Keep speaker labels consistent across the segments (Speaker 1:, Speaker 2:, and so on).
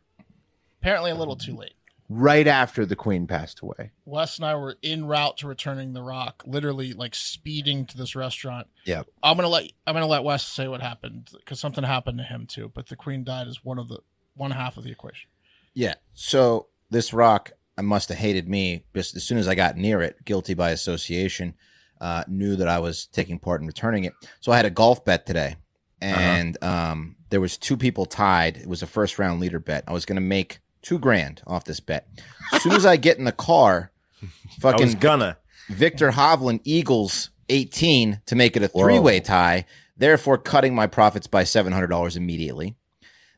Speaker 1: apparently, a little too late.
Speaker 2: right after the queen passed away
Speaker 1: Wes and I were in route to returning the rock, literally like speeding to this restaurant.
Speaker 2: Yep.
Speaker 1: I'm gonna let I'm gonna let Wes say what happened because something happened to him too. But the queen died is one of the one half of the equation.
Speaker 3: Yeah. So this rock, I must have hated me just as soon as I got near it, guilty by association, uh, knew that I was taking part in returning it. So I had a golf bet today,
Speaker 2: Uh-huh.
Speaker 3: and um, there was two people tied. It was a first round leader bet. I was going to make two grand off this bet. As soon as I get in the car,
Speaker 4: I was
Speaker 3: fucking
Speaker 4: gonna.
Speaker 3: Victor Hovland Eagles 18 to make it a three way tie, therefore cutting my profits by $700 immediately.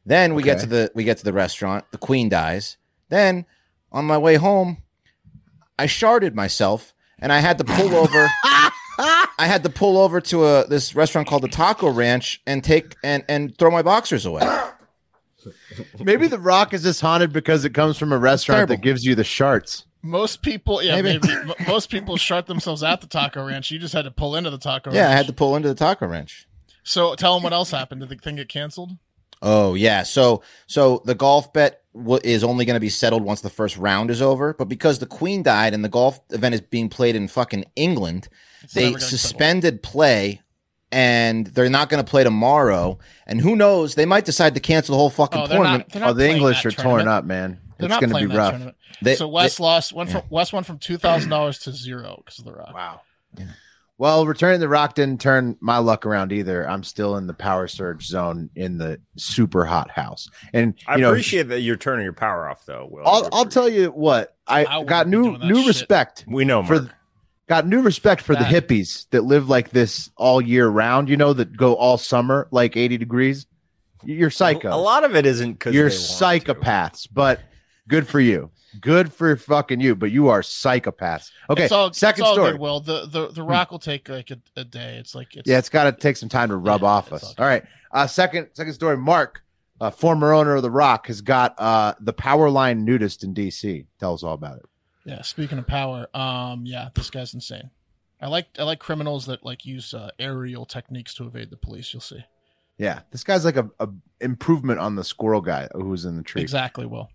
Speaker 3: Then we get
Speaker 2: Okay.
Speaker 3: to the we get to the restaurant, the queen dies. Then on my way home, I sharded myself and I had to pull over I had to pull over to a this restaurant called the Taco Ranch and take and and throw my boxers away.
Speaker 2: Maybe the rock is just haunted because it comes from a restaurant that
Speaker 3: Terrible.
Speaker 2: gives you the sharts.
Speaker 1: Most people, yeah,
Speaker 3: Maybe.
Speaker 1: maybe. M- most people shart themselves at the taco ranch. You just had to pull into the taco.
Speaker 3: Yeah, I
Speaker 1: ranch.
Speaker 3: had to pull into the Taco Ranch.
Speaker 1: So tell them what else happened. Did the thing get canceled?
Speaker 3: Oh yeah, so so the golf bet w- is only going to be settled once the first round is over. But because the queen died and the golf event is being played in fucking England,
Speaker 1: It's
Speaker 3: they
Speaker 1: never gonna settle.
Speaker 3: suspended play, and they're not going to play tomorrow. And who knows? They might decide to cancel the whole fucking
Speaker 1: Oh, they're
Speaker 3: tournament.
Speaker 1: not, they're not
Speaker 2: Oh, the
Speaker 1: playing
Speaker 2: English
Speaker 1: that
Speaker 2: are torn
Speaker 1: tournament.
Speaker 2: up, man.
Speaker 1: They're
Speaker 2: it's
Speaker 1: not
Speaker 2: going to
Speaker 1: playing
Speaker 2: be
Speaker 1: that
Speaker 2: rough.
Speaker 1: tournament.
Speaker 3: They-
Speaker 1: so Wes lost went from Wes went from two thousand dollars to zero because of the rock.
Speaker 2: Wow. Well, returning the rock didn't turn my luck around either. I'm still in the power surge zone in the super hot house, and you
Speaker 4: I
Speaker 2: know,
Speaker 4: appreciate that you're turning your power off, though. Will.
Speaker 2: I'll, I'll tell you what I,
Speaker 1: I wouldn't
Speaker 2: got
Speaker 1: be
Speaker 2: new
Speaker 1: doing that
Speaker 2: new
Speaker 1: shit.
Speaker 2: respect
Speaker 4: We know,
Speaker 2: for
Speaker 4: Mark.
Speaker 2: got new respect for the
Speaker 1: That-
Speaker 2: hippies that live like this all year round. You know that go all summer like 80 degrees. You're psycho.
Speaker 4: A lot of it isn't because
Speaker 2: You're psychopaths, but good for you. Good for fucking you, but you are psychopaths. Okay,
Speaker 1: it's all,
Speaker 2: second
Speaker 1: it's all
Speaker 2: story. Hmm.
Speaker 1: Good, Will the the the Rock will take like a, a day. It's like it's,
Speaker 2: yeah, it's got to take some time to rub
Speaker 1: Yeah,
Speaker 2: off
Speaker 1: it's
Speaker 2: us.
Speaker 1: all
Speaker 2: All right, uh, second second story. Mark, uh, former owner of the Rock, has got uh, the power line nudist in D.C. Tell us all about it.
Speaker 1: yeah. Speaking of power, um, yeah, this guy's insane. I like I like criminals that like use uh, aerial techniques to evade the police. You'll see
Speaker 2: Yeah, this guy's like a, a improvement on the squirrel guy who was in the tree.
Speaker 1: exactly. Will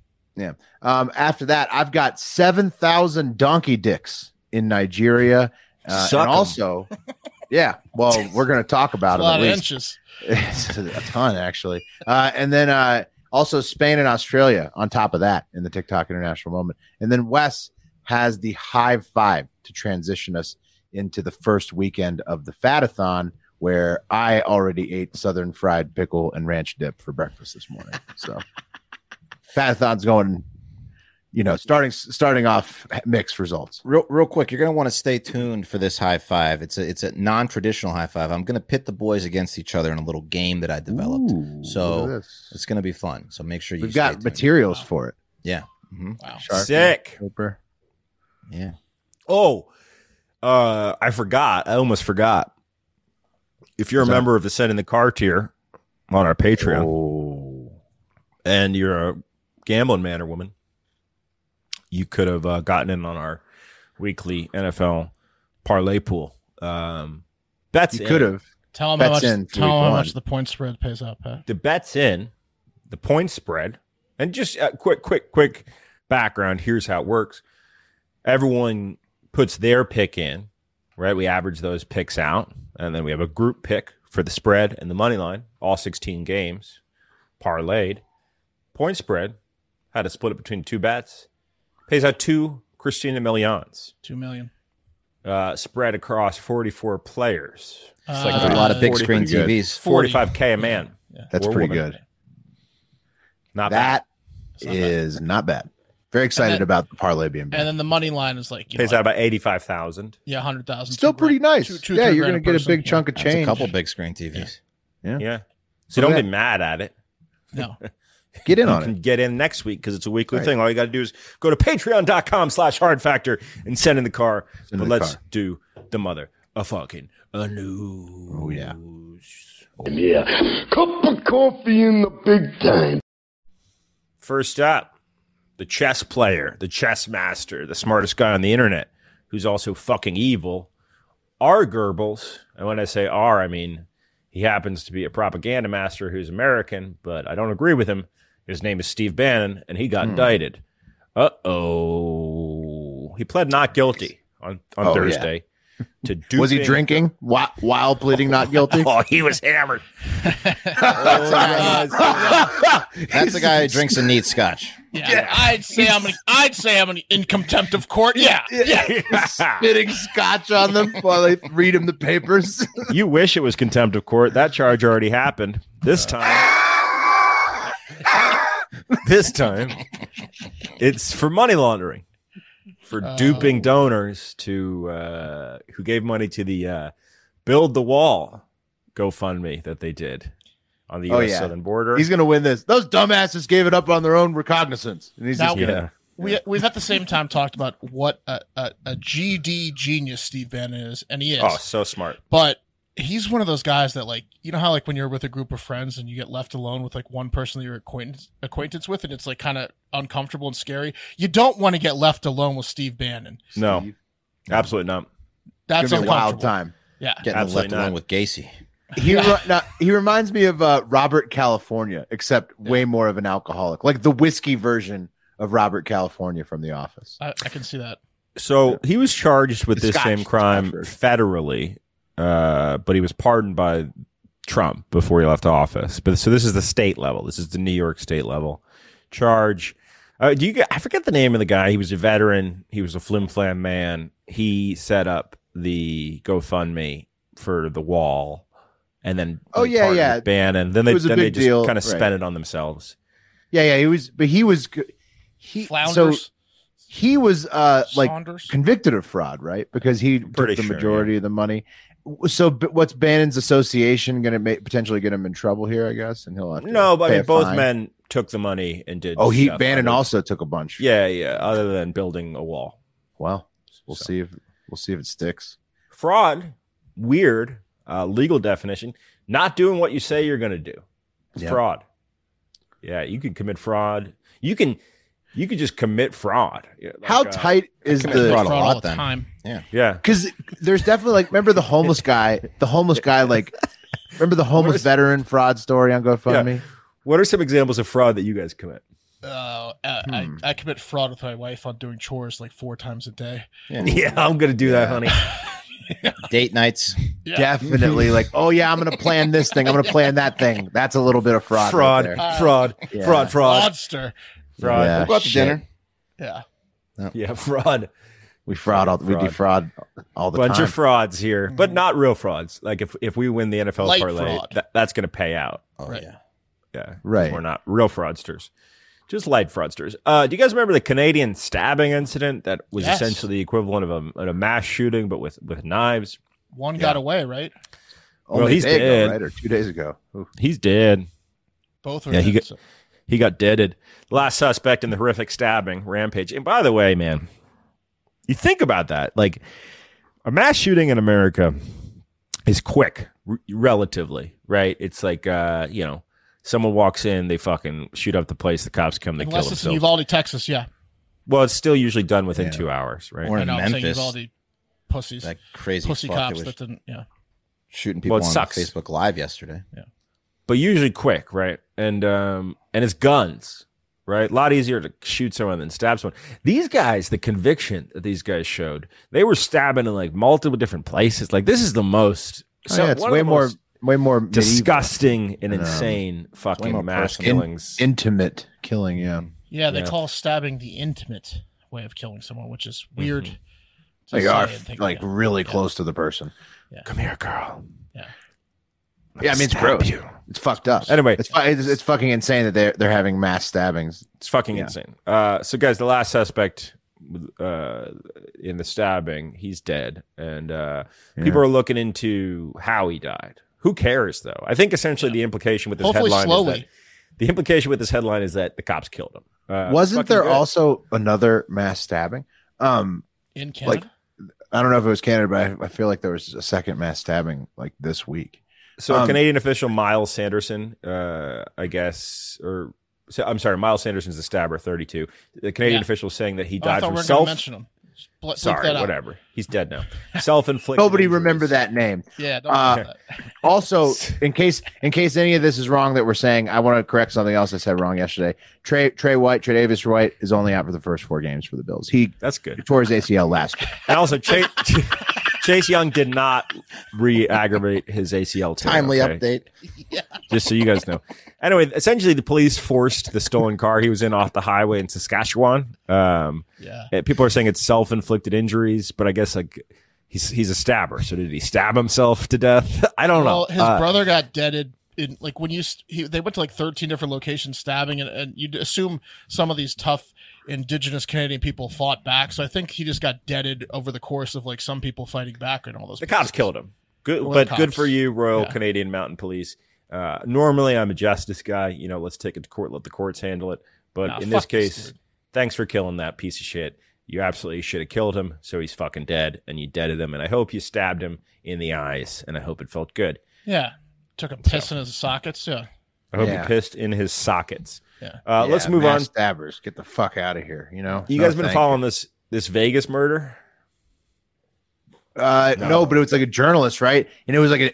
Speaker 2: Um, after that, I've got seven thousand donkey dicks in Nigeria, uh,
Speaker 4: Suck
Speaker 2: and
Speaker 4: 'em.
Speaker 2: also, yeah. Well, we're gonna talk
Speaker 1: It's
Speaker 2: about
Speaker 1: a
Speaker 2: it at
Speaker 1: lot of
Speaker 2: least.
Speaker 1: inches.
Speaker 2: It's a ton actually uh, and then uh, also spain and australia on top of that in the tiktok international moment and then wes has the high five to transition us into the first weekend of the fatathon where i already ate southern fried pickle and ranch dip for breakfast this morning so fatathon's going you know starting starting off mixed results
Speaker 3: Real, real quick, you're going to want to stay tuned for this high five. It's a it's a non traditional high five. I'm going to pit the boys against each other in a little game that I developed.
Speaker 2: Ooh,
Speaker 3: So,
Speaker 2: look at this.
Speaker 3: It's going to be fun. So make sure you
Speaker 2: we've
Speaker 3: stay
Speaker 2: got
Speaker 3: tuned.
Speaker 2: materials for it
Speaker 3: Mhm.
Speaker 1: Wow.
Speaker 2: Sharp.
Speaker 4: Sick.
Speaker 2: Cooper.
Speaker 3: Yeah.
Speaker 4: Oh, uh, I forgot. I almost forgot. If you're a
Speaker 2: What's that?
Speaker 4: member of the Send in the Car tier on our Patreon,
Speaker 2: Oh.
Speaker 4: and you're a gambling man or woman, you could have uh, gotten in on our weekly NFL parlay pool. Um, bets
Speaker 2: you
Speaker 4: in.
Speaker 2: could have
Speaker 1: Tell him how
Speaker 2: That's
Speaker 1: much.
Speaker 2: in for
Speaker 1: Tell
Speaker 2: week
Speaker 1: him how
Speaker 2: one.
Speaker 1: much the point spread pays out, Pat.
Speaker 4: The bets in the point spread And just uh, quick, quick, quick background. Here's how it works. Everyone puts their pick in, right? We average those picks out, and then we have a group pick for the spread and the money line. All 16 games parlayed. Point spread had to split it between two bets. Pays out two Christina Milians.
Speaker 1: Two million.
Speaker 4: Uh, spread across 44 players. It's
Speaker 1: Uh,
Speaker 3: That's a lot of big
Speaker 4: 40
Speaker 3: screen
Speaker 2: good.
Speaker 3: TVs.
Speaker 4: 45K a man.
Speaker 1: Yeah.
Speaker 2: That's
Speaker 4: Or
Speaker 2: pretty
Speaker 4: woman.
Speaker 2: good.
Speaker 4: Not bad.
Speaker 2: That
Speaker 1: It's not bad.
Speaker 2: is not bad. Very excited
Speaker 1: then-
Speaker 2: about the parlay being
Speaker 1: And
Speaker 2: bad.
Speaker 1: then the money line is like you know,
Speaker 4: Pays out about 85,000.
Speaker 1: yeah, hundred thousand.
Speaker 2: Still pretty nice. yeah, you're gonna get a big chunk of
Speaker 3: That's
Speaker 2: change.
Speaker 3: a couple big screen TVs.
Speaker 4: Yeah. So
Speaker 2: Look
Speaker 4: don't
Speaker 2: at
Speaker 4: get mad at it.
Speaker 1: No,
Speaker 2: Get in
Speaker 4: you
Speaker 2: on
Speaker 4: can
Speaker 2: it.
Speaker 4: get in next week because it's a weekly
Speaker 2: Right.
Speaker 4: thing. All you got to do is go to patreon.com slash hard factor and send in the car.
Speaker 2: Send in
Speaker 4: but
Speaker 2: the
Speaker 4: let's
Speaker 2: car.
Speaker 4: do the mother a fucking a news.
Speaker 2: Oh, yeah.
Speaker 5: Yeah. Cup of coffee in the big time.
Speaker 4: First up, the chess player, the chess master, the smartest guy on the internet, who's also fucking evil, R. Goebbels. And when I say R, I mean he happens to be a propaganda master who's American, but I don't agree with him. His name is Steve Bannon, and he got
Speaker 2: Hmm.
Speaker 4: indicted. Uh oh. He pled not guilty on, on
Speaker 2: Oh, yeah.
Speaker 4: Thursday to do.
Speaker 2: Was he drinking while, while pleading not guilty?
Speaker 4: Oh, he was hammered.
Speaker 3: That's the guy who drinks a neat scotch.
Speaker 1: yeah. I'd say I'm. in- I'd say I'm in- in contempt of court. Yeah, yeah.
Speaker 2: spitting scotch on them while they read him the papers.
Speaker 4: you wish it was contempt of court. That charge already happened. This time. this time. It's for money laundering. For
Speaker 2: Oh.
Speaker 4: duping donors to uh, who gave money to the uh, build the wall GoFundMe that they did on the U.S.
Speaker 2: Oh, yeah.
Speaker 4: southern border.
Speaker 2: he's gonna win this. Those dumbasses gave it up on their own recognizance, and he's
Speaker 1: Now-
Speaker 2: just gonna
Speaker 4: yeah.
Speaker 1: We we've at the same time talked about what a, a, a GD genius Steve Bannon is, and he is.
Speaker 4: Oh, so smart.
Speaker 1: but he's one of those guys that like you know how like when you're with a group of friends and you get left alone with like one person that you're acquaintance acquaintance with and it's like kind of uncomfortable and scary you don't want to get left alone with steve bannon
Speaker 4: No, absolutely not.
Speaker 1: that's
Speaker 2: it's gonna be a wild
Speaker 1: uncomfortable.
Speaker 2: time.
Speaker 1: yeah
Speaker 3: Getting
Speaker 4: Absolutely
Speaker 3: left alone
Speaker 4: not.
Speaker 3: with Gacy.
Speaker 2: He re- now, he reminds me of uh, Robert California, except way more of an alcoholic, like the whiskey version of Robert California from The Office.
Speaker 1: I, I can see that
Speaker 4: So he was charged with
Speaker 2: The
Speaker 4: this
Speaker 2: Scotch-
Speaker 4: same crime
Speaker 2: Scotch
Speaker 4: federally, uh, but he was pardoned by Trump before he left office. But so this is the state level. This is the New York state level charge. Uh, do you? get- I forget the name of the guy. He was a veteran. He was a flim flam man. He set up the GoFundMe for the wall, and then
Speaker 2: Oh, yeah,
Speaker 4: partnered
Speaker 2: yeah.
Speaker 4: with Bannon. Then they
Speaker 2: It was a
Speaker 4: then they
Speaker 2: big
Speaker 4: just
Speaker 2: deal,
Speaker 4: kind of
Speaker 2: right.
Speaker 4: spent it on themselves.
Speaker 2: Yeah, yeah, he was, but he was g- he so
Speaker 1: flounders
Speaker 2: he was uh like
Speaker 1: saunders
Speaker 2: convicted of fraud, right? Because he
Speaker 4: Pretty
Speaker 2: took the
Speaker 4: sure,
Speaker 2: majority of the money. So, b- what's Bannon's association going to ma- potentially get him in trouble here? I guess, and he'll have to
Speaker 4: No, but I
Speaker 2: pay
Speaker 4: mean,
Speaker 2: a
Speaker 4: both
Speaker 2: fine.
Speaker 4: men took the money and did.
Speaker 2: Oh, he
Speaker 4: stuff.
Speaker 2: Bannon
Speaker 4: I mean,
Speaker 2: also took a bunch.
Speaker 4: Yeah, yeah. Other than building a wall.
Speaker 2: Well, we'll
Speaker 4: So.
Speaker 2: see if we'll see if it sticks.
Speaker 4: fraud weird uh, legal definition not doing what you say you're going to do It's
Speaker 2: Yeah.
Speaker 4: fraud yeah you can commit fraud you can you can just commit fraud Yeah, like,
Speaker 2: How
Speaker 4: uh,
Speaker 2: tight is
Speaker 3: commit
Speaker 2: the?
Speaker 3: fraud a
Speaker 1: Fraud all
Speaker 3: lot
Speaker 1: the
Speaker 3: then.
Speaker 1: time
Speaker 4: yeah
Speaker 2: Because there's definitely like remember the homeless guy, the homeless guy like. Remember the homeless
Speaker 4: is-
Speaker 2: veteran fraud story on GoFundMe?
Speaker 4: what are some examples of fraud that you guys commit
Speaker 1: uh, I, I-
Speaker 2: Hmm.
Speaker 1: I, commit fraud with my wife on doing chores like four times a day
Speaker 4: yeah i'm going to do that honey
Speaker 3: Date nights.
Speaker 1: Yeah.
Speaker 2: Definitely, like, oh yeah, I'm gonna plan this thing, I'm gonna plan that thing. That's a little bit of fraud. right
Speaker 4: fraud
Speaker 2: there.
Speaker 1: Uh,
Speaker 4: fraud
Speaker 2: Yeah.
Speaker 4: fraud fraud
Speaker 1: fraudster
Speaker 4: fraud
Speaker 2: Yeah.
Speaker 4: yeah,
Speaker 3: We'll go out to
Speaker 2: shit.
Speaker 3: dinner.
Speaker 4: fraud
Speaker 2: We fraud all. We
Speaker 4: Fraud.
Speaker 2: defraud all the
Speaker 4: bunch
Speaker 2: time.
Speaker 4: of frauds here but not real frauds like if, if we win the nfl
Speaker 1: Mm-hmm. Light
Speaker 4: parlay
Speaker 1: fraud.
Speaker 4: that, that's going to pay out
Speaker 3: Oh
Speaker 1: Right.
Speaker 3: yeah.
Speaker 4: Yeah.
Speaker 2: Right.
Speaker 4: We're not real fraudsters. Just light fraudsters. Uh, do you guys remember the Canadian stabbing incident that was
Speaker 1: Yes.
Speaker 4: essentially the equivalent of a, of a mass shooting but with, with knives?
Speaker 1: one got away right
Speaker 2: Only
Speaker 4: Well,
Speaker 2: a
Speaker 4: he's
Speaker 2: day ago,
Speaker 4: dead.
Speaker 2: right? Or two days ago. Ooh.
Speaker 4: He's dead.
Speaker 1: both are
Speaker 4: Yeah, he
Speaker 1: dead,
Speaker 4: got-
Speaker 1: so-
Speaker 4: He got deaded. The last suspect in the horrific stabbing rampage. And by the way, man, you think about that. Like a mass shooting in America is quick, r- relatively, right? It's like, uh, you know, someone walks in, they fucking shoot up the place, the cops come, they
Speaker 1: unless
Speaker 4: kill
Speaker 1: it's in
Speaker 4: them. So,
Speaker 1: uvalde texas yeah
Speaker 4: well, it's still usually done within
Speaker 3: Yeah.
Speaker 4: two hours, right?
Speaker 3: Or
Speaker 1: i
Speaker 3: in
Speaker 1: know i'm saying
Speaker 3: Memphis,
Speaker 1: uvalde pussies
Speaker 3: that crazy
Speaker 1: pussy
Speaker 3: fuck
Speaker 1: cops
Speaker 3: that was
Speaker 1: that didn't yeah
Speaker 3: shooting
Speaker 4: Well,
Speaker 3: people
Speaker 4: it
Speaker 3: on
Speaker 4: sucks.
Speaker 3: Facebook
Speaker 2: Oh,
Speaker 3: Live yesterday.
Speaker 4: but usually quick, right? And um and it's guns, right? A lot easier to shoot someone than stab someone. These guys, the conviction that these guys showed, they were stabbing in like multiple different places. Like this is the most.
Speaker 2: Oh,
Speaker 4: so-
Speaker 2: yeah, it's
Speaker 4: one of
Speaker 2: way
Speaker 4: the
Speaker 2: more,
Speaker 4: most
Speaker 2: way more medieval,
Speaker 4: disgusting and
Speaker 2: Um,
Speaker 4: insane
Speaker 3: more
Speaker 4: fucking mass
Speaker 3: personal.
Speaker 4: killings.
Speaker 2: intimate killing. Yeah,
Speaker 1: Yeah, they
Speaker 4: Yeah.
Speaker 1: call stabbing the intimate way of killing someone, which is
Speaker 4: Mm-hmm.
Speaker 1: weird. to
Speaker 2: like
Speaker 1: say
Speaker 2: Mm-hmm. are
Speaker 1: and think
Speaker 2: like
Speaker 1: about.
Speaker 2: really
Speaker 1: Yeah.
Speaker 2: close to the person.
Speaker 4: Come here, girl.
Speaker 1: Yeah.
Speaker 4: I'm
Speaker 2: Yeah, I mean, it's
Speaker 4: gonna stab
Speaker 2: gross.
Speaker 4: you.
Speaker 2: It's fucked up.
Speaker 4: Anyway.
Speaker 2: it's, fu- it's it's fucking insane that they're they're having mass stabbings.
Speaker 4: It's fucking
Speaker 2: Yeah.
Speaker 4: insane. Uh, so, guys, the last suspect uh, in the stabbing, he's dead, and uh, people are looking into how he died. Who cares, though? I think essentially the implication with this
Speaker 1: Hopefully
Speaker 4: headline
Speaker 1: slowly.
Speaker 4: is that the implication with this headline is that the cops killed him. Uh,
Speaker 2: Wasn't
Speaker 4: fucking
Speaker 2: there
Speaker 4: good.
Speaker 2: also another mass stabbing? Um,
Speaker 1: in Canada.
Speaker 2: I don't know if it was Canada, but I, I feel like there was a second mass stabbing like this week.
Speaker 4: So, a
Speaker 2: um,
Speaker 4: Canadian official Miles Sanderson, uh, I guess, or so, I'm sorry, Miles Sanderson's a stabber, 32. The Canadian
Speaker 1: Yeah.
Speaker 4: official is saying that he
Speaker 1: oh, I
Speaker 4: died
Speaker 1: thought
Speaker 4: from
Speaker 1: we were going to
Speaker 4: self.
Speaker 1: mention them. Bl- bleep
Speaker 4: Sorry,
Speaker 1: that out.
Speaker 4: whatever. He's dead now. Self-inflicted.
Speaker 2: Nobody
Speaker 4: injuries.
Speaker 2: remember that name.
Speaker 1: Yeah, don't
Speaker 2: Uh,
Speaker 1: worry about that.
Speaker 2: Also, in case in case any of this is wrong that we're saying, I want to correct something else I said wrong yesterday. Trey Trey White, Trey Davis White is only out for the first four games for the Bills. He
Speaker 4: That's good.
Speaker 2: tore his ACL last week.
Speaker 4: And also, Chase, Chase Young did not re-aggravate his ACL. Tear,
Speaker 3: Timely
Speaker 4: okay?
Speaker 3: update.
Speaker 4: just so you guys know. Anyway, essentially, the police forced the stolen car he was in off the highway in Saskatchewan. Um,
Speaker 1: Yeah.
Speaker 4: eh, people are saying it's self-inflicted injuries, but I guess like he's he's a stabber. So did he stab himself to death? I don't
Speaker 1: Well,
Speaker 4: know.
Speaker 1: his
Speaker 4: Uh,
Speaker 1: brother got deaded in like when you st- he, they went to like 13 different locations stabbing and, and you'd assume some of these tough indigenous Canadian people fought back. So I think he just got deaded over the course of like some people fighting back and all those.
Speaker 4: the cops killed him. Good,
Speaker 1: Well, the
Speaker 4: but good
Speaker 1: cops.
Speaker 4: for you, Royal
Speaker 1: Yeah.
Speaker 4: Canadian Mountain Police. Uh, normally, I'm a justice guy. You know, let's take it to court, let the courts handle it. But
Speaker 1: Nah,
Speaker 4: in this
Speaker 1: fuck this
Speaker 4: case,
Speaker 1: dude.
Speaker 4: thanks for killing that piece of shit. You absolutely should have killed him. So he's fucking dead, and you deaded him. And I hope you stabbed him in the eyes, and I hope it felt good.
Speaker 1: Yeah. Took a piss in his sockets. Yeah.
Speaker 4: I hope
Speaker 2: Yeah.
Speaker 4: he pissed in his sockets.
Speaker 1: Yeah.
Speaker 4: Uh, let's
Speaker 2: Yeah,
Speaker 4: move
Speaker 2: mass
Speaker 4: on.
Speaker 2: Stabbers, get the fuck out of here. You know,
Speaker 4: You
Speaker 2: No,
Speaker 4: guys been
Speaker 2: thank
Speaker 4: following this this Vegas murder?
Speaker 2: Uh, no. but it was like a journalist, right? And it was like a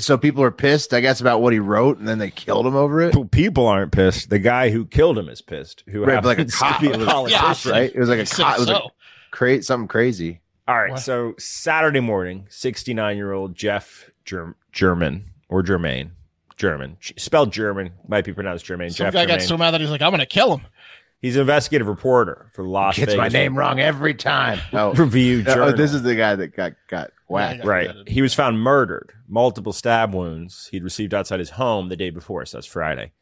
Speaker 2: so people are pissed, I guess, about what he wrote, and then they killed him over it.
Speaker 4: P- People aren't pissed. The guy who killed him is pissed. Who
Speaker 2: Right, but like a
Speaker 4: happens to
Speaker 2: cop.
Speaker 4: be
Speaker 2: It was a
Speaker 4: politician.
Speaker 1: cop,
Speaker 2: Right? It was like
Speaker 1: He
Speaker 2: a
Speaker 1: said
Speaker 2: co- it was like
Speaker 1: so.
Speaker 2: create something crazy.
Speaker 4: All right.
Speaker 1: What?
Speaker 4: So Saturday morning, 69 year old Jeff Germ- German or Germain, German, G- spelled German, might be pronounced Germain.
Speaker 1: Some
Speaker 4: Jeff
Speaker 1: guy
Speaker 4: Germain.
Speaker 1: got so mad that he's like, I'm going to kill him.
Speaker 4: He's an investigative reporter for the Las
Speaker 2: Gets
Speaker 4: Vegas
Speaker 2: my name wrong every time. Oh,
Speaker 4: Review Journal.
Speaker 2: oh, this is the guy that got got whacked.
Speaker 1: Yeah,
Speaker 4: right.
Speaker 1: yeah, yeah.
Speaker 4: He was found murdered, multiple stab wounds he'd received outside his home the day before. So that's Friday.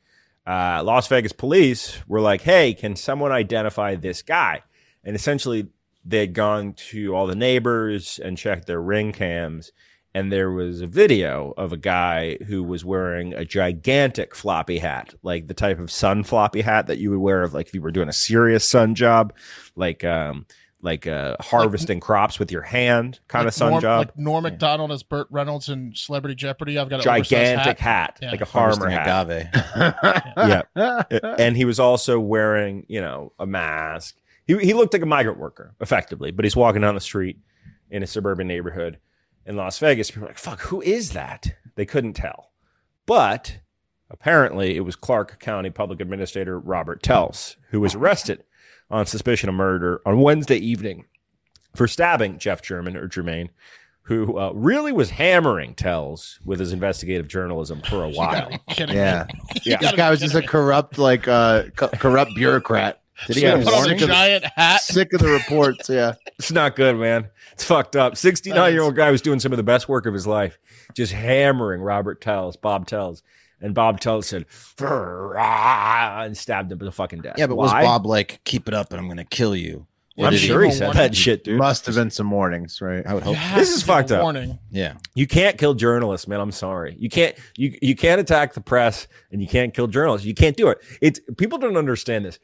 Speaker 4: Uh, Las Vegas police were like, hey, can someone identify this guy? And essentially, they'd gone to all the neighbors and checked their ring cams. And there was a video of a guy who was wearing a gigantic floppy hat, like the type of sun floppy hat that you would wear if, like, if you were doing a serious sun job, like, um, like uh, harvesting crops with your hand kind
Speaker 1: Like
Speaker 4: of sun
Speaker 1: Norm,
Speaker 4: job
Speaker 1: Like Norm McDonald as Burt Reynolds in Celebrity Jeopardy. I've got a
Speaker 4: gigantic hat,
Speaker 1: Yeah.
Speaker 4: like a farmer
Speaker 3: Harvesting
Speaker 4: hat.
Speaker 3: agave.
Speaker 4: Yeah. and he was also wearing, you know, a mask. He, he looked like a migrant worker, effectively, but he's walking down the street in a suburban neighborhood in Las Vegas. People were like, fuck, who is that? They couldn't tell. But apparently it was Clark County Public Administrator Robert Tells, who was arrested on suspicion of murder on Wednesday evening for stabbing Jeff German or Germain, who uh, really was hammering Tells with his investigative journalism for a while.
Speaker 1: Kidding.
Speaker 2: Yeah,
Speaker 4: Yeah.
Speaker 2: this guy was just a corrupt, like uh, co- corrupt bureaucrat. Did he
Speaker 4: Yeah,
Speaker 1: Yeah,
Speaker 2: have
Speaker 1: put on a
Speaker 2: warning?
Speaker 1: giant hat.
Speaker 2: Sick of the reports. Yeah,
Speaker 4: It's not good, man. It's fucked up. 69 year old guy was doing some of the best work of his life, just hammering Robert Tells, Bob Tells. And Bob Tells said, "Rah," and stabbed him to the fucking death.
Speaker 3: Yeah, but was
Speaker 4: Why?
Speaker 3: Bob like, keep it up and I'm going to kill you? Or
Speaker 4: I'm
Speaker 3: did he-
Speaker 4: sure he
Speaker 1: Give him a
Speaker 4: said
Speaker 1: warning.
Speaker 4: that shit, dude.
Speaker 2: must have been some warnings, right?
Speaker 3: I would hope.
Speaker 1: You
Speaker 3: so.
Speaker 1: have
Speaker 4: This is
Speaker 1: to give a
Speaker 4: fucked up.
Speaker 1: Warning.
Speaker 3: Yeah.
Speaker 4: You can't kill journalists, man. I'm sorry. You can't you you can't attack the press and you can't kill journalists. You can't do it. It's people don't understand this.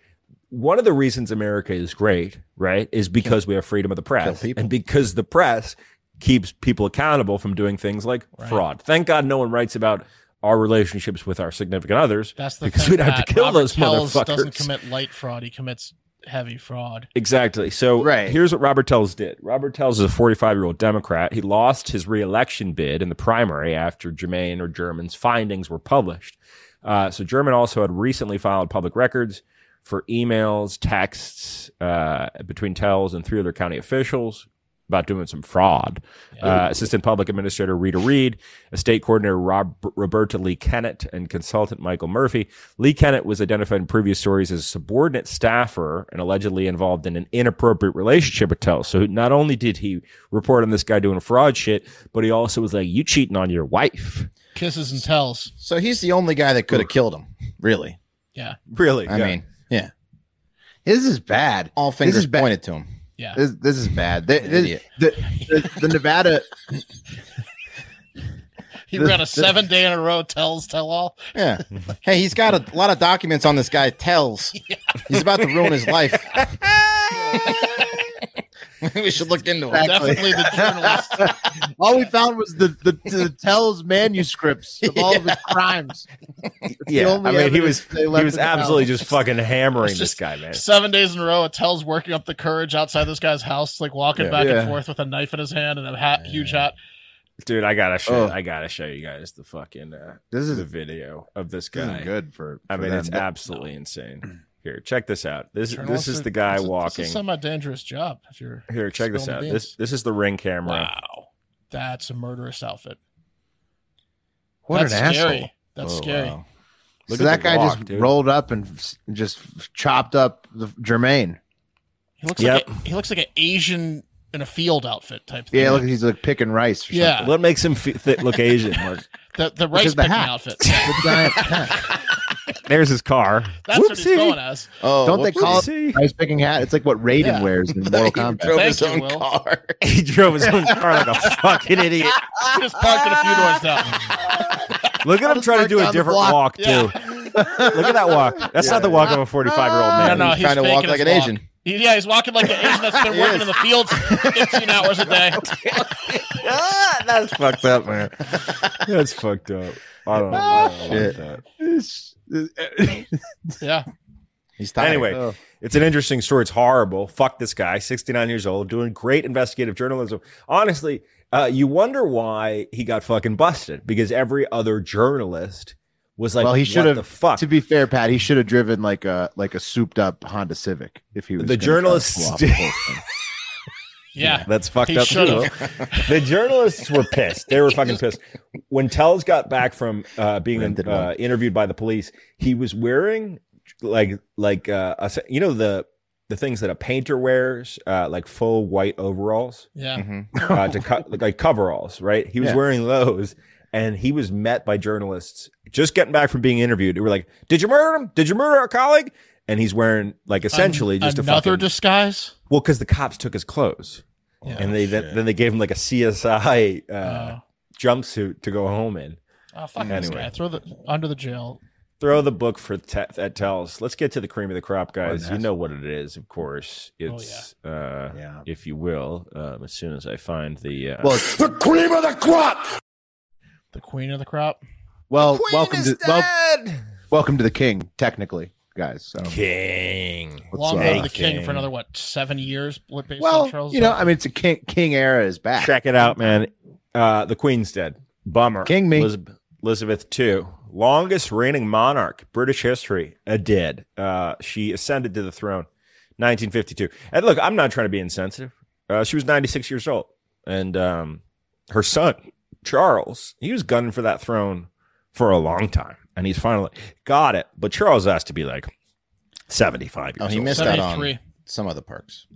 Speaker 4: One of the reasons America is great, right, is because we have freedom of the press.
Speaker 3: Kill people.
Speaker 4: And because the press keeps people accountable from doing things like fraud. Thank God no one writes about our relationships with our significant others.
Speaker 1: That's the
Speaker 4: because
Speaker 1: thing.
Speaker 4: we don't have
Speaker 1: Pat.
Speaker 4: to kill
Speaker 1: Robert
Speaker 4: those
Speaker 1: Kells doesn't
Speaker 4: motherfuckers.
Speaker 1: commit light fraud. He commits heavy fraud.
Speaker 4: Exactly. So
Speaker 2: Right.
Speaker 4: here's what Robert Tells did. Robert Tells is a 45 year old Democrat. He lost his reelection bid in the primary after Germain or German's findings were published. Uh, so German also had recently filed public records for emails, texts uh, between Tells and three other county officials about doing some fraud. Uh, Assistant Public Administrator Rita Reed, Estate Coordinator Rob, Roberta Lee Kennett, and Consultant Michael Murphy. Lee Kennett was identified in previous stories as a subordinate staffer and allegedly involved in an inappropriate relationship with Tells. So not only did he report on this guy doing fraud shit, but he also was like, "You cheating on your wife."
Speaker 1: Kisses and tells.
Speaker 3: So he's the only guy that could have killed him, really.
Speaker 1: Yeah.
Speaker 4: Really?
Speaker 3: I mean, yeah.
Speaker 2: This is bad.
Speaker 3: All
Speaker 2: This is
Speaker 3: fingers
Speaker 2: bad.
Speaker 3: pointed to him.
Speaker 1: Yeah.
Speaker 2: This, this is bad. They-
Speaker 3: An
Speaker 2: this-
Speaker 3: idiot.
Speaker 2: the, the, the Nevada
Speaker 1: He ran a seven day in a row tells tell all.
Speaker 3: Yeah. hey, he's got a lot of documents on this guy. Tells. He's about to ruin his life. we should look into it.
Speaker 2: Exactly.
Speaker 1: Definitely the journalist.
Speaker 2: All we found was the the, the Tell's manuscripts of all of his crimes.
Speaker 4: yeah.
Speaker 2: only
Speaker 4: I mean, he was
Speaker 2: evidence they
Speaker 4: he
Speaker 2: left
Speaker 4: was
Speaker 2: in the
Speaker 4: absolutely
Speaker 2: house.
Speaker 4: just fucking hammering
Speaker 1: It's
Speaker 4: this
Speaker 1: just-
Speaker 4: guy, man.
Speaker 1: Seven days in a row, Attell's working up the courage outside this guy's house, like walking back
Speaker 2: Yeah.
Speaker 1: and forth with a knife in his hand and a hat, huge hat.
Speaker 4: Dude, I gotta show
Speaker 2: Ugh.
Speaker 4: I gotta show you guys the fucking uh,
Speaker 2: This is
Speaker 4: the video of this
Speaker 2: this
Speaker 4: guy.
Speaker 2: isn't good for.
Speaker 4: I
Speaker 2: for
Speaker 4: mean,
Speaker 2: them.
Speaker 4: it's absolutely
Speaker 1: Mm.
Speaker 4: insane. Here, check this out. This
Speaker 1: Journalist
Speaker 4: this is the guy
Speaker 1: this
Speaker 4: walking.
Speaker 1: This is a semi-dangerous job. If you're
Speaker 4: Here, check this out.
Speaker 1: spilling the
Speaker 4: This
Speaker 1: beans.
Speaker 4: this is the ring camera.
Speaker 1: wow, that's a murderous outfit.
Speaker 2: what
Speaker 1: that's
Speaker 2: an
Speaker 1: scary.
Speaker 2: asshole.
Speaker 1: That's
Speaker 3: Oh,
Speaker 1: scary.
Speaker 3: wow.
Speaker 4: Look
Speaker 2: so
Speaker 4: at
Speaker 2: that
Speaker 4: the
Speaker 2: guy
Speaker 4: walk,
Speaker 2: just
Speaker 4: dude.
Speaker 2: rolled up and f- just f- chopped up the Jermaine.
Speaker 1: He looks
Speaker 4: Yep.
Speaker 1: like a, he looks like an Asian in a field outfit type. Thing.
Speaker 2: Yeah, look, he's like picking rice. Or
Speaker 1: yeah.
Speaker 4: What makes him fe- th- look Asian? Mark?
Speaker 1: The the
Speaker 2: which
Speaker 1: rice
Speaker 2: is the
Speaker 1: picking
Speaker 2: hat.
Speaker 1: outfit.
Speaker 2: something. The giant hat.
Speaker 4: There's his car.
Speaker 1: That's what he's
Speaker 4: Whoopsie.
Speaker 1: going as.
Speaker 3: Oh,
Speaker 2: Don't they
Speaker 3: whoopsie.
Speaker 2: call
Speaker 4: Whoopsie.
Speaker 2: it rice picking hat? It's like what Raiden
Speaker 1: Yeah.
Speaker 2: wears in Mortal
Speaker 3: He
Speaker 2: Kombat.
Speaker 3: drove
Speaker 1: Thank
Speaker 3: his
Speaker 1: you,
Speaker 3: own
Speaker 1: Will.
Speaker 3: car.
Speaker 4: He drove his own car like a fucking idiot.
Speaker 1: He just parked it a few doors down.
Speaker 4: Look at him trying to do a
Speaker 2: down the
Speaker 4: different
Speaker 2: block.
Speaker 4: walk too.
Speaker 1: Yeah.
Speaker 4: Look at that walk. That's not the walk of a 45 year old
Speaker 1: No,
Speaker 4: man.
Speaker 1: no,
Speaker 3: he's
Speaker 1: he's
Speaker 3: trying to
Speaker 1: faking
Speaker 3: walk like
Speaker 1: his
Speaker 3: an
Speaker 1: walk.
Speaker 3: Asian.
Speaker 1: He- yeah, he's walking like an Asian that's been working in the fields 15 hours a day.
Speaker 3: Ah,
Speaker 4: That's fucked up, man. That's fucked up. Oh, I don't know. I don't like
Speaker 3: Ah, Shit.
Speaker 4: that.
Speaker 1: Yeah,
Speaker 3: He's tired. Oh.
Speaker 4: Anyway, it's an interesting story. It's horrible. Fuck this guy, 69 years old, doing great investigative journalism. Honestly, uh, you wonder why he got fucking busted because every other journalist was like,
Speaker 2: Well, he
Speaker 4: "What
Speaker 2: should have-
Speaker 4: the fuck.
Speaker 2: To be fair, Pat, he should have driven like a like a souped up Honda Civic if he was
Speaker 4: The
Speaker 2: gonna try to
Speaker 4: journalists
Speaker 2: pull off
Speaker 4: did-
Speaker 2: the whole thing.
Speaker 1: yeah.
Speaker 4: That's fucked
Speaker 1: He
Speaker 4: up.
Speaker 1: should
Speaker 4: too. the journalists were pissed. They were fucking pissed. When Tells got back from uh, being
Speaker 3: Rented
Speaker 4: uh,
Speaker 3: one.
Speaker 4: interviewed by the police, he was wearing like like uh, a, you know the the things that a painter wears, uh, like full white overalls
Speaker 1: Yeah.
Speaker 3: Mhm.
Speaker 2: Mm-hmm.
Speaker 4: uh, to co- like, like coveralls, right? He was
Speaker 2: Yeah.
Speaker 4: wearing those, and he was met by journalists just getting back from being interviewed. They were like, "Did you murder him? Did you murder our colleague?" And he's wearing like essentially
Speaker 1: An-
Speaker 4: just a
Speaker 1: another
Speaker 4: fucking
Speaker 1: disguise.
Speaker 4: well, because the cops took his clothes,
Speaker 1: Yeah.
Speaker 4: and they then, then they gave him like a CSI uh,
Speaker 1: Oh.
Speaker 4: jumpsuit to go home in.
Speaker 1: Oh, fuck this
Speaker 4: Anyway.
Speaker 1: guy. Throw the under the jail.
Speaker 4: Throw the book for te- that tells. Let's get to the cream of the crop, guys. You know what it is, of course.
Speaker 1: Oh, yeah.
Speaker 4: It's, uh,
Speaker 2: Yeah.
Speaker 4: if you will, um, as soon as I find the. Uh,
Speaker 2: Well,
Speaker 5: The cream of the crop!
Speaker 1: The queen of the crop.
Speaker 2: well, welcome to well, welcome to the king, technically, guys. So. uh,
Speaker 4: King.
Speaker 2: What's
Speaker 1: Long
Speaker 2: up?
Speaker 1: live the king,
Speaker 4: King.
Speaker 1: for another what seven years? What based on
Speaker 2: Well,
Speaker 1: Charles?
Speaker 2: you know, I mean, it's a king king era is back.
Speaker 4: Check it out, man. Uh, the Queen's dead. Bummer.
Speaker 2: King me.
Speaker 4: Elizabeth, Elizabeth II, longest reigning monarch British history, a dead. Uh, she ascended to the throne, 1952. And look, I'm not trying to be insensitive. Uh, she was 96 years old, and um, her son Charles, he was gunning for that throne for a long time, and he's finally got it. But Charles has to be like 75 years
Speaker 3: Oh, he
Speaker 4: old.
Speaker 3: missed out on
Speaker 1: 73.
Speaker 3: some other perks.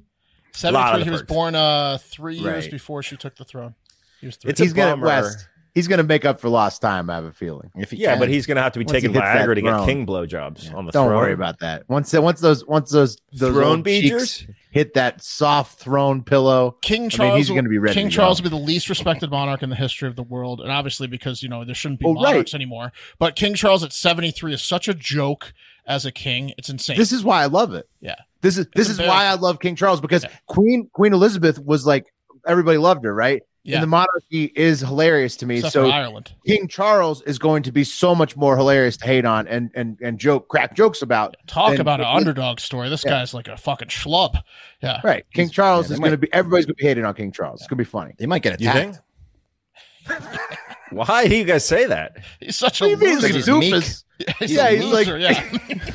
Speaker 4: Lot of
Speaker 1: 73.
Speaker 4: the
Speaker 1: He was
Speaker 4: perks.
Speaker 1: born uh three years
Speaker 2: Right.
Speaker 1: before she took the throne. He was three.
Speaker 4: It's a
Speaker 2: He's gonna
Speaker 4: bummer.
Speaker 2: West. He's gonna make up for lost time. I have a feeling.
Speaker 3: If he
Speaker 4: yeah,
Speaker 3: can.
Speaker 4: but he's going to have to be
Speaker 2: Once
Speaker 4: taking
Speaker 2: he hits that
Speaker 4: Viagra to get
Speaker 2: throne.
Speaker 4: king blowjobs on the
Speaker 2: Don't
Speaker 4: throne.
Speaker 2: worry about that. Once that once those once those those
Speaker 4: throne
Speaker 2: old cheeks
Speaker 4: beaters.
Speaker 2: hit that soft throne pillow.
Speaker 1: King
Speaker 2: he's
Speaker 1: Charles. will-
Speaker 2: gonna be ready
Speaker 1: King
Speaker 2: to
Speaker 1: Charles
Speaker 2: go.
Speaker 1: will be the least respected monarch in the history of the world, and obviously because you know there shouldn't be
Speaker 2: Well, Oh, right.
Speaker 1: monarchs anymore. But King Charles at 73 is such a joke as a king. It's insane.
Speaker 2: This is why I love it.
Speaker 1: Yeah.
Speaker 2: This is this
Speaker 1: It's
Speaker 2: is why I love King Charles because Queen Queen Elizabeth was like everybody loved her, right?
Speaker 1: yeah.
Speaker 2: And the monarchy is hilarious to me.
Speaker 1: except
Speaker 2: so
Speaker 1: for Ireland.
Speaker 2: King Charles is going to be so much more hilarious to hate on and and and joke crack jokes about.
Speaker 1: Talk
Speaker 2: And-
Speaker 1: about an underdog story. This
Speaker 2: Yeah.
Speaker 1: guy's like a fucking schlub. Yeah.
Speaker 2: Right. King Charles
Speaker 3: yeah, they
Speaker 2: is
Speaker 3: might-
Speaker 2: going to be everybody's going to be hating on King Charles. It's going to be funny.
Speaker 3: he might get
Speaker 4: You
Speaker 3: attacked.
Speaker 4: think? Why do you guys say that?
Speaker 1: He's such a
Speaker 2: What do you mean?
Speaker 1: loser.
Speaker 2: He's
Speaker 3: He's
Speaker 2: a
Speaker 3: meek.
Speaker 2: doofus.
Speaker 1: He's
Speaker 2: Yeah,
Speaker 1: a
Speaker 2: he's like-
Speaker 1: loser, yeah.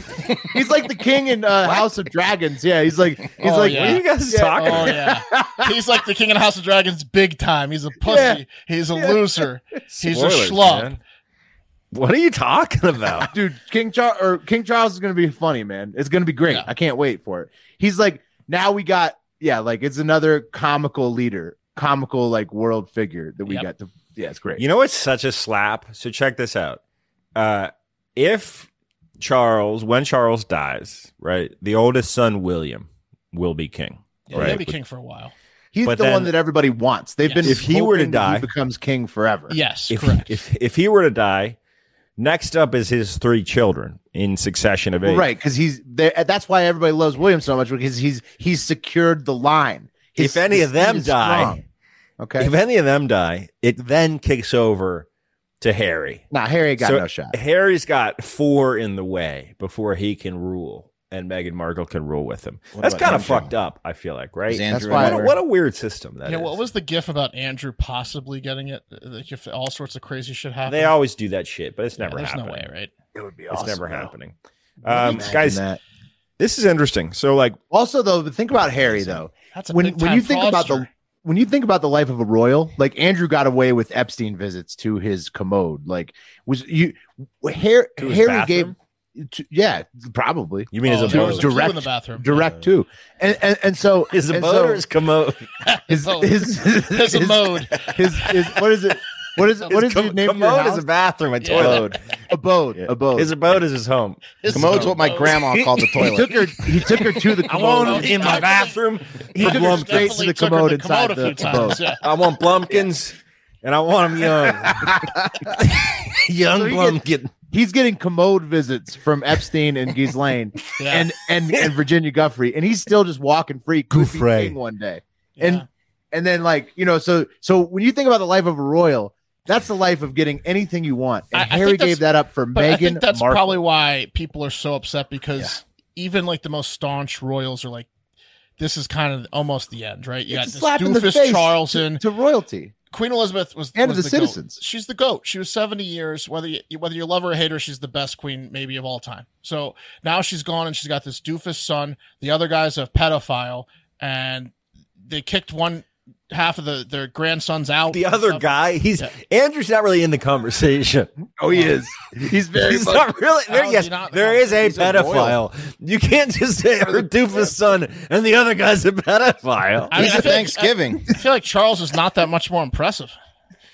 Speaker 2: He's like the king in uh, House of Dragons. Yeah, he's like he's
Speaker 1: Oh,
Speaker 2: like
Speaker 1: yeah.
Speaker 4: What are you guys
Speaker 2: Yeah.
Speaker 4: talking
Speaker 1: Oh
Speaker 4: about?
Speaker 1: yeah, he's like the king of the House of Dragons, big time. He's a pussy.
Speaker 2: Yeah.
Speaker 1: He's a
Speaker 2: Yeah.
Speaker 1: loser. He's a
Speaker 4: Spoilers,
Speaker 1: schlub.
Speaker 4: man. What are you talking about?
Speaker 2: dude, King Charles or King Charles is gonna be funny, man. It's gonna be great.
Speaker 1: Yeah.
Speaker 2: I can't wait for it. He's like now we got yeah, like it's another comical leader, comical like world figure that we
Speaker 1: Yep.
Speaker 2: got to. Yeah, it's great.
Speaker 4: you know what's such a slap? So check this out. Uh, if Charles, when Charles dies, right, the oldest son William will be king.
Speaker 1: Yeah,
Speaker 4: right.
Speaker 1: He'll be king for a while.
Speaker 2: He's the
Speaker 4: but then-
Speaker 2: one that everybody wants. They've been
Speaker 1: Yes.
Speaker 4: If he were to
Speaker 2: hoping that
Speaker 4: die-
Speaker 2: he becomes king forever.
Speaker 1: Yes,
Speaker 4: if,
Speaker 1: correct.
Speaker 4: If, if he were to die, next up is his three children in succession of age.
Speaker 2: Well, right, because he's there. That's why everybody loves William so much because he's he's secured the line. His-
Speaker 4: If any
Speaker 2: his
Speaker 4: of them
Speaker 2: seed is
Speaker 4: die,
Speaker 2: strong. okay.
Speaker 4: If any of them die, it then kicks over to Harry.
Speaker 2: nah, Harry got
Speaker 4: So-
Speaker 2: no shot.
Speaker 4: Harry's got four in the way before he can rule, and Meghan Markle can rule with him.
Speaker 3: What
Speaker 4: That's
Speaker 3: about
Speaker 4: kind of
Speaker 3: Andrew?
Speaker 4: fucked up. I feel like, right?
Speaker 3: Is Andrew
Speaker 2: why-
Speaker 4: What
Speaker 3: in
Speaker 4: a,
Speaker 3: there?
Speaker 4: what a weird system that
Speaker 1: yeah,
Speaker 4: is.
Speaker 1: what was the gif about Andrew possibly getting it? Like if all sorts of crazy shit happened.
Speaker 4: they always do that shit, but it's
Speaker 1: Yeah,
Speaker 4: never
Speaker 1: there's
Speaker 4: happening.
Speaker 1: no way, right?
Speaker 6: It would be
Speaker 4: It's
Speaker 6: awesome.
Speaker 4: never
Speaker 6: though.
Speaker 4: happening. Um,
Speaker 2: Imagine
Speaker 4: guys,
Speaker 2: that.
Speaker 4: this is interesting. So, like,
Speaker 2: Also, though, think about Harry though.
Speaker 1: That's a
Speaker 2: When
Speaker 1: big
Speaker 2: when
Speaker 1: time
Speaker 2: you think about the
Speaker 1: fraudster.
Speaker 2: when you think about the life of a royal, like Andrew got away with Epstein visits to his commode. Like was you Harry
Speaker 4: To his
Speaker 2: Harry
Speaker 4: bathroom?
Speaker 2: gave to, yeah probably
Speaker 4: you mean as
Speaker 1: Oh,
Speaker 4: a
Speaker 1: there
Speaker 4: boner?
Speaker 1: was a pew in
Speaker 2: direct-
Speaker 1: the bathroom.
Speaker 2: direct too, and and, and so
Speaker 4: Is a
Speaker 2: and
Speaker 4: boner
Speaker 2: so
Speaker 4: is commode?
Speaker 2: his,
Speaker 1: boat.
Speaker 2: his, his,
Speaker 1: There's a mode.
Speaker 2: his, his what is it? What is what is
Speaker 4: com-
Speaker 2: the name of your
Speaker 4: commode? Is
Speaker 2: house?
Speaker 4: a bathroom, a
Speaker 1: Yeah.
Speaker 4: toilet.
Speaker 2: abode. Abode.
Speaker 4: His abode is his home.
Speaker 1: His
Speaker 3: Commode's what my
Speaker 1: mode.
Speaker 3: grandma called the
Speaker 2: he took
Speaker 3: toilet.
Speaker 2: her. He took her to the
Speaker 4: I
Speaker 2: commode.
Speaker 4: want
Speaker 1: him
Speaker 4: in my bathroom.
Speaker 2: He took her
Speaker 4: Blumpkins.
Speaker 2: straight to
Speaker 1: Definitely
Speaker 2: the
Speaker 1: took her
Speaker 2: commode
Speaker 1: to
Speaker 2: inside
Speaker 1: a few
Speaker 2: the
Speaker 1: times.
Speaker 2: abode.
Speaker 1: Yeah.
Speaker 4: I want Blumpkins, and I want them young. young
Speaker 2: So you
Speaker 4: Blumpkin.
Speaker 2: He's getting commode visits from Epstein and Ghislaine
Speaker 1: Yeah.
Speaker 2: and and and Virginia Guffrey, and he's still just walking free, goofy
Speaker 4: Guffrey.
Speaker 2: king one day,
Speaker 1: Yeah.
Speaker 2: and and then like you know, so so when you think about the life of a royal. That's the life of getting anything you want.
Speaker 1: I-
Speaker 2: And
Speaker 1: I think
Speaker 2: Harry
Speaker 1: that's-
Speaker 2: gave that up for
Speaker 1: But I
Speaker 2: Megan.
Speaker 1: think that's
Speaker 2: Markle.
Speaker 1: probably why people are so upset because even like the most staunch royals are like, this is kind of almost the end, right? You
Speaker 2: It's
Speaker 1: got
Speaker 2: a slap in the
Speaker 1: this doofus
Speaker 2: face
Speaker 1: Charleston.
Speaker 2: to royalty.
Speaker 1: Queen Elizabeth was
Speaker 2: And
Speaker 1: was
Speaker 2: the
Speaker 1: goat.
Speaker 2: citizens.
Speaker 1: She's the goat. She was seventy years. Whether you, whether you love her or hate her, she's the best queen maybe of all time. So now she's gone, and she's got this doofus son. The other guy's a pedophile, and they kicked one half of the their grandsons out.
Speaker 4: The
Speaker 1: and
Speaker 4: other
Speaker 1: stuff.
Speaker 4: guy, he's Andrew's not really in the conversation.
Speaker 2: Oh, he is. He's very
Speaker 4: He's
Speaker 2: much-
Speaker 4: not really there.
Speaker 1: How's
Speaker 4: Yes,
Speaker 1: he not in the
Speaker 4: there is a
Speaker 2: He's a royal.
Speaker 4: pedophile. you can't just say her doofus son and the other guy's a pedophile.
Speaker 1: I mean,
Speaker 3: He's
Speaker 1: I
Speaker 3: at
Speaker 1: feel like-
Speaker 3: Thanksgiving.
Speaker 1: I feel like Charles is not that much more impressive.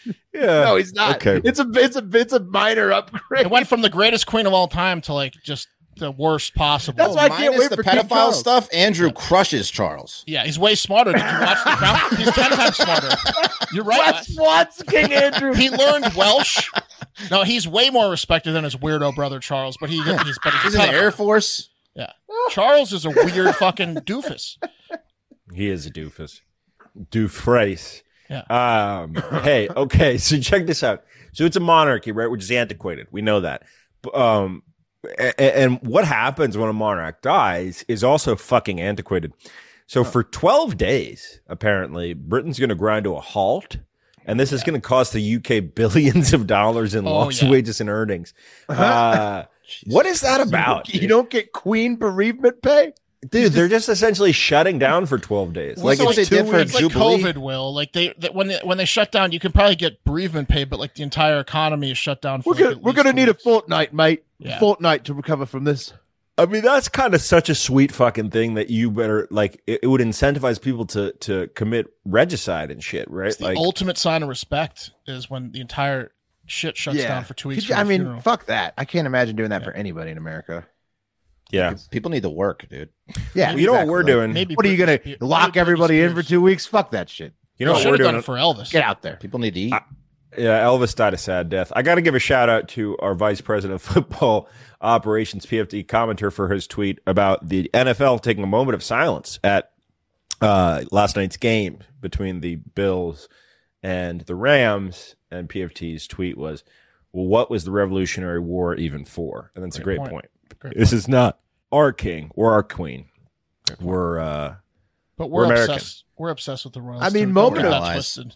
Speaker 1: Uh,
Speaker 4: Yeah.
Speaker 2: No, he's not.
Speaker 4: Okay.
Speaker 2: It's a it's a it's a minor upgrade.
Speaker 1: It went from the greatest queen of all time to like just the worst possible.
Speaker 2: That's why I can't
Speaker 3: Minus
Speaker 2: wait
Speaker 3: the
Speaker 2: for King
Speaker 3: pedophile
Speaker 2: Charles.
Speaker 3: stuff. Andrew crushes Charles.
Speaker 1: yeah, he's way smarter. Did you watch the crown? He's ten times smarter. You're right.
Speaker 2: What's what's King Andrew?
Speaker 1: he learned Welsh. No, he's way more respected than his weirdo brother Charles, but he, he's but
Speaker 3: He's
Speaker 1: he's
Speaker 3: in the
Speaker 1: kind of-
Speaker 3: Air Force.
Speaker 1: Charles is a weird fucking doofus.
Speaker 4: He is a doofus. Doofrace.
Speaker 1: Yeah.
Speaker 4: Um, hey, okay. So check this out. So it's a monarchy, right? Which is antiquated. We know that. B- Um, a- a- and what happens when a monarch dies is also fucking antiquated. So for 12 days, apparently, Britain's going to grind to a halt. And this is going to cost the UK billions of dollars in
Speaker 1: Oh,
Speaker 4: lost
Speaker 1: yeah.
Speaker 4: wages and earnings. Uh, what is that about?
Speaker 2: Uh-huh. You don't get queen bereavement pay.
Speaker 4: dude, they're just essentially shutting down for 12 days.
Speaker 3: Like
Speaker 1: So
Speaker 3: if they
Speaker 1: it's
Speaker 3: did for
Speaker 1: it's like
Speaker 3: Jubilee.
Speaker 1: COVID will like they that when they, when they shut down, you can probably get bereavement pay, but like the entire economy is shut down. For
Speaker 2: We're
Speaker 1: like,
Speaker 2: gonna
Speaker 1: at
Speaker 2: we're
Speaker 1: least
Speaker 2: gonna
Speaker 1: two
Speaker 2: need a
Speaker 1: weeks.
Speaker 2: fortnight, mate.
Speaker 1: Yeah.
Speaker 2: Fortnight to recover from this.
Speaker 4: I mean, that's kind of such a sweet fucking thing that you better like. It, it would incentivize people to to commit regicide and shit, right?
Speaker 1: It's the
Speaker 4: like,
Speaker 1: ultimate sign of respect is when the entire shit shuts down for two weeks.
Speaker 2: Could you-
Speaker 1: for
Speaker 2: I
Speaker 1: the
Speaker 2: mean,
Speaker 1: funeral.
Speaker 2: fuck that. I can't imagine doing that for anybody in America.
Speaker 4: yeah.
Speaker 3: People need to work, dude.
Speaker 2: Yeah,
Speaker 4: Well, you know what
Speaker 2: exactly.
Speaker 4: we're doing?
Speaker 1: maybe
Speaker 2: What are you
Speaker 1: Britney
Speaker 2: gonna
Speaker 1: Spears-
Speaker 2: lock
Speaker 1: maybe Britney
Speaker 2: everybody in for
Speaker 1: Spears.
Speaker 2: two weeks? Fuck that shit.
Speaker 4: You know what
Speaker 1: Should've
Speaker 4: we're
Speaker 1: done
Speaker 4: doing?
Speaker 1: it for Elvis.
Speaker 2: Get out there.
Speaker 3: People need to eat.
Speaker 4: I- yeah, Elvis died a sad death. I got to give a shout out to our vice president of football operations, PFD commenter, for his tweet about the NFL taking a moment of silence at uh, last night's game between the Bills and the Rams. And PFT's tweet was, "Well, what was the Revolutionary War even for?" And that's a
Speaker 1: Great
Speaker 4: great
Speaker 1: point.
Speaker 4: point.
Speaker 1: Great
Speaker 4: This is not our king or our queen. We're uh,
Speaker 1: But
Speaker 4: We're
Speaker 1: we're,
Speaker 4: American.
Speaker 1: obsessed. We're obsessed with the Royals.
Speaker 2: I mean,
Speaker 1: too. Don't
Speaker 2: moment
Speaker 1: get
Speaker 3: of-
Speaker 1: that twisted.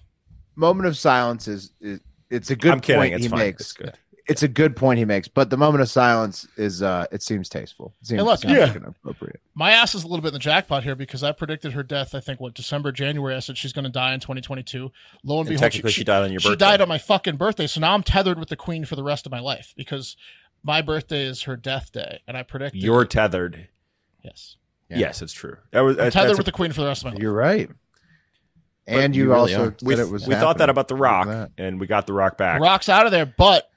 Speaker 2: Moment of silence is, is it's a good
Speaker 4: I'm kidding.
Speaker 2: point
Speaker 4: It's
Speaker 2: he
Speaker 4: fine.
Speaker 2: makes.
Speaker 4: It's good.
Speaker 2: it's a good point he makes, but the moment of silence is uh it seems tasteful. It seems,
Speaker 1: Hey, look,
Speaker 2: sounds
Speaker 4: yeah.
Speaker 2: like an appropriate.
Speaker 1: My ass is a little bit in the jackpot here because I predicted her death. I think what December, January. I said she's going to die in 2022. Lo and,
Speaker 4: And
Speaker 1: behold,
Speaker 4: technically, she, died on your
Speaker 1: she
Speaker 4: birthday.
Speaker 1: died on my fucking birthday. So now I'm tethered with the queen for the rest of my life because my birthday is her death day, and I predicted
Speaker 4: You're tethered.
Speaker 1: yes,
Speaker 3: Yeah.
Speaker 4: Yes, it's true. That was
Speaker 1: I'm
Speaker 4: that's-
Speaker 1: tethered
Speaker 4: that's a-
Speaker 1: with the queen for the rest of my life.
Speaker 2: You're right. And you,
Speaker 3: you really
Speaker 2: also
Speaker 3: are.
Speaker 2: said
Speaker 4: we,
Speaker 2: it was
Speaker 4: we thought that
Speaker 2: happening.
Speaker 4: about the
Speaker 2: Look at
Speaker 4: Rock,
Speaker 2: that.
Speaker 4: and we got the Rock back.
Speaker 1: Rock's out of there, but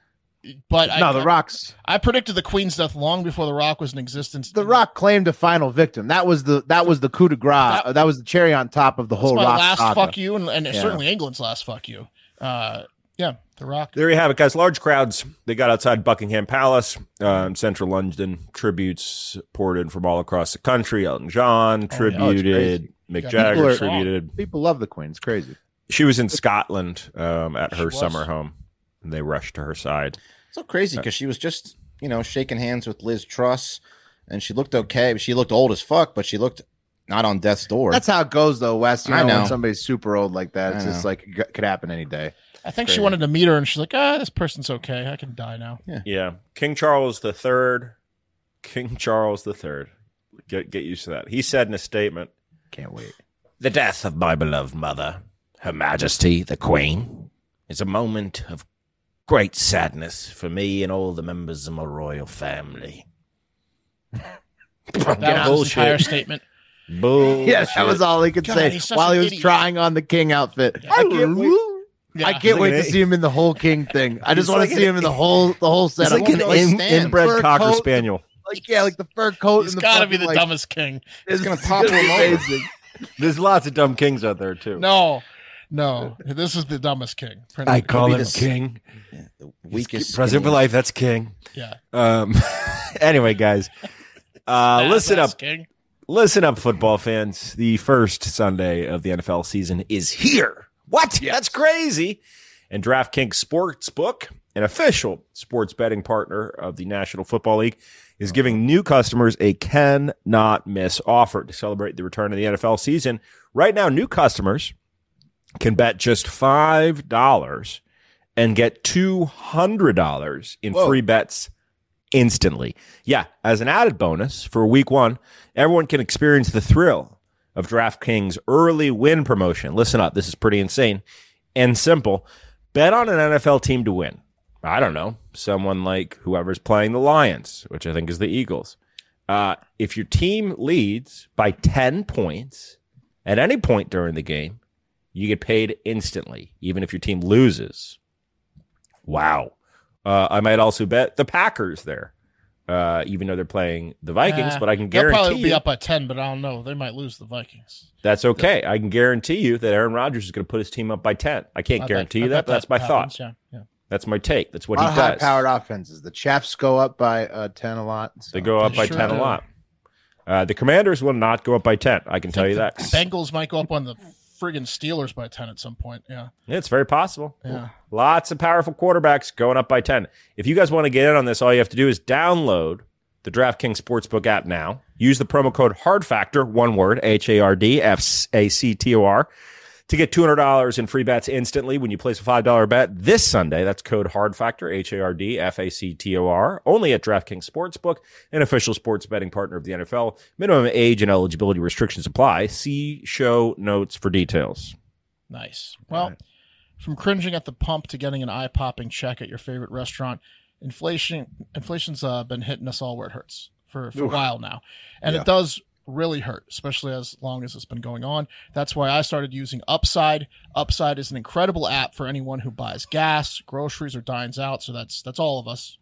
Speaker 1: but I,
Speaker 2: No, the rocks
Speaker 1: I predicted the queen's death long before the Rock was in existence.
Speaker 2: the rock claimed a final victim. That was the that was the coup de grace. Uh,
Speaker 1: That-
Speaker 2: That, was the cherry on top of the
Speaker 1: That's
Speaker 2: whole
Speaker 1: my
Speaker 2: rock
Speaker 1: last
Speaker 2: saga.
Speaker 1: fuck you, and, and
Speaker 2: Yeah.
Speaker 1: certainly England's last fuck you. Uh, yeah, the Rock.
Speaker 4: There you have it, guys. Large crowds. They got outside Buckingham Palace, um, central London. Tributes poured in from all across the country. Elton John
Speaker 1: Oh, yeah. Oh,
Speaker 2: it's
Speaker 4: tributed. Mick
Speaker 1: got
Speaker 4: Jagger
Speaker 2: people are-
Speaker 4: tributed.
Speaker 2: People love the queen. It's crazy.
Speaker 4: She was in Scotland um, at her
Speaker 1: She was.
Speaker 4: summer home. And they rushed to her side.
Speaker 3: So crazy because she was just, you know, shaking hands with Liz Truss, and she looked okay. She looked old as fuck, but she looked not on death's door.
Speaker 2: That's how it goes, though, Wes. You
Speaker 3: I
Speaker 2: know,
Speaker 3: know.
Speaker 2: when somebody's super old like that,
Speaker 3: I
Speaker 2: it's just
Speaker 3: know.
Speaker 2: like it could happen any day.
Speaker 1: I think she
Speaker 4: Crazy.
Speaker 1: wanted to meet her, and she's like, "Ah, this person's okay. I can die now."
Speaker 4: Yeah, King Charles the Third. King Charles the Third. Get get used to that. He said in a statement.
Speaker 2: Can't wait.
Speaker 4: The death of my beloved mother, Her Majesty the Queen, is a moment of great sadness for me and all the members of my royal family.
Speaker 1: That was his entire statement.
Speaker 4: Bullshit.
Speaker 2: Yeah, that was all he could
Speaker 1: God,
Speaker 2: say
Speaker 1: he's such
Speaker 2: while
Speaker 1: an
Speaker 2: he was
Speaker 1: idiot.
Speaker 2: trying on the king outfit. I can't wait.
Speaker 1: Yeah.
Speaker 2: I can't
Speaker 4: like
Speaker 2: wait
Speaker 4: an
Speaker 2: to
Speaker 4: a-
Speaker 2: see him in the whole king thing. I just
Speaker 4: He's
Speaker 2: want
Speaker 4: like
Speaker 2: to see
Speaker 4: an
Speaker 2: him in
Speaker 4: a-
Speaker 2: the whole the whole
Speaker 3: He's
Speaker 2: setup.
Speaker 3: like an
Speaker 2: Like,
Speaker 3: in-
Speaker 2: stand.
Speaker 3: inbred
Speaker 2: Fur coat, like, yeah, like the fur coat.
Speaker 1: He's
Speaker 2: and the
Speaker 1: got to be
Speaker 2: fucking,
Speaker 1: the
Speaker 2: like,
Speaker 1: dumbest king.
Speaker 2: It's
Speaker 3: gonna topple him over.
Speaker 2: amazing.
Speaker 4: There's lots of dumb kings out there too.
Speaker 1: No, no, this is the dumbest king. Prince-
Speaker 3: call him
Speaker 4: king.
Speaker 3: the weakest
Speaker 4: life. That's king.
Speaker 1: yeah.
Speaker 4: Um. anyway, guys, uh,
Speaker 1: Badass
Speaker 4: listen up.
Speaker 1: king.
Speaker 4: Listen up, football fans. The first Sunday of the NFL season is here. What? That's crazy. And DraftKings Sportsbook, an official sports betting partner of the National Football League, is giving new customers a cannot miss offer to celebrate the return of the NFL season. Right now, new customers can bet just $5 and get $200 in
Speaker 3: Whoa.
Speaker 4: free bets instantly. Yeah, as an added bonus for week one, everyone can experience the thrill of DraftKings early win promotion. Listen up, this is pretty insane and simple. Bet on an NFL team to win. I don't know, someone like whoever's playing the Lions, which I think is the Eagles. Uh, if your team leads by 10 points at any point during the game, you get paid instantly, even if your team loses. Wow. Uh, I might also bet the Packers there, uh, even though they're playing the Vikings,
Speaker 1: Nah,
Speaker 4: but I can
Speaker 1: Uh, They'll
Speaker 4: guarantee
Speaker 1: probably
Speaker 4: you-
Speaker 1: be up by ten, but I don't know. They might lose the Vikings.
Speaker 4: that's okay. I can guarantee you that Aaron Rodgers is going to put his team up by 10. I can't
Speaker 1: I bet-
Speaker 4: guarantee
Speaker 1: I
Speaker 4: you that,
Speaker 1: bet
Speaker 4: but that's my
Speaker 1: happens,
Speaker 4: thought.
Speaker 1: Yeah, yeah.
Speaker 4: That's my take. That's
Speaker 2: A
Speaker 4: what
Speaker 2: lot of
Speaker 4: he does.
Speaker 2: high-powered offenses. The Chiefs go up by uh, ten a lot. so-
Speaker 4: They go up
Speaker 1: They
Speaker 4: by
Speaker 1: sure
Speaker 4: 10 a
Speaker 1: do.
Speaker 4: lot. Uh, the Commanders will not go up by 10. I can tell you that.
Speaker 1: Bengals might go up on the friggin' Steelers by ten at some point. Yeah,
Speaker 4: Yeah, it's very possible.
Speaker 1: Yeah.
Speaker 4: Lots of powerful quarterbacks going up by 10. If you guys want to get in on this, all you have to do is download the DraftKings Sportsbook app now. Use the promo code HARDFACTOR, one word, H A R D F A C T O R, to get $200 in free bets instantly when you place a $5 bet this Sunday. That's code HARDFACTOR, H A R D F A C T O R, only at DraftKings Sportsbook, an official sports betting partner of the NFL. Minimum age and eligibility restrictions apply. See show notes for details.
Speaker 1: nice. Well, from cringing at the pump to getting an eye-popping check at your favorite restaurant, inflation inflation's uh, been hitting us all where it hurts for, for a while now, and it does really hurt, especially as long as it's been going on. That's why I started using Upside. Upside is an incredible app for anyone who buys gas, groceries, or dines out. So that's that's all of us.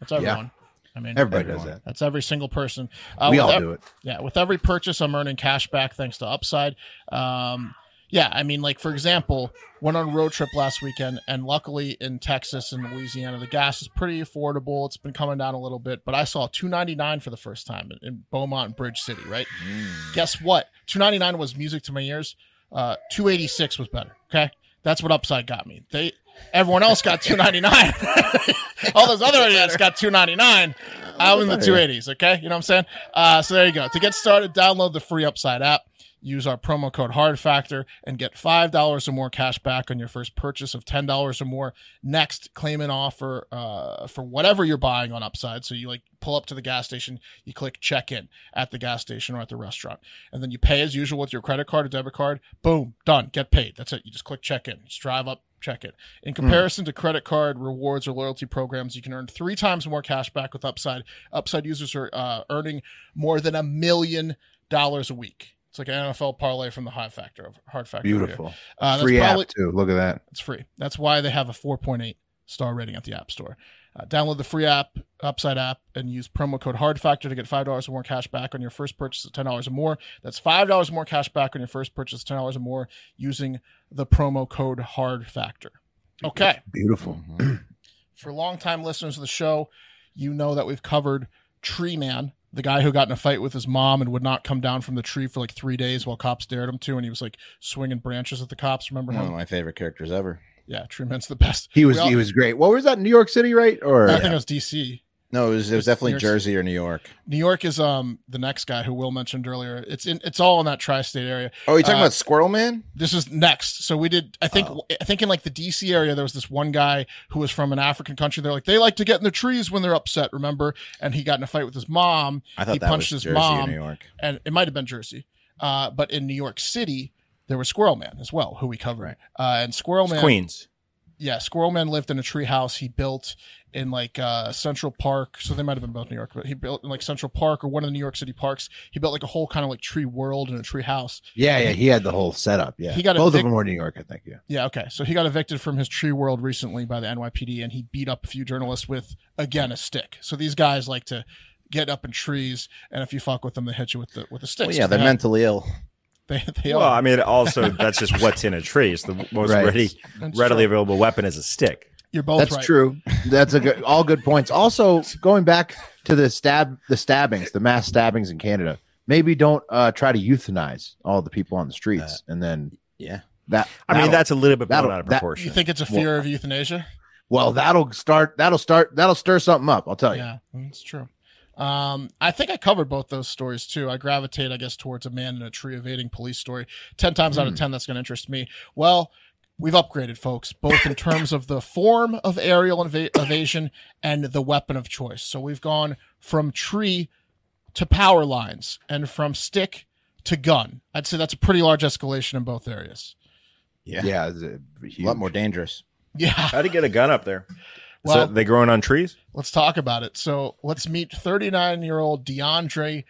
Speaker 1: That's everyone. I mean,
Speaker 2: Everybody does that.
Speaker 1: That's every single person. Uh,
Speaker 2: we
Speaker 1: with
Speaker 2: all
Speaker 1: ev-
Speaker 2: do it.
Speaker 1: yeah, with every purchase, I'm earning cash back thanks to Upside. Um, yeah, I mean, like for example, went on a road trip last weekend, and luckily in Texas and Louisiana, the gas is pretty affordable. It's been coming down a little bit, but I saw 2.99 for the first time in, in Beaumont and Bridge City. Right? Guess what? 2.99 was music to my ears. Uh, 2.86 was better. Okay, that's what Upside got me. They everyone else got 2.99. All those other idiots got 2.99. I'm in the 280s. Okay, you know what I'm saying? Uh, so there you go. To get started, download the free Upside app. Use our promo code Hard Factor and get five dollars or more cash back on your first purchase of ten dollars or more. Next, claim an offer uh, for whatever you're buying on Upside. So you like pull up to the gas station, you click check in at the gas station or at the restaurant, and then you pay as usual with your credit card or debit card. Boom, done, get paid. That's it. You just click check in. Just drive up, check in. In comparison to credit card rewards or loyalty programs, you can earn three times more cash back with Upside. Upside users are uh, earning more than a million dollars a week. It's like an NFL parlay from the high factor of hard factor. over here.
Speaker 2: Beautiful.
Speaker 1: Uh, that's
Speaker 2: Free
Speaker 1: probably
Speaker 2: app too. Look at that.
Speaker 1: it's free. That's why they have a 4.8 star rating at the App Store. Uh, download the free app, Upside app, and use promo code Hard Factor to get five dollars or more cash back on your first purchase of ten dollars or more. That's five dollars more cash back on your first purchase of ten dollars or more using the promo code Hard Factor. Okay
Speaker 2: Beautiful.
Speaker 1: for longtime listeners of the show, you know that we've covered Tree Man, the guy who got in a fight with his mom and would not come down from the tree for like three days while cops dared him to, and he was like swinging branches at the cops. Remember
Speaker 2: Oh,
Speaker 3: One of
Speaker 1: him?
Speaker 3: my favorite characters ever.
Speaker 1: Yeah, Tree Man's the best.
Speaker 2: He was
Speaker 1: We all-
Speaker 2: he was great. What was that? New York City, right? Or
Speaker 1: I think it was DC.
Speaker 3: No, it was, it was definitely
Speaker 1: New York
Speaker 3: Jersey or New York.
Speaker 1: New York is um the next guy who Will mentioned earlier. It's in it's all in that tri-state area.
Speaker 3: Oh, you talking
Speaker 1: Uh,
Speaker 3: about Squirrel Man?
Speaker 1: This is next. So we did. I think
Speaker 3: Oh.
Speaker 1: I think in like the DC area there was this one guy who was from an African country. They're like they like to get in the trees when they're upset. Remember? And he got in a fight with his mom,
Speaker 3: I thought
Speaker 1: he
Speaker 3: that
Speaker 1: punched
Speaker 3: was
Speaker 1: his
Speaker 3: Jersey or
Speaker 1: mom.
Speaker 3: New York.
Speaker 1: and it might have been Jersey, uh, but in New York City, there was Squirrel Man as well, who we covered. Uh, and Squirrel
Speaker 4: It's
Speaker 1: Man,
Speaker 4: Queens.
Speaker 1: yeah, Squirrel Man lived in a treehouse he built in like uh, Central Park. So they might have been both New York, but he built in like Central Park or one of the New York City parks. He built like a whole kind of like tree world and a tree house.
Speaker 2: yeah, yeah. He had the whole setup. Yeah.
Speaker 1: He got a
Speaker 2: both
Speaker 1: big-
Speaker 2: of them were New York, I think. Yeah.
Speaker 1: Yeah, okay. So he got evicted from his tree world recently by the NYPD, and he beat up a few journalists with again a stick. So these guys like to get up in trees, and if you fuck with them, they hit you with the with a stick.
Speaker 3: Well,
Speaker 1: So
Speaker 3: yeah, they're
Speaker 1: have-
Speaker 3: mentally ill.
Speaker 1: They, they
Speaker 4: Well,
Speaker 1: are.
Speaker 4: I mean, also that's just what's in a tree. It's the most
Speaker 2: Right.
Speaker 4: ready,
Speaker 1: That's
Speaker 4: readily
Speaker 1: true.
Speaker 4: available weapon is a stick.
Speaker 1: You're both
Speaker 2: That's
Speaker 1: right.
Speaker 2: true. That's a good all good points. Also, going back to the stab the stabbings, the mass stabbings in Canada. Maybe don't uh, try to euthanize all the people on the streets and then
Speaker 3: Uh, Yeah.
Speaker 2: that
Speaker 4: I mean,
Speaker 2: that'll-
Speaker 4: that's a little bit blown
Speaker 2: that'll-
Speaker 4: out of
Speaker 2: that-
Speaker 4: proportion.
Speaker 1: You think it's a fear of euthanasia?
Speaker 2: well, that'll start that'll start that'll stir something up, I'll tell you.
Speaker 1: Yeah, that's true. Um, I think I covered both those stories too. I gravitate, I guess, towards a man in a tree evading police story. Ten times
Speaker 2: Hmm.
Speaker 1: out of ten, that's going to interest me. Well, we've upgraded, folks, both in terms of the form of aerial inva- evasion and the weapon of choice. So we've gone from tree to power lines and from stick to gun. I'd say that's a pretty large escalation in both areas.
Speaker 3: Yeah.
Speaker 2: Yeah, it's a
Speaker 3: A
Speaker 2: huge-
Speaker 3: lot more dangerous.
Speaker 1: Yeah.
Speaker 4: How to get a gun up there?
Speaker 1: Well-
Speaker 4: so they growing on trees?
Speaker 1: Let's talk about it. So let's meet 39 year old DeAndre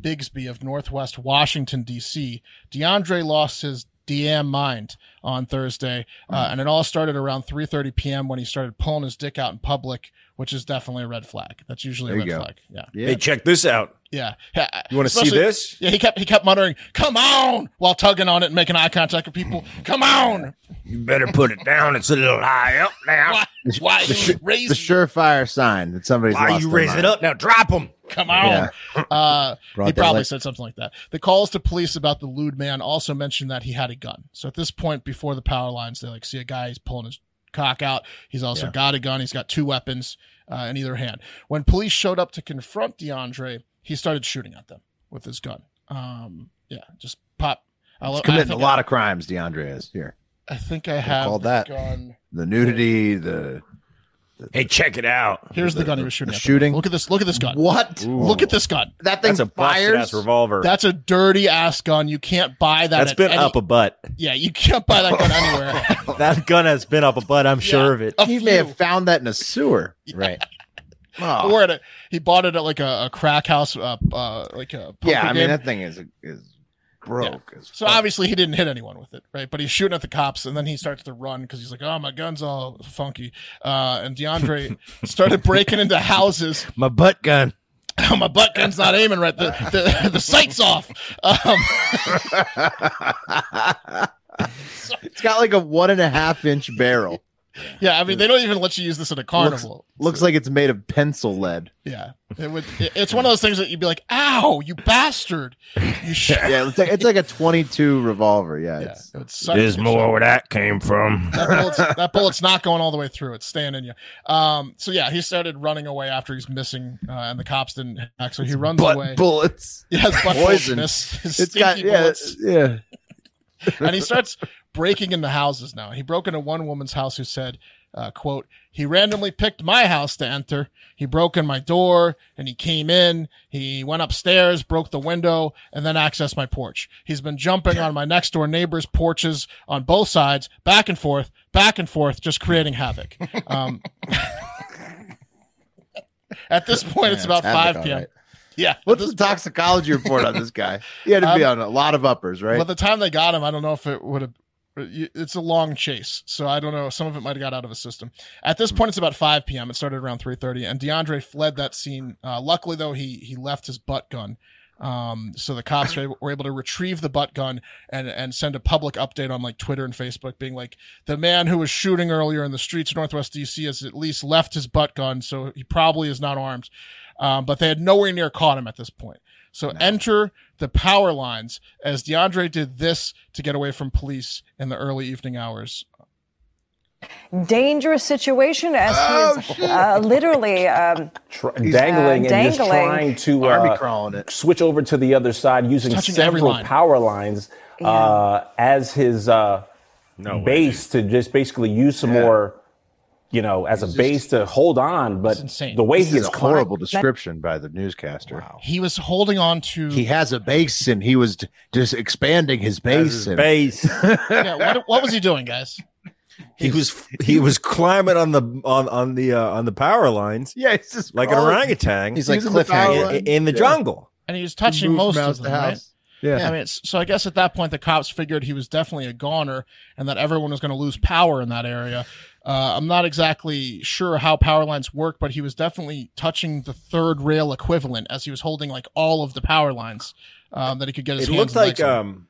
Speaker 1: Bigsby of Northwest Washington, D.C. DeAndre lost his DM mind on Thursday,
Speaker 2: Mm.
Speaker 1: uh, and it all started around 3:30 p.m. when he started pulling his dick out in public, which is definitely a red flag. That's usually
Speaker 2: There
Speaker 1: a
Speaker 2: you
Speaker 1: red
Speaker 2: go.
Speaker 1: flag. Yeah,
Speaker 2: Yeah.
Speaker 4: Hey, check this out.
Speaker 1: yeah. yeah.
Speaker 4: You want to see
Speaker 1: Especially-
Speaker 4: this?
Speaker 1: Yeah, he kept he kept muttering, "Come on!" while tugging on it and making eye contact with people. Come on!
Speaker 4: You better put it down. It's a little high up now.
Speaker 1: Why? Why
Speaker 2: the
Speaker 1: you
Speaker 2: sh-
Speaker 1: raising?
Speaker 2: the surefire sign that somebody's
Speaker 4: Why
Speaker 2: lost
Speaker 4: you
Speaker 2: their
Speaker 4: raise
Speaker 2: mind.
Speaker 4: it up now? Drop them.
Speaker 1: Come on! Uh,
Speaker 3: Broad
Speaker 1: he probably
Speaker 3: daylight.
Speaker 1: said something like that. The calls to police about the lewd man also mentioned that he had a gun. So at this point, before the power lines, they like see a guy he's pulling his cock out. He's also got a gun. He's got two weapons uh, in either hand. When police showed up to confront DeAndre, he started shooting at them with his gun. Um, yeah, just pop. I, lo-
Speaker 2: He's
Speaker 1: I
Speaker 2: committing a
Speaker 1: think
Speaker 2: lot of crimes, DeAndre is here.
Speaker 1: I, I think I have
Speaker 3: called
Speaker 1: the
Speaker 3: that.
Speaker 1: gun.
Speaker 2: The nudity, the
Speaker 4: Hey, check it out.
Speaker 1: Here's the,
Speaker 2: The-
Speaker 1: gun he
Speaker 2: the-
Speaker 1: was shooting.
Speaker 2: the
Speaker 1: at them
Speaker 2: shooting?
Speaker 1: with. Look at this. Look at this gun.
Speaker 2: what?
Speaker 1: Look at this gun.
Speaker 2: That thing
Speaker 4: That's a busted
Speaker 2: fires.
Speaker 4: ass revolver.
Speaker 1: That's a dirty ass gun. You can't buy that.
Speaker 4: That's
Speaker 1: at
Speaker 4: been
Speaker 1: any-
Speaker 4: up a butt.
Speaker 1: Yeah, you can't buy that gun anywhere.
Speaker 4: That gun has been up a butt. I'm sure of it.
Speaker 1: A
Speaker 2: he
Speaker 1: few.
Speaker 2: may have found that in a sewer.
Speaker 3: Right.
Speaker 2: Oh.
Speaker 1: Or at a, he bought it at like a, a crack house, uh, uh, like a poker
Speaker 2: yeah, I mean
Speaker 1: game.
Speaker 2: that thing is is broke. As
Speaker 1: so
Speaker 2: fuck.
Speaker 1: obviously he didn't hit anyone with it, right? But he's shooting at the cops, and then he starts to run because he's like, "Oh, my gun's all funky." Uh, and DeAndre started breaking into houses.
Speaker 4: My butt gun.
Speaker 1: Oh, my butt gun's not aiming right. The the, the sight's off. Um,
Speaker 2: it's got like a one and a half inch barrel.
Speaker 1: Yeah, I mean they don't even let you use this at a carnival.
Speaker 2: Looks like it's made of pencil lead.
Speaker 1: yeah, it would. it- It's one of those things that you'd be like, "Ow, you bastard!" You sh-
Speaker 2: Yeah, it's like, it's like a 22 revolver. Yeah,
Speaker 1: yeah.
Speaker 2: it's-
Speaker 1: It would suck
Speaker 4: There's
Speaker 1: to
Speaker 4: more where that came from.
Speaker 1: that bullet's, that bullet's not going all the way through. It's staying in you. Um, so yeah, he started running away after he's missing, uh, and the cops didn't act. So he runs
Speaker 2: butt
Speaker 1: away.
Speaker 2: bullets.
Speaker 1: he has butt
Speaker 2: poison.
Speaker 1: poisonous. His
Speaker 2: It's
Speaker 1: stinky
Speaker 2: got yeah,
Speaker 1: bullets.
Speaker 2: yeah.
Speaker 1: and he starts breaking into houses now. He broke into one woman's house who said, uh, "quote He randomly picked my house to enter. He broke in my door, and he came in. He went upstairs, broke the window, and then accessed my porch. He's been jumping on my next door neighbor's porches on both sides, back and forth, back and forth, just creating havoc." Um, at this point, it's about five p.m. Yeah, at
Speaker 2: What's
Speaker 1: this
Speaker 2: the toxicology report on this guy? He had to be on a lot of uppers, right?
Speaker 1: By the time they got him, I don't know if it would have. It's a long chase, so I don't know. Some of it might have got out of his system. At this point, it's about 5 p.m. It started around 3:30, and DeAndre fled that scene. Uh, luckily, though, he he left his butt gun, um, so the cops were able, were able to retrieve the butt gun and and send a public update on like Twitter and Facebook, being like, the man who was shooting earlier in the streets of Northwest D.C. has at least left his butt gun, so he probably is not armed. Um, but they had nowhere near caught him at this point. So enter the power lines as DeAndre did this to get away from police in the early evening hours.
Speaker 7: dangerous situation as he is uh, literally um,
Speaker 8: tr- dangling and just
Speaker 7: dangling.
Speaker 8: trying to
Speaker 2: Army
Speaker 8: uh,
Speaker 2: crawling it.
Speaker 8: switch over to the other side using
Speaker 1: touching every
Speaker 8: several
Speaker 1: line.
Speaker 8: power lines uh, as his uh,
Speaker 4: No way,
Speaker 8: base to just basically use some more, you know, as a base to hold on. But
Speaker 1: insane.
Speaker 8: the way
Speaker 2: This
Speaker 8: he
Speaker 2: is
Speaker 8: is
Speaker 2: a
Speaker 8: climbing,
Speaker 2: horrible description by the newscaster.
Speaker 1: He was holding on to
Speaker 2: He has a base, and he was d- just expanding his base.
Speaker 4: His
Speaker 2: and-
Speaker 4: base.
Speaker 1: yeah, what, what was he doing, guys?
Speaker 4: he was he was climbing on the on on the uh, on the power lines
Speaker 2: Yeah, it's just
Speaker 4: like an
Speaker 2: crawling.
Speaker 4: orangutan.
Speaker 3: He's like
Speaker 2: He's in the
Speaker 3: cliffhanger.
Speaker 2: tower.
Speaker 4: i- in the jungle.
Speaker 1: And he was touching most
Speaker 2: Move from
Speaker 1: of
Speaker 2: house to
Speaker 1: them, right?
Speaker 2: house. Yeah.
Speaker 1: I mean, it's, so I guess at that point the cops figured he was definitely a goner and that everyone was going to lose power in that area. Uh, I'm not exactly sure how power lines work, but he was definitely touching the third rail equivalent as he was holding like all of the power lines um, that he could get his
Speaker 4: It
Speaker 1: hands
Speaker 4: looked
Speaker 1: and legs
Speaker 4: like
Speaker 1: on.
Speaker 4: um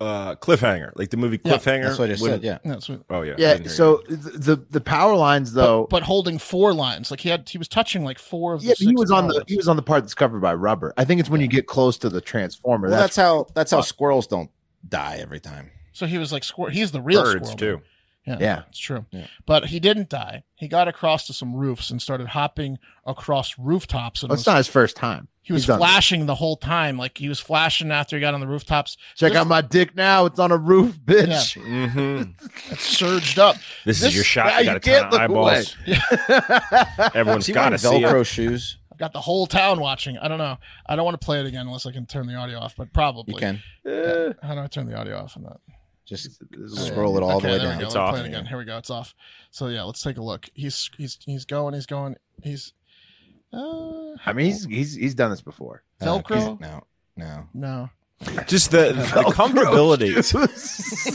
Speaker 4: uh cliffhanger, like the movie
Speaker 1: Yeah,
Speaker 4: Cliffhanger.
Speaker 3: That's what I just
Speaker 4: when-
Speaker 3: said. Yeah.
Speaker 1: That's what-
Speaker 4: Oh yeah. I
Speaker 2: Yeah,
Speaker 4: didn't hear
Speaker 2: so th- the the power lines though,
Speaker 1: but holding four lines. Like he had, he was touching like four of.
Speaker 2: yeah,
Speaker 1: the
Speaker 2: but he
Speaker 1: six
Speaker 2: was on the
Speaker 1: powers.
Speaker 2: he was on the part that's covered by rubber. I think it's when you get close to the transformer.
Speaker 3: Well, that's, how that's how squirrels don't die every time.
Speaker 1: so he was like squirrel. He's the
Speaker 4: you.
Speaker 1: real
Speaker 4: birds
Speaker 1: squirrel.
Speaker 4: too.
Speaker 1: Yeah,
Speaker 2: Yeah.
Speaker 1: it's true.
Speaker 3: Yeah.
Speaker 1: But he didn't die. He got across to some roofs and started hopping across rooftops. And
Speaker 2: Well, it's
Speaker 1: was-
Speaker 2: not his first time.
Speaker 1: he was
Speaker 2: He's done
Speaker 1: flashing the whole time. Like he was flashing after he got on the rooftops.
Speaker 2: this. Check
Speaker 1: This-
Speaker 2: out my dick now. It's on a roof, bitch.
Speaker 4: Mm-hmm.
Speaker 1: surged up.
Speaker 4: This,
Speaker 1: This-
Speaker 4: is your shot.
Speaker 2: yeah,
Speaker 4: You
Speaker 2: you
Speaker 4: got a ton
Speaker 2: can't
Speaker 4: of
Speaker 2: look
Speaker 4: eyeballs. Everyone's
Speaker 3: See
Speaker 4: got to see
Speaker 3: Velcro
Speaker 4: it.
Speaker 3: shoes.
Speaker 1: I've got the whole town watching. I don't know. I don't want to play it again unless I can turn the audio off. But probably
Speaker 3: You can
Speaker 1: How do I turn the audio off on that?
Speaker 3: just scroll it all the way
Speaker 1: okay, there
Speaker 3: down.
Speaker 1: We go.
Speaker 4: It's
Speaker 1: Let me
Speaker 4: off.
Speaker 1: Play it again. Here we go. It's off. So yeah, let's take a look. He's he's he's going. He's going. He's uh,
Speaker 2: I mean, he's he's he's done this before.
Speaker 3: Uh,
Speaker 1: Velcro.
Speaker 3: no, no.
Speaker 1: no.
Speaker 4: Just the, the comfortability.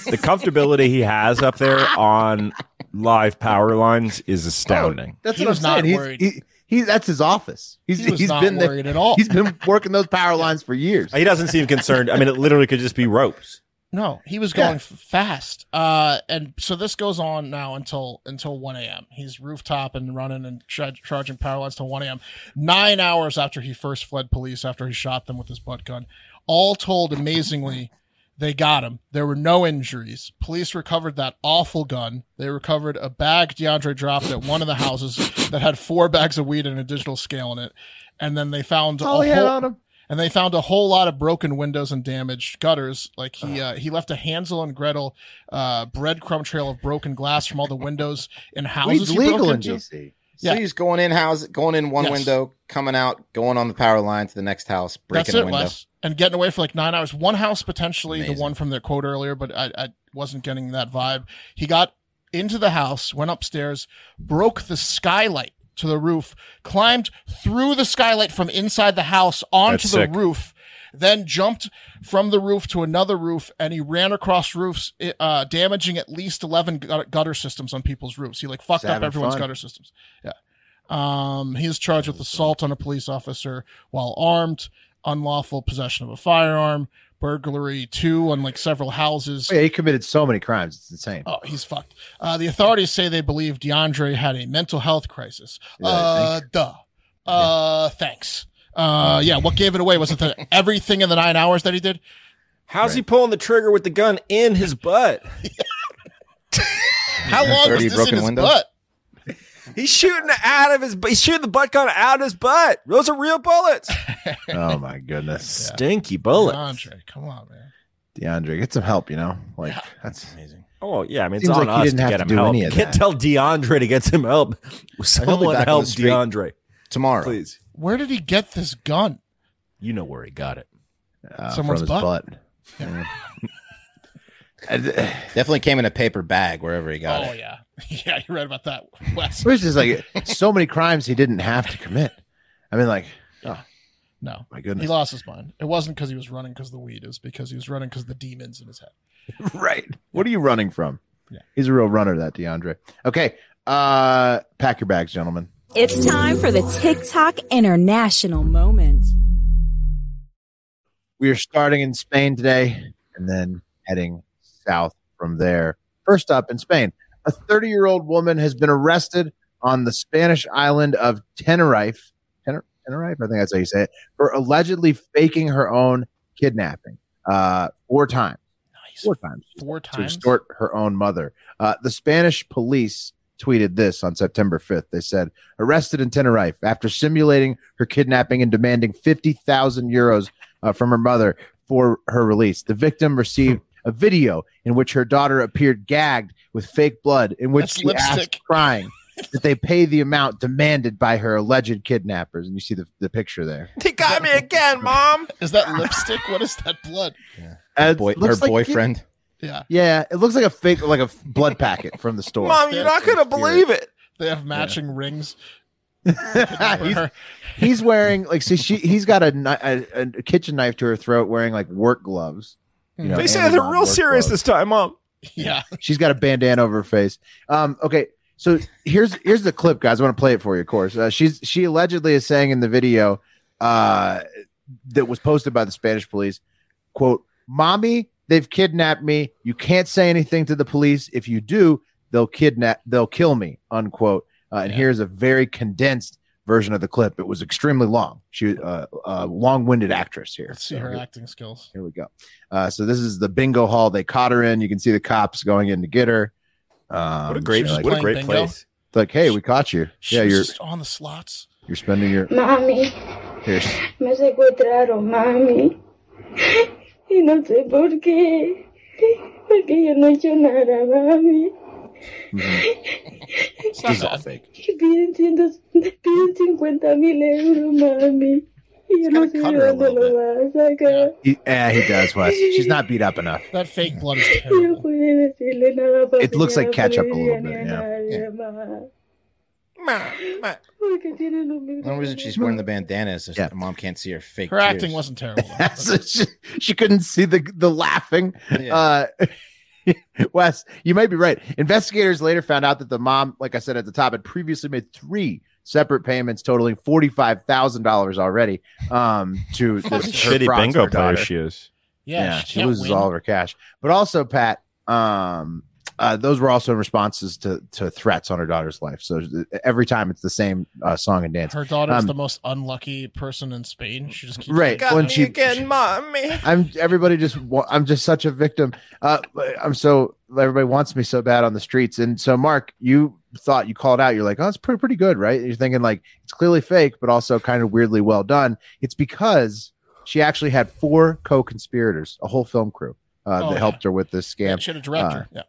Speaker 4: the comfortability he has up there on live power lines is
Speaker 1: Oh,
Speaker 4: astounding.
Speaker 2: That's
Speaker 1: He
Speaker 2: what
Speaker 1: was
Speaker 2: I'm
Speaker 1: not
Speaker 2: saying. He's-
Speaker 1: worried.
Speaker 2: He, he that's his office. He's
Speaker 1: He was
Speaker 2: he's
Speaker 1: not
Speaker 2: been there.
Speaker 1: worried at all.
Speaker 2: He's been working those power lines for years.
Speaker 4: He doesn't seem concerned. I mean, it literally could just be ropes.
Speaker 1: No, he was going f fast. Uh, and so this goes on now until until 1 a.m. He's rooftop and running and tra- charging power lines till 1 a.m. Nine hours after he first fled police after he shot them with his butt gun. All told, amazingly, they got him. There were no injuries. Police recovered that awful gun. They recovered a bag DeAndre dropped at one of the houses that had four bags of weed and a digital scale in it. And then they found
Speaker 2: all
Speaker 1: a
Speaker 2: he had
Speaker 1: whole-
Speaker 2: on him.
Speaker 1: and they found a whole lot of broken windows and damaged gutters. Like he uh, he left a Hansel and Gretel uh, breadcrumb trail of broken glass from all the windows in houses.
Speaker 2: Weed's
Speaker 1: he
Speaker 2: legal
Speaker 1: broke
Speaker 2: in
Speaker 1: into.
Speaker 2: DC.
Speaker 1: Yeah.
Speaker 3: So he's going in house, going in one
Speaker 1: Yes.
Speaker 3: window, coming out, going on the power line to the next house, breaking
Speaker 1: That's
Speaker 3: the
Speaker 1: it,
Speaker 3: window.
Speaker 1: Wes. And getting away for like nine hours. One house potentially, the
Speaker 3: Amazing.
Speaker 1: one from their quote earlier, but I, I wasn't getting that vibe. He got into the house, went upstairs, broke the skylight to the roof, climbed through the skylight from inside the house onto
Speaker 4: That's
Speaker 1: the
Speaker 4: sick.
Speaker 1: roof, then jumped from the roof to another roof, and he ran across roofs, uh, damaging at least eleven gut- gutter systems on people's roofs. He like fucked
Speaker 2: He's
Speaker 1: up
Speaker 2: having
Speaker 1: everyone's
Speaker 2: fun.
Speaker 1: gutter systems. Yeah. Um, he is charged with assault on a police officer while armed. unlawful possession of a firearm, burglary, two on like several houses.
Speaker 2: Oh, yeah, he committed so many crimes. It's insane.
Speaker 1: Oh, he's fucked. Uh, the authorities say they believe DeAndre had a mental health crisis. uh, duh. Uh, thanks. Uh, yeah. What gave it away was it the, everything in the nine hours that he did?
Speaker 4: How's he pulling the trigger with the gun in his butt?
Speaker 1: How long
Speaker 3: 30
Speaker 1: was this in
Speaker 3: broken
Speaker 1: his
Speaker 3: windows?
Speaker 1: butt?
Speaker 4: He's shooting out of his. He's shooting the butt gun out of his butt. Those are real bullets.
Speaker 2: Oh my goodness,
Speaker 4: Stinky bullets.
Speaker 1: DeAndre, come on, man.
Speaker 2: DeAndre, get some help. You know, like that's amazing.
Speaker 4: Oh yeah, I mean,
Speaker 2: Seems
Speaker 4: it's on
Speaker 2: like he
Speaker 4: us
Speaker 2: didn't
Speaker 4: to
Speaker 2: have
Speaker 4: get
Speaker 2: to
Speaker 4: him
Speaker 2: do
Speaker 4: help.
Speaker 2: any
Speaker 4: You
Speaker 2: of
Speaker 4: can't
Speaker 2: that.
Speaker 4: tell DeAndre to get some help. Someone
Speaker 3: back on
Speaker 4: help
Speaker 3: the street.
Speaker 4: DeAndre,
Speaker 3: tomorrow.
Speaker 4: please.
Speaker 1: Where did he get this gun?
Speaker 4: You know where he got it.
Speaker 2: Uh,
Speaker 1: Someone's
Speaker 2: from his
Speaker 1: butt?
Speaker 2: butt. Yeah. uh, I-
Speaker 3: Definitely came in a paper bag wherever he got
Speaker 1: oh
Speaker 3: it.
Speaker 1: yeah, yeah. You read about that, Wes?
Speaker 2: It was just like so many crimes he didn't have to commit. I mean, like oh,
Speaker 1: No,
Speaker 2: my
Speaker 1: he
Speaker 2: goodness,
Speaker 1: lost his mind. It wasn't because he was running because the weed. It was because he was running because the demons in his head.
Speaker 2: right? What are you running from?
Speaker 1: Yeah.
Speaker 2: He's a real runner, that DeAndre. Okay, uh, pack your bags, gentlemen.
Speaker 9: It's time for the TikTok International Moment.
Speaker 2: We are starting in Spain today and then heading south from there. First up in Spain, a 30 year old woman has been arrested on the Spanish island of Tenerife. Tener- Tenerife, I think that's how you say it, for allegedly faking her own kidnapping uh, four times.
Speaker 1: Nice.
Speaker 2: Four times
Speaker 1: Four
Speaker 2: to
Speaker 1: times.
Speaker 2: extort her own mother. Uh, the Spanish police tweeted this on September 5th. They said, arrested in Tenerife after simulating her kidnapping and demanding 50,000 euros uh, from her mother for her release. The victim received a video in which her daughter appeared gagged with fake blood, in which
Speaker 1: That's
Speaker 2: she asked
Speaker 1: lipstick.
Speaker 2: crying that they pay the amount demanded by her alleged kidnappers. And you see the, the picture there.
Speaker 4: He got me again, mom.
Speaker 1: Is that lipstick? What is that blood?
Speaker 2: Uh,
Speaker 3: Boy, her
Speaker 2: looks like-
Speaker 3: boyfriend.
Speaker 1: Yeah,
Speaker 2: Yeah, it looks like a fake, like a f- blood packet from the store.
Speaker 4: Mom, you're not gonna believe it.
Speaker 1: they have matching rings.
Speaker 2: He's- he's wearing like see she he's got a, kni- a, a kitchen knife to her throat wearing like work gloves you know,
Speaker 4: They said they're
Speaker 2: Amazon
Speaker 4: real
Speaker 2: work
Speaker 4: serious this
Speaker 2: gloves.
Speaker 4: time, mom.
Speaker 1: yeah,
Speaker 2: she's got a bandana over her face um okay so here's here's the clip guys i want to play it for you of course uh, she's she allegedly is saying in the video uh that was posted by the spanish police quote mommy they've kidnapped me you can't say anything to the police if you do they'll kidnap they'll kill me unquote uh, and here's a very condensed version of the clip it was extremely long she uh, a long-winded actress here
Speaker 1: let's see
Speaker 2: So
Speaker 1: her
Speaker 2: here-
Speaker 1: acting skills.
Speaker 2: here we go. Uh, so this is the bingo hall they caught her in. You can see the cops going in to get her. Um,
Speaker 4: What a great,
Speaker 2: they're like,
Speaker 4: what a
Speaker 1: playing
Speaker 4: great
Speaker 1: bingo.
Speaker 4: place.
Speaker 2: like, hey, we caught you.
Speaker 1: She
Speaker 2: Yeah,
Speaker 1: was
Speaker 2: you're
Speaker 1: just on the slots.
Speaker 2: you're spending your
Speaker 10: Mami,
Speaker 2: here.
Speaker 10: me secuestraron, mami. Y no sé por qué. Porque yo no he hecho nada, mami.
Speaker 1: It's not bad.
Speaker 10: Y piden, ciento, piden 50 mil euros, mami. Y yo no
Speaker 3: gotta
Speaker 10: sé
Speaker 3: cut her a
Speaker 10: dónde
Speaker 3: little
Speaker 10: lo va a sacar.
Speaker 2: He, eh, he does, Wes. She's not beat up enough.
Speaker 1: That fake blood is
Speaker 10: Y no
Speaker 1: terrible.
Speaker 10: pude decirle nada a papi,
Speaker 2: It looks
Speaker 10: ni a
Speaker 2: like
Speaker 10: la
Speaker 2: ketchup a
Speaker 10: policía,
Speaker 2: little
Speaker 10: ni a
Speaker 2: bit, yeah.
Speaker 10: nadie, ma. Porque tienen los mismos
Speaker 3: The only reason she's
Speaker 10: problemas.
Speaker 3: wearing the bandana is so
Speaker 2: Yeah.
Speaker 3: her mom can't see her fake.
Speaker 1: Her
Speaker 3: tears.
Speaker 1: acting wasn't terrible. though.
Speaker 2: so she, she couldn't see the the laughing.
Speaker 3: Yeah.
Speaker 2: Uh, Wes, you might be right. Investigators later found out that the mom, like I said at the top, had previously made three separate payments totaling forty five thousand dollars already um, to this
Speaker 1: Fucking
Speaker 2: her props, her daughter.
Speaker 4: is.
Speaker 1: Yeah,
Speaker 2: she,
Speaker 1: can't
Speaker 2: loses
Speaker 1: win.
Speaker 2: all of her cash. But also, Pat, um, uh, those were also in responses to to threats on her daughter's life. So th- every time it's the same uh, song and dance.
Speaker 1: Her daughter's
Speaker 2: Um,
Speaker 1: the most unlucky person in Spain. She just keeps
Speaker 2: Right when she,
Speaker 4: mommy.
Speaker 2: I'm everybody just wa- I'm just such a victim. Uh, I'm so everybody wants me so bad on the streets. And so, Mark, you thought you called out. You're like, oh, it's pretty pretty good, right? You're thinking like it's clearly fake, but also kind of weirdly well done. It's because she actually had four co-conspirators, a whole film crew. Uh,
Speaker 1: Oh,
Speaker 2: that
Speaker 1: yeah.
Speaker 2: helped her with this
Speaker 1: Yeah,
Speaker 2: scam. Uh,
Speaker 1: she had a director. yeah.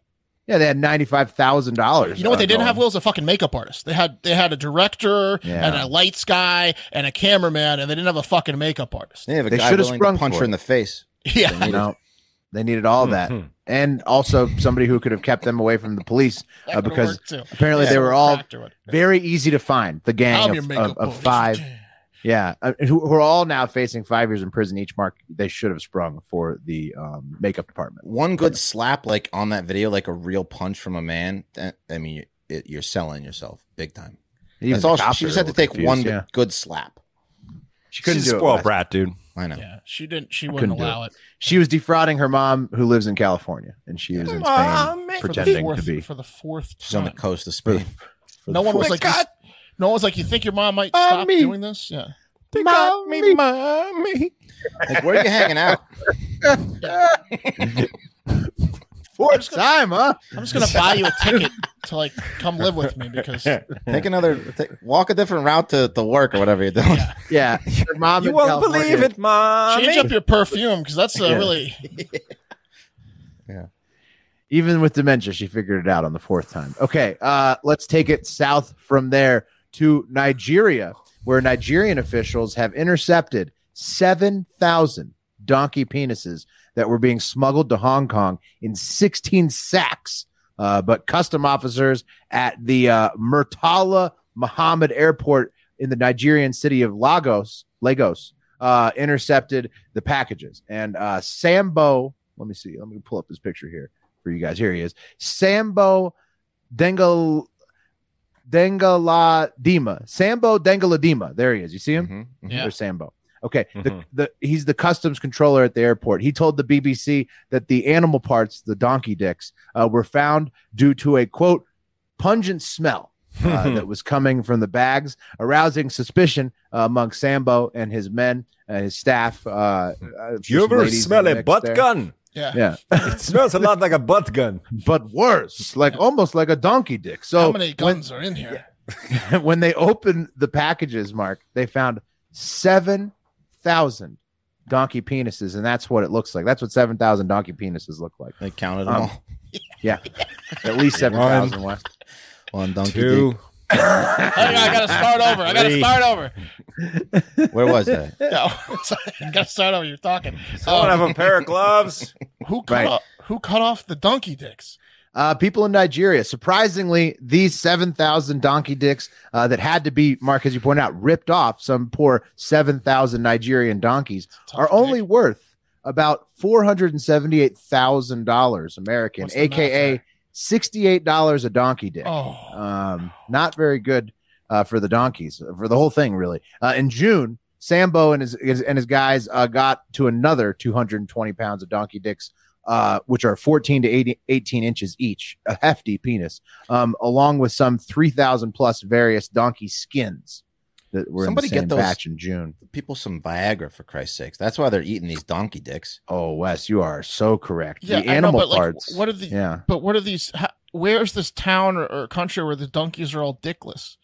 Speaker 2: Yeah, they had ninety five thousand dollars.
Speaker 1: You know what they didn't have? Will was a fucking makeup artist. They had they had a director
Speaker 2: Yeah.
Speaker 1: and a lights guy and a cameraman, and they didn't have a fucking makeup artist.
Speaker 3: They have a
Speaker 2: They
Speaker 3: guy
Speaker 2: should've
Speaker 3: willing
Speaker 2: sprung
Speaker 3: to punch
Speaker 2: for
Speaker 3: her
Speaker 2: it.
Speaker 3: in the face.
Speaker 1: Yeah, Mm-hmm.
Speaker 3: They need
Speaker 2: No, they needed all that,
Speaker 4: Mhm.
Speaker 2: and also somebody who could have kept them away from the police.
Speaker 1: that
Speaker 2: Uh,
Speaker 1: could've
Speaker 2: because
Speaker 1: worked, too.
Speaker 2: Apparently,
Speaker 1: Yeah,
Speaker 2: they were all
Speaker 1: cracked or what.
Speaker 2: very easy to find. The gang
Speaker 1: I'm your
Speaker 2: of,
Speaker 1: makeup
Speaker 2: of, of
Speaker 1: artist.
Speaker 2: five, yeah, uh, who, who are all now facing five years in prison each. Mark they should have sprung for the um, makeup department.
Speaker 3: One good slap, like on that video, like a real punch from a man. That, I mean, you- it, you're selling yourself big time.
Speaker 2: Even
Speaker 3: That's
Speaker 2: the
Speaker 3: all. She,
Speaker 2: cops
Speaker 3: she
Speaker 2: are
Speaker 3: just
Speaker 2: a
Speaker 3: had to
Speaker 2: little
Speaker 3: take one
Speaker 2: confused, yeah.
Speaker 3: good slap.
Speaker 2: She couldn't
Speaker 4: She's a
Speaker 2: do it.
Speaker 4: spoiled
Speaker 2: Wes.
Speaker 4: brat, dude.
Speaker 3: I know.
Speaker 1: Yeah, she didn't. She
Speaker 2: I
Speaker 1: wouldn't
Speaker 2: couldn't do
Speaker 1: allow it.
Speaker 2: She was defrauding her mom, who lives in California, and she was in Spain
Speaker 1: For the
Speaker 2: pretending
Speaker 1: fourth-
Speaker 2: to be.
Speaker 1: for the fourth
Speaker 3: She's on the
Speaker 1: time.
Speaker 3: coast of Spain.
Speaker 2: for
Speaker 1: no
Speaker 2: the
Speaker 1: one was
Speaker 2: fourth-
Speaker 1: like, you- no one was like, you think your mom might stop
Speaker 2: Mommy.
Speaker 1: doing this? Yeah.
Speaker 2: mommy, mommy,
Speaker 3: Like, where are you hanging out?
Speaker 2: fourth time, huh?
Speaker 1: I'm just gonna buy you a ticket to like come live with me because
Speaker 3: Take another, take, walk a different route to, to work or whatever you're doing.
Speaker 2: Yeah, her mom.
Speaker 4: You
Speaker 2: in
Speaker 4: won't
Speaker 2: California-
Speaker 4: believe it, mom.
Speaker 1: change up your perfume because that's a
Speaker 2: Yeah.
Speaker 1: really
Speaker 2: Even with dementia, she figured it out on the fourth time. Okay, uh, let's take it south from there to Nigeria, where Nigerian officials have intercepted 7,000 donkey penises that were being smuggled to Hong Kong in 16 sacks. Uh, but custom officers at the uh, Murtala Muhammad Airport in the Nigerian city of Lagos, Lagos, uh, intercepted the packages. And uh, Sambo, let me see, let me pull up this picture here for you guys. Here he is, Sambo Dengal Dengaladima, Sambo Dengaladima. There he is. You see him?
Speaker 3: Mhm.
Speaker 1: Yeah.
Speaker 2: Or Sambo. Okay,
Speaker 4: Mhm.
Speaker 2: the, the he's the customs controller at the airport. He told the BBC that the animal parts, the donkey dicks, uh, were found due to a quote pungent smell uh, that was coming from the bags, arousing suspicion uh, among Sambo and his men and his staff. Uh, uh, there's
Speaker 4: You
Speaker 2: some
Speaker 4: ever
Speaker 2: ladies in
Speaker 4: smell
Speaker 2: the
Speaker 4: a
Speaker 2: mix
Speaker 4: butt
Speaker 2: there.
Speaker 4: gun?
Speaker 1: yeah.
Speaker 2: Yeah,
Speaker 4: It smells a lot like a butt gun.
Speaker 2: but worse, like almost like a donkey dick. So
Speaker 1: How many guns are in here?
Speaker 2: when they opened the packages, Mark, they found 7,000 donkey penises. And that's what it looks like. That's what 7,000 donkey penises look like.
Speaker 3: They counted them
Speaker 2: Um,
Speaker 3: all.
Speaker 2: At least 7,000. Wes.
Speaker 3: One donkey.
Speaker 4: Two.
Speaker 1: Hang on, I gotta start over. I gotta
Speaker 4: Three.
Speaker 1: start over.
Speaker 3: dick. Where was that?
Speaker 1: No, I gotta start over. You're talking.
Speaker 4: I
Speaker 1: Um,
Speaker 4: don't have a pair of gloves.
Speaker 1: who cut
Speaker 2: Right.
Speaker 1: off, who cut off the donkey dicks?
Speaker 2: Uh, people in Nigeria, surprisingly, these 7,000 donkey dicks uh, that had to be, Mark, as you point out, ripped off some poor 7,000 Nigerian donkeys
Speaker 1: Tough
Speaker 2: are
Speaker 1: dick.
Speaker 2: only worth about $478,000 American,
Speaker 1: What's the math
Speaker 2: AKA
Speaker 1: there?
Speaker 2: $68 a donkey dick.
Speaker 1: oh
Speaker 2: Um, not very good uh, for the donkeys, for the whole thing, really. Uh, in June, Sambo and his, his and his guys uh, got to another 220 pounds of donkey dicks, uh, which are 14 to 80, 18 inches each, a hefty penis, um, along with some 3,000 plus various donkey skins that were
Speaker 3: Somebody
Speaker 2: in the
Speaker 3: get
Speaker 2: same
Speaker 3: those-
Speaker 2: batch in June.
Speaker 3: People some Viagra for Christ's sakes. That's why they're eating these donkey dicks.
Speaker 2: Oh, Wes, you are so correct.
Speaker 1: yeah,
Speaker 2: the
Speaker 1: I
Speaker 2: animal
Speaker 1: know, but
Speaker 2: parts.
Speaker 1: Like, what are the?
Speaker 2: yeah.
Speaker 1: But what are these? How, where's this town or, or country where the donkeys are all dickless?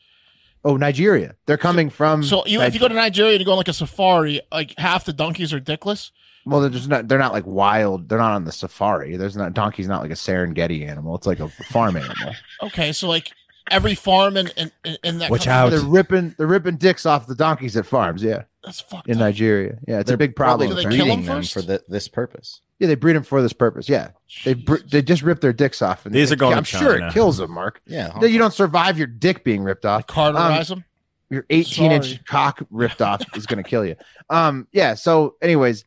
Speaker 2: Oh, Nigeria. They're coming from.
Speaker 1: So you, if you go to Nigeria and you go on like a safari, like half the donkeys are dickless.
Speaker 2: Well, they're just not. They're not like wild. They're not on the safari. There's not donkey's not like a Serengeti animal. It's like a farm animal.
Speaker 1: Okay, so like every farm in in, in- in that
Speaker 4: Watch
Speaker 1: country-
Speaker 4: out.
Speaker 2: they're ripping. They're ripping dicks off the donkeys at farms. Yeah,
Speaker 1: That's fucked
Speaker 2: in
Speaker 1: up.
Speaker 2: Nigeria. Yeah, it's
Speaker 3: They're
Speaker 2: a big problem.
Speaker 1: Do they
Speaker 3: Probably
Speaker 1: kill
Speaker 3: breeding
Speaker 1: them
Speaker 3: them
Speaker 1: first?
Speaker 3: for thi- this purpose.
Speaker 2: yeah, they breed them for this purpose. Yeah, they br-
Speaker 1: Jesus.
Speaker 2: they just rip their dicks off. And
Speaker 4: These
Speaker 2: they-
Speaker 4: are going
Speaker 2: I'm
Speaker 4: to
Speaker 2: sure it
Speaker 4: China.
Speaker 2: kills them, Mark.
Speaker 3: Yeah.
Speaker 2: No, you don't survive your dick being ripped off. Um,
Speaker 1: Carterize them.
Speaker 2: your 18
Speaker 1: Sorry.
Speaker 2: inch cock ripped off is going to kill you. Um, yeah. So, anyways,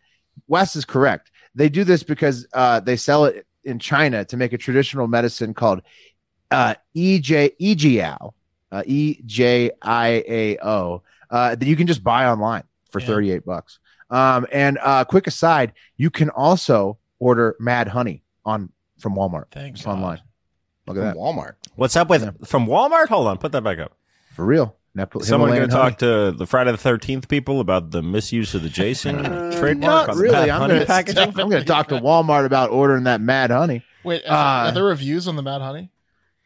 Speaker 2: Wes is correct. They do this because uh, they sell it in China to make a traditional medicine called uh, EJ EGIAO, uh, E J I A O, uh, that you can just buy online for
Speaker 1: Yeah.
Speaker 2: 38 bucks. Um, and uh, quick aside, you can also order Mad Honey on from Walmart.
Speaker 1: Thanks.
Speaker 2: It's online. Look at
Speaker 3: From
Speaker 2: that
Speaker 3: Walmart.
Speaker 4: What's up with from Walmart? Hold on, put that back up.
Speaker 2: for real. Now put
Speaker 4: Is someone going
Speaker 2: Himalayan
Speaker 4: to
Speaker 2: honey.
Speaker 4: talk to the Friday the Thirteenth people about the misuse of the Jason trademark?
Speaker 2: Uh, Not
Speaker 4: on the
Speaker 2: really.
Speaker 4: Pat
Speaker 2: I'm
Speaker 4: Honey
Speaker 2: gonna,
Speaker 4: package?
Speaker 2: I'm gonna talk to Walmart about ordering that Mad Honey.
Speaker 1: Wait, is,
Speaker 2: Uh,
Speaker 1: are there reviews on the Mad Honey?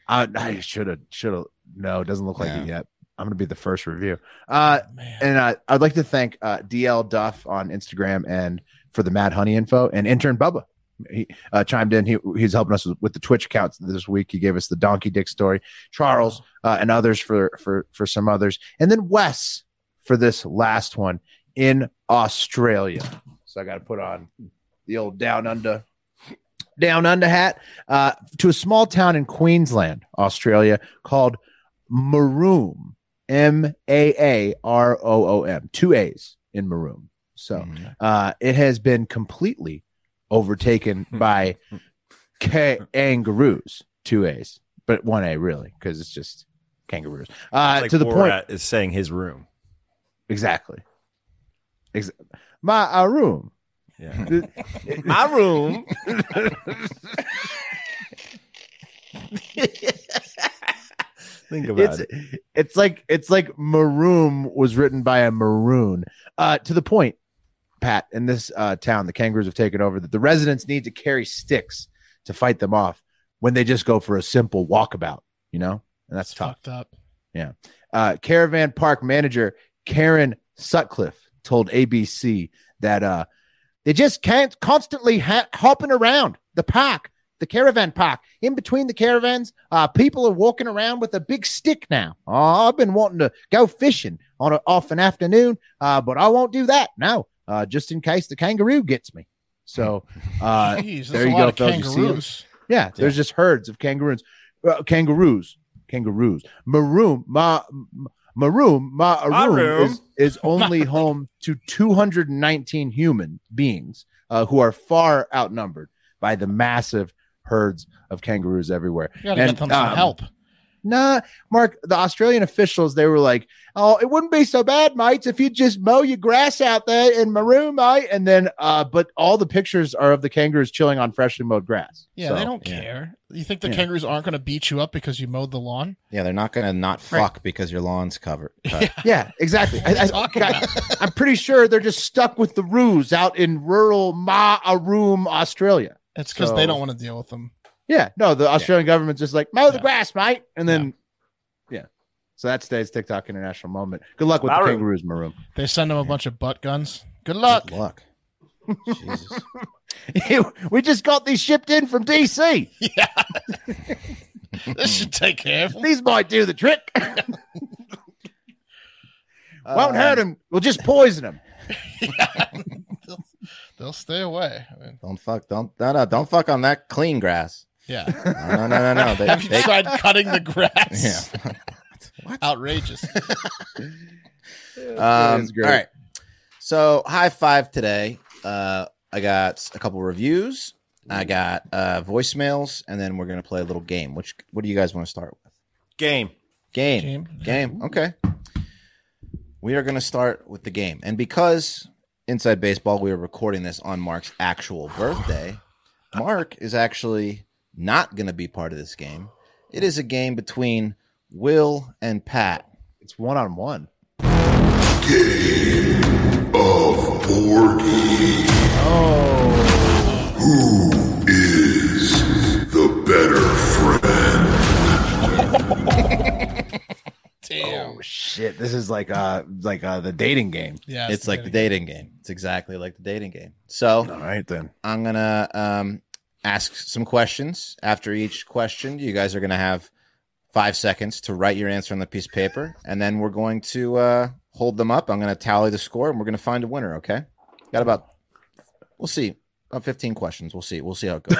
Speaker 2: I, I should have, should have. No, it doesn't look like
Speaker 3: Yeah.
Speaker 2: it yet. I'm gonna be the first review. Uh,
Speaker 4: Oh,
Speaker 1: Man,
Speaker 2: and uh, I'd like to thank uh, DL Duff on Instagram and for the Mad Honey info and intern Bubba. He uh, chimed in. He he's helping us with the Twitch accounts this week. He gave us the Donkey Dick story, Charles uh, and others for for for some others, and then Wes for this last one in Australia. So I got to put on the old down under down under hat uh, to a small town in Queensland, Australia called Maroom. M A A R O O M, two A's in Maroon. So
Speaker 4: Mm,
Speaker 3: Mhm.
Speaker 2: uh, it has been completely overtaken by kangaroos, two A's, but one A really, because it's just kangaroos. Uh,
Speaker 4: It's like
Speaker 2: to the point,
Speaker 4: Borat is saying his room.
Speaker 2: exactly. Ex- my uh, room.
Speaker 4: My room. Think about
Speaker 2: it's
Speaker 4: it.
Speaker 2: it's like it's like maroon was written by a maroon uh to the point pat in this uh town the kangaroos have taken over that the residents need to carry sticks to fight them off when they just go for a simple walkabout you know and that's tough
Speaker 1: Fucked up.
Speaker 2: uh caravan park manager karen sutcliffe told abc that uh they just can't constantly ha- hopping around the park the caravan park in between the caravans uh, people are walking around with a big stick now uh, i've been wanting to go fishing on a, off an afternoon uh, but i won't do that now uh, just in case the kangaroo gets me so uh,
Speaker 1: Jeez,
Speaker 2: there
Speaker 1: there's a
Speaker 2: you
Speaker 1: lot
Speaker 2: go,
Speaker 1: of
Speaker 2: fellas. You see 'em?
Speaker 1: kangaroos.
Speaker 2: yeah, there's just herds of kangaroos. Uh, kangaroos, kangaroos. Maroon, ma, m- maroon, ma,
Speaker 4: Maroon.
Speaker 2: maroon is, is only home to 219 human beings uh, who are far outnumbered by the massive herds of kangaroos everywhere.
Speaker 1: You gotta
Speaker 2: And,
Speaker 1: get them some
Speaker 2: um,
Speaker 1: help.
Speaker 2: Nah, Mark, the Australian officials, they were like, oh, it wouldn't be so bad, mates, if you just mow your grass out there in maroon, mate. And then, uh, but all the pictures are of the kangaroos chilling on freshly mowed grass.
Speaker 1: Yeah,
Speaker 2: So-
Speaker 1: they don't care. You think the
Speaker 2: Yeah.
Speaker 1: kangaroos aren't going to beat you up because you mowed the lawn?
Speaker 3: Yeah, they're not going to not
Speaker 1: Right.
Speaker 3: fuck because your lawn's covered. cut.
Speaker 2: Yeah, exactly. I, I,
Speaker 1: talking
Speaker 2: God, I'm pretty sure they're just stuck with the ruse out in rural Ma'aroom, Australia.
Speaker 1: It's because
Speaker 2: So-
Speaker 1: they don't want to deal with them.
Speaker 2: Yeah, no, the Australian government's just like mow the
Speaker 1: Yeah.
Speaker 2: grass, mate, and then yeah. So that's today's TikTok international moment. Good luck with the
Speaker 4: Maroon.
Speaker 2: kangaroos, Maroon.
Speaker 1: They send them a bunch of butt guns. Good luck.
Speaker 3: Good luck. Jesus.
Speaker 2: we just got these shipped in from DC.
Speaker 1: this should take care of them.
Speaker 2: These might do the trick. Won't hurt them. We'll just poison them.
Speaker 1: They'll stay away. I mean,
Speaker 3: Don't fuck. Don't no no. Don't fuck on that clean grass.
Speaker 1: yeah.
Speaker 3: No no no no. no. They,
Speaker 1: Have you
Speaker 3: they-
Speaker 1: tried cutting the grass?
Speaker 3: yeah.
Speaker 1: Outrageous.
Speaker 3: Um,
Speaker 2: is great.
Speaker 3: All right. So high five today. Uh, I got a couple reviews.
Speaker 2: Mm-hmm.
Speaker 3: I got uh, voicemails, and then we're gonna play a little game. Which what do you guys want to start with?
Speaker 4: Game.
Speaker 3: Game.
Speaker 1: Game.
Speaker 3: Game. Okay. We are going to start with the game. And because Inside Baseball, we are recording this on Mark's actual birthday, Mark is actually not going to be part of this game. It is a game between Will and Pat.
Speaker 2: It's one on one.
Speaker 5: The better friend.
Speaker 1: Damn.
Speaker 2: Oh shit! This is like uh like uh the dating game.
Speaker 1: Yeah.
Speaker 3: It's like the
Speaker 1: day.
Speaker 3: dating game. It's exactly like the dating game. So
Speaker 2: All right then.
Speaker 3: I'm gonna um, ask some questions. After each question, you guys are gonna have five seconds to write your answer on the piece of paper, and then we're going to uh, hold them up. I'm gonna tally the score, and we're gonna find a winner. Okay? Got about we'll see about 15 questions. We'll see. We'll see how it goes.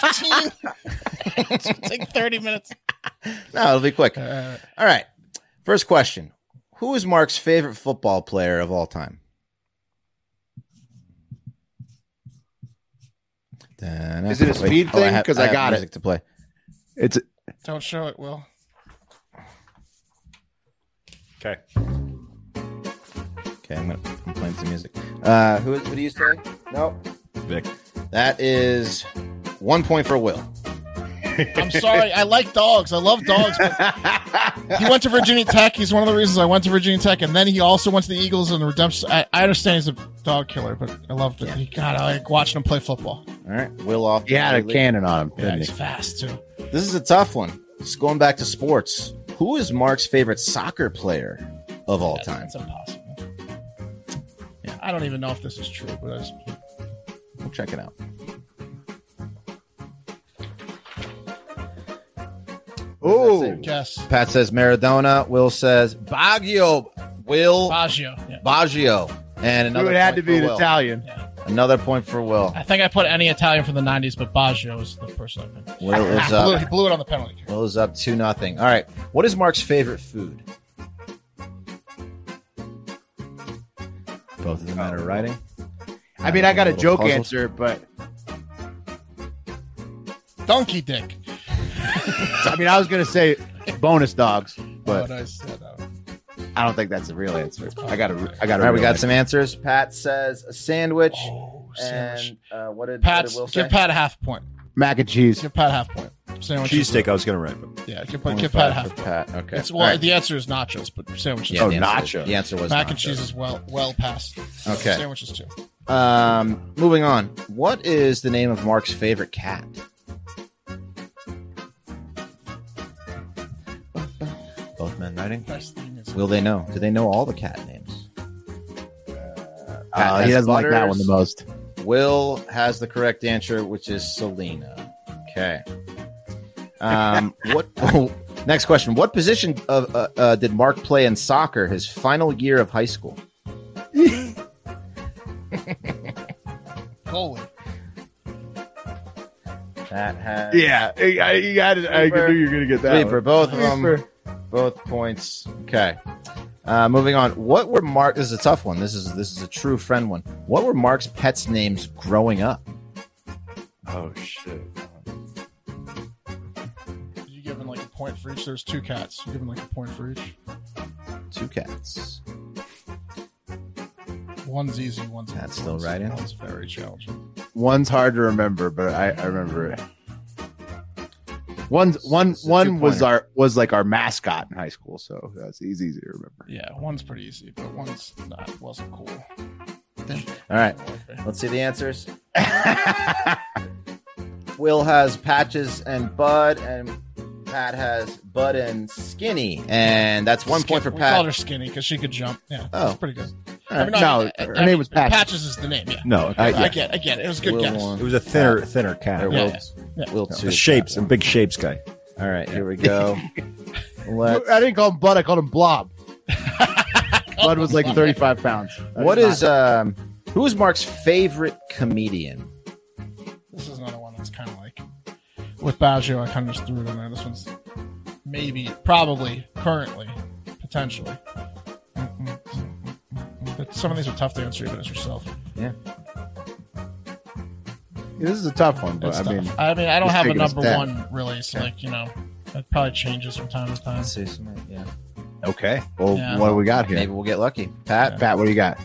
Speaker 1: 15. it's going to take 30 minutes.
Speaker 3: no, it'll be quick. All
Speaker 1: Uh,
Speaker 3: right. First question: Who is Mark's favorite football player of all time?
Speaker 2: Is it a speed
Speaker 3: Oh,
Speaker 2: thing? 'Cause I got it.
Speaker 3: music to play.
Speaker 2: It's
Speaker 1: don't show it, Will.
Speaker 4: Okay.
Speaker 3: Okay, I'm, gonna, I'm playing some music. Uh, who, who do you say? Nope.
Speaker 4: Vic.
Speaker 3: That is one point for Will.
Speaker 1: I'm sorry. I like dogs. I love dogs. But he went to Virginia Tech. He's one of the reasons I went to Virginia Tech, and then he also went to the Eagles and the Redemption. I, I understand he's a dog killer, but I love that. God, I like watching him play football.
Speaker 3: All right, Will off.
Speaker 2: he had a cannon on him.
Speaker 1: Yeah,
Speaker 2: didn't
Speaker 1: he's
Speaker 2: he?
Speaker 1: fast too.
Speaker 3: This is a tough one. Just going back to sports. Who is Mark's favorite soccer player of all
Speaker 1: That's,
Speaker 3: time?
Speaker 1: that's impossible. I don't even know if this is true, but I just,
Speaker 3: We'll check it out.
Speaker 2: Oh,
Speaker 1: guess
Speaker 3: Pat says Maradona. Will says Baggio. Will
Speaker 1: Baggio. Yeah.
Speaker 3: Baggio. And
Speaker 2: it
Speaker 3: another
Speaker 2: would have
Speaker 3: point
Speaker 2: to be
Speaker 3: for
Speaker 2: an
Speaker 3: Will.
Speaker 2: Italian.
Speaker 3: Another point for Will.
Speaker 1: I think I put any Italian from the '90s, but Baggio is the person I picked.
Speaker 3: Will is
Speaker 2: uh,
Speaker 1: Blew, he
Speaker 3: up.
Speaker 1: blew it on the penalty. kick.
Speaker 3: Will is up two nothing. All right. What is Mark's favorite food? Both of them out of writing.
Speaker 2: Oh. I mean, I got a
Speaker 3: Little
Speaker 2: joke
Speaker 3: puzzles.
Speaker 2: answer, but
Speaker 1: Donkey dick.
Speaker 2: I mean, I was gonna say bonus dogs,
Speaker 1: But
Speaker 2: but
Speaker 1: I said, uh,
Speaker 4: I don't think that's the real answer.
Speaker 1: Oh,
Speaker 4: I got to. I got
Speaker 2: All
Speaker 4: to.
Speaker 2: right, we got some answers. Pat says a sandwich. Oh,
Speaker 1: sandwich.
Speaker 2: And uh, what did
Speaker 1: Pat,
Speaker 2: what did Will say?
Speaker 1: give Pat a half point.
Speaker 4: mac and cheese.
Speaker 1: Give Pat a half point. Sandwich.
Speaker 11: Cheesesteak, I was going to write. but-
Speaker 1: Yeah, give, give Pat a
Speaker 2: 25
Speaker 1: half.
Speaker 2: for Pat. Okay.
Speaker 1: It's,
Speaker 2: All
Speaker 1: well,
Speaker 2: right.
Speaker 1: the answer is nachos, but sandwiches.
Speaker 2: Yeah,
Speaker 4: Oh,
Speaker 2: the answer-
Speaker 4: nacho.
Speaker 2: The answer was
Speaker 1: mac and
Speaker 2: nacho.
Speaker 1: cheese is well well past.
Speaker 2: Okay.
Speaker 1: Sandwiches too.
Speaker 2: Um, moving on. What is the name of Mark's favorite cat? Both men writing.
Speaker 1: Best thing is
Speaker 2: Will they know? Do they know all the cat names?
Speaker 4: Uh, he doesn't like that one the most.
Speaker 2: most. Will has the correct answer, which is Selena. Okay. Um, what? next question. What position of, uh, uh, did Mark play in soccer his final year of high school?
Speaker 1: goalie.
Speaker 2: That has
Speaker 4: Yeah, I, I, you got it. I
Speaker 2: Sleeper.
Speaker 4: knew you were gonna get that.
Speaker 2: Sleeper,
Speaker 4: one.
Speaker 2: both of 'em.
Speaker 4: Sleeper.
Speaker 2: both points. Okay. Uh, moving on. What were Mark? This is a tough one. This is this is a true friend one. What were Mark's pets' names growing up?
Speaker 4: Oh shit.
Speaker 1: You give him like a point for each. There's two cats. You give him like a point for each.
Speaker 2: Two cats.
Speaker 1: One's easy. One's
Speaker 2: That's still
Speaker 1: one's-
Speaker 2: right in.
Speaker 1: One's very challenging.
Speaker 4: One's hard to remember, but I, I remember it. One's, one
Speaker 2: It's a
Speaker 4: one was
Speaker 2: two-pointer.
Speaker 4: our was like our mascot in high school, so that's easy to remember.
Speaker 1: Yeah, one's pretty easy, but one's not. Wasn't cool.
Speaker 2: All right.
Speaker 1: Okay.
Speaker 2: Let's see the answers. Will has patches and Bud, and Pat has Bud and Skinny, and that's one point for
Speaker 1: Skin- We called her
Speaker 2: Pat.
Speaker 1: skinny because she could jump. Yeah,
Speaker 2: Oh.
Speaker 1: that's pretty good.
Speaker 4: All right, no, her name was Patch.
Speaker 1: Patches is the name. Yeah.
Speaker 11: No,
Speaker 4: Uh, yeah.
Speaker 1: I get. I get. It It was a good
Speaker 2: Will
Speaker 1: guess.
Speaker 2: one.
Speaker 11: it was a thinner, thinner cat.
Speaker 2: Or
Speaker 1: Yeah.
Speaker 2: Will,
Speaker 1: Yeah.
Speaker 2: Will two.
Speaker 11: The shapes, a big shapes guy.
Speaker 2: All right, here we go. Let's
Speaker 4: I didn't call him Bud. I called him Blob. Bud was like thirty five pounds. That
Speaker 2: What
Speaker 4: not-
Speaker 2: is um who is Mark's favorite comedian?
Speaker 1: This is another one that's kind of like with Baggio. I kind of just threw it in there. This one's maybe, probably, currently, potentially. Mm, But some of these are tough to answer even as yourself.
Speaker 4: this is a tough one, but
Speaker 1: It's
Speaker 4: I
Speaker 1: tough.
Speaker 4: mean,
Speaker 1: I mean, I don't
Speaker 4: just
Speaker 1: have a
Speaker 4: thinking it's
Speaker 1: number
Speaker 4: bad.
Speaker 1: one really. So like you know, it probably changes from time to time.
Speaker 2: see something. Yeah.
Speaker 4: okay. Well,
Speaker 1: Yeah.
Speaker 4: what do we got
Speaker 2: Maybe
Speaker 4: here?
Speaker 2: we'll get lucky. Pat,
Speaker 4: Pat, what do you got?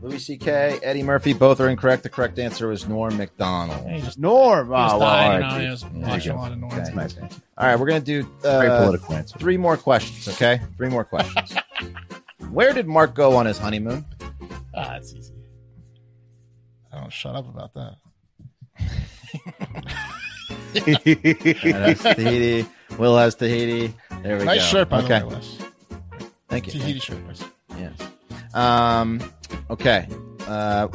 Speaker 2: Louis C.K., Eddie Murphy, both are incorrect. The correct answer was Norm
Speaker 1: Hey,
Speaker 2: McDonald.
Speaker 1: just
Speaker 4: Norm. Oh,
Speaker 2: Ah,
Speaker 1: he was
Speaker 4: well, all
Speaker 1: dying,
Speaker 4: right.
Speaker 1: you know, he was
Speaker 2: you
Speaker 1: watching a
Speaker 2: go.
Speaker 1: lot of noise.
Speaker 2: Okay.
Speaker 4: That's nice. answer.
Speaker 2: All right, we're gonna do
Speaker 4: Very
Speaker 2: uh,
Speaker 4: political answer.
Speaker 2: three more questions, okay? Three more questions. Where did Mark go on his honeymoon?
Speaker 1: Ah, it's easy. I don't shut up about that.
Speaker 2: Yeah, that's Tahiti. Will has Tahiti. There we go.
Speaker 1: Nice shirt, by
Speaker 2: okay.
Speaker 1: the way, Wes.
Speaker 2: Thank you.
Speaker 1: Tahiti shirt, Wes.
Speaker 2: Yes. Um, okay. Uh,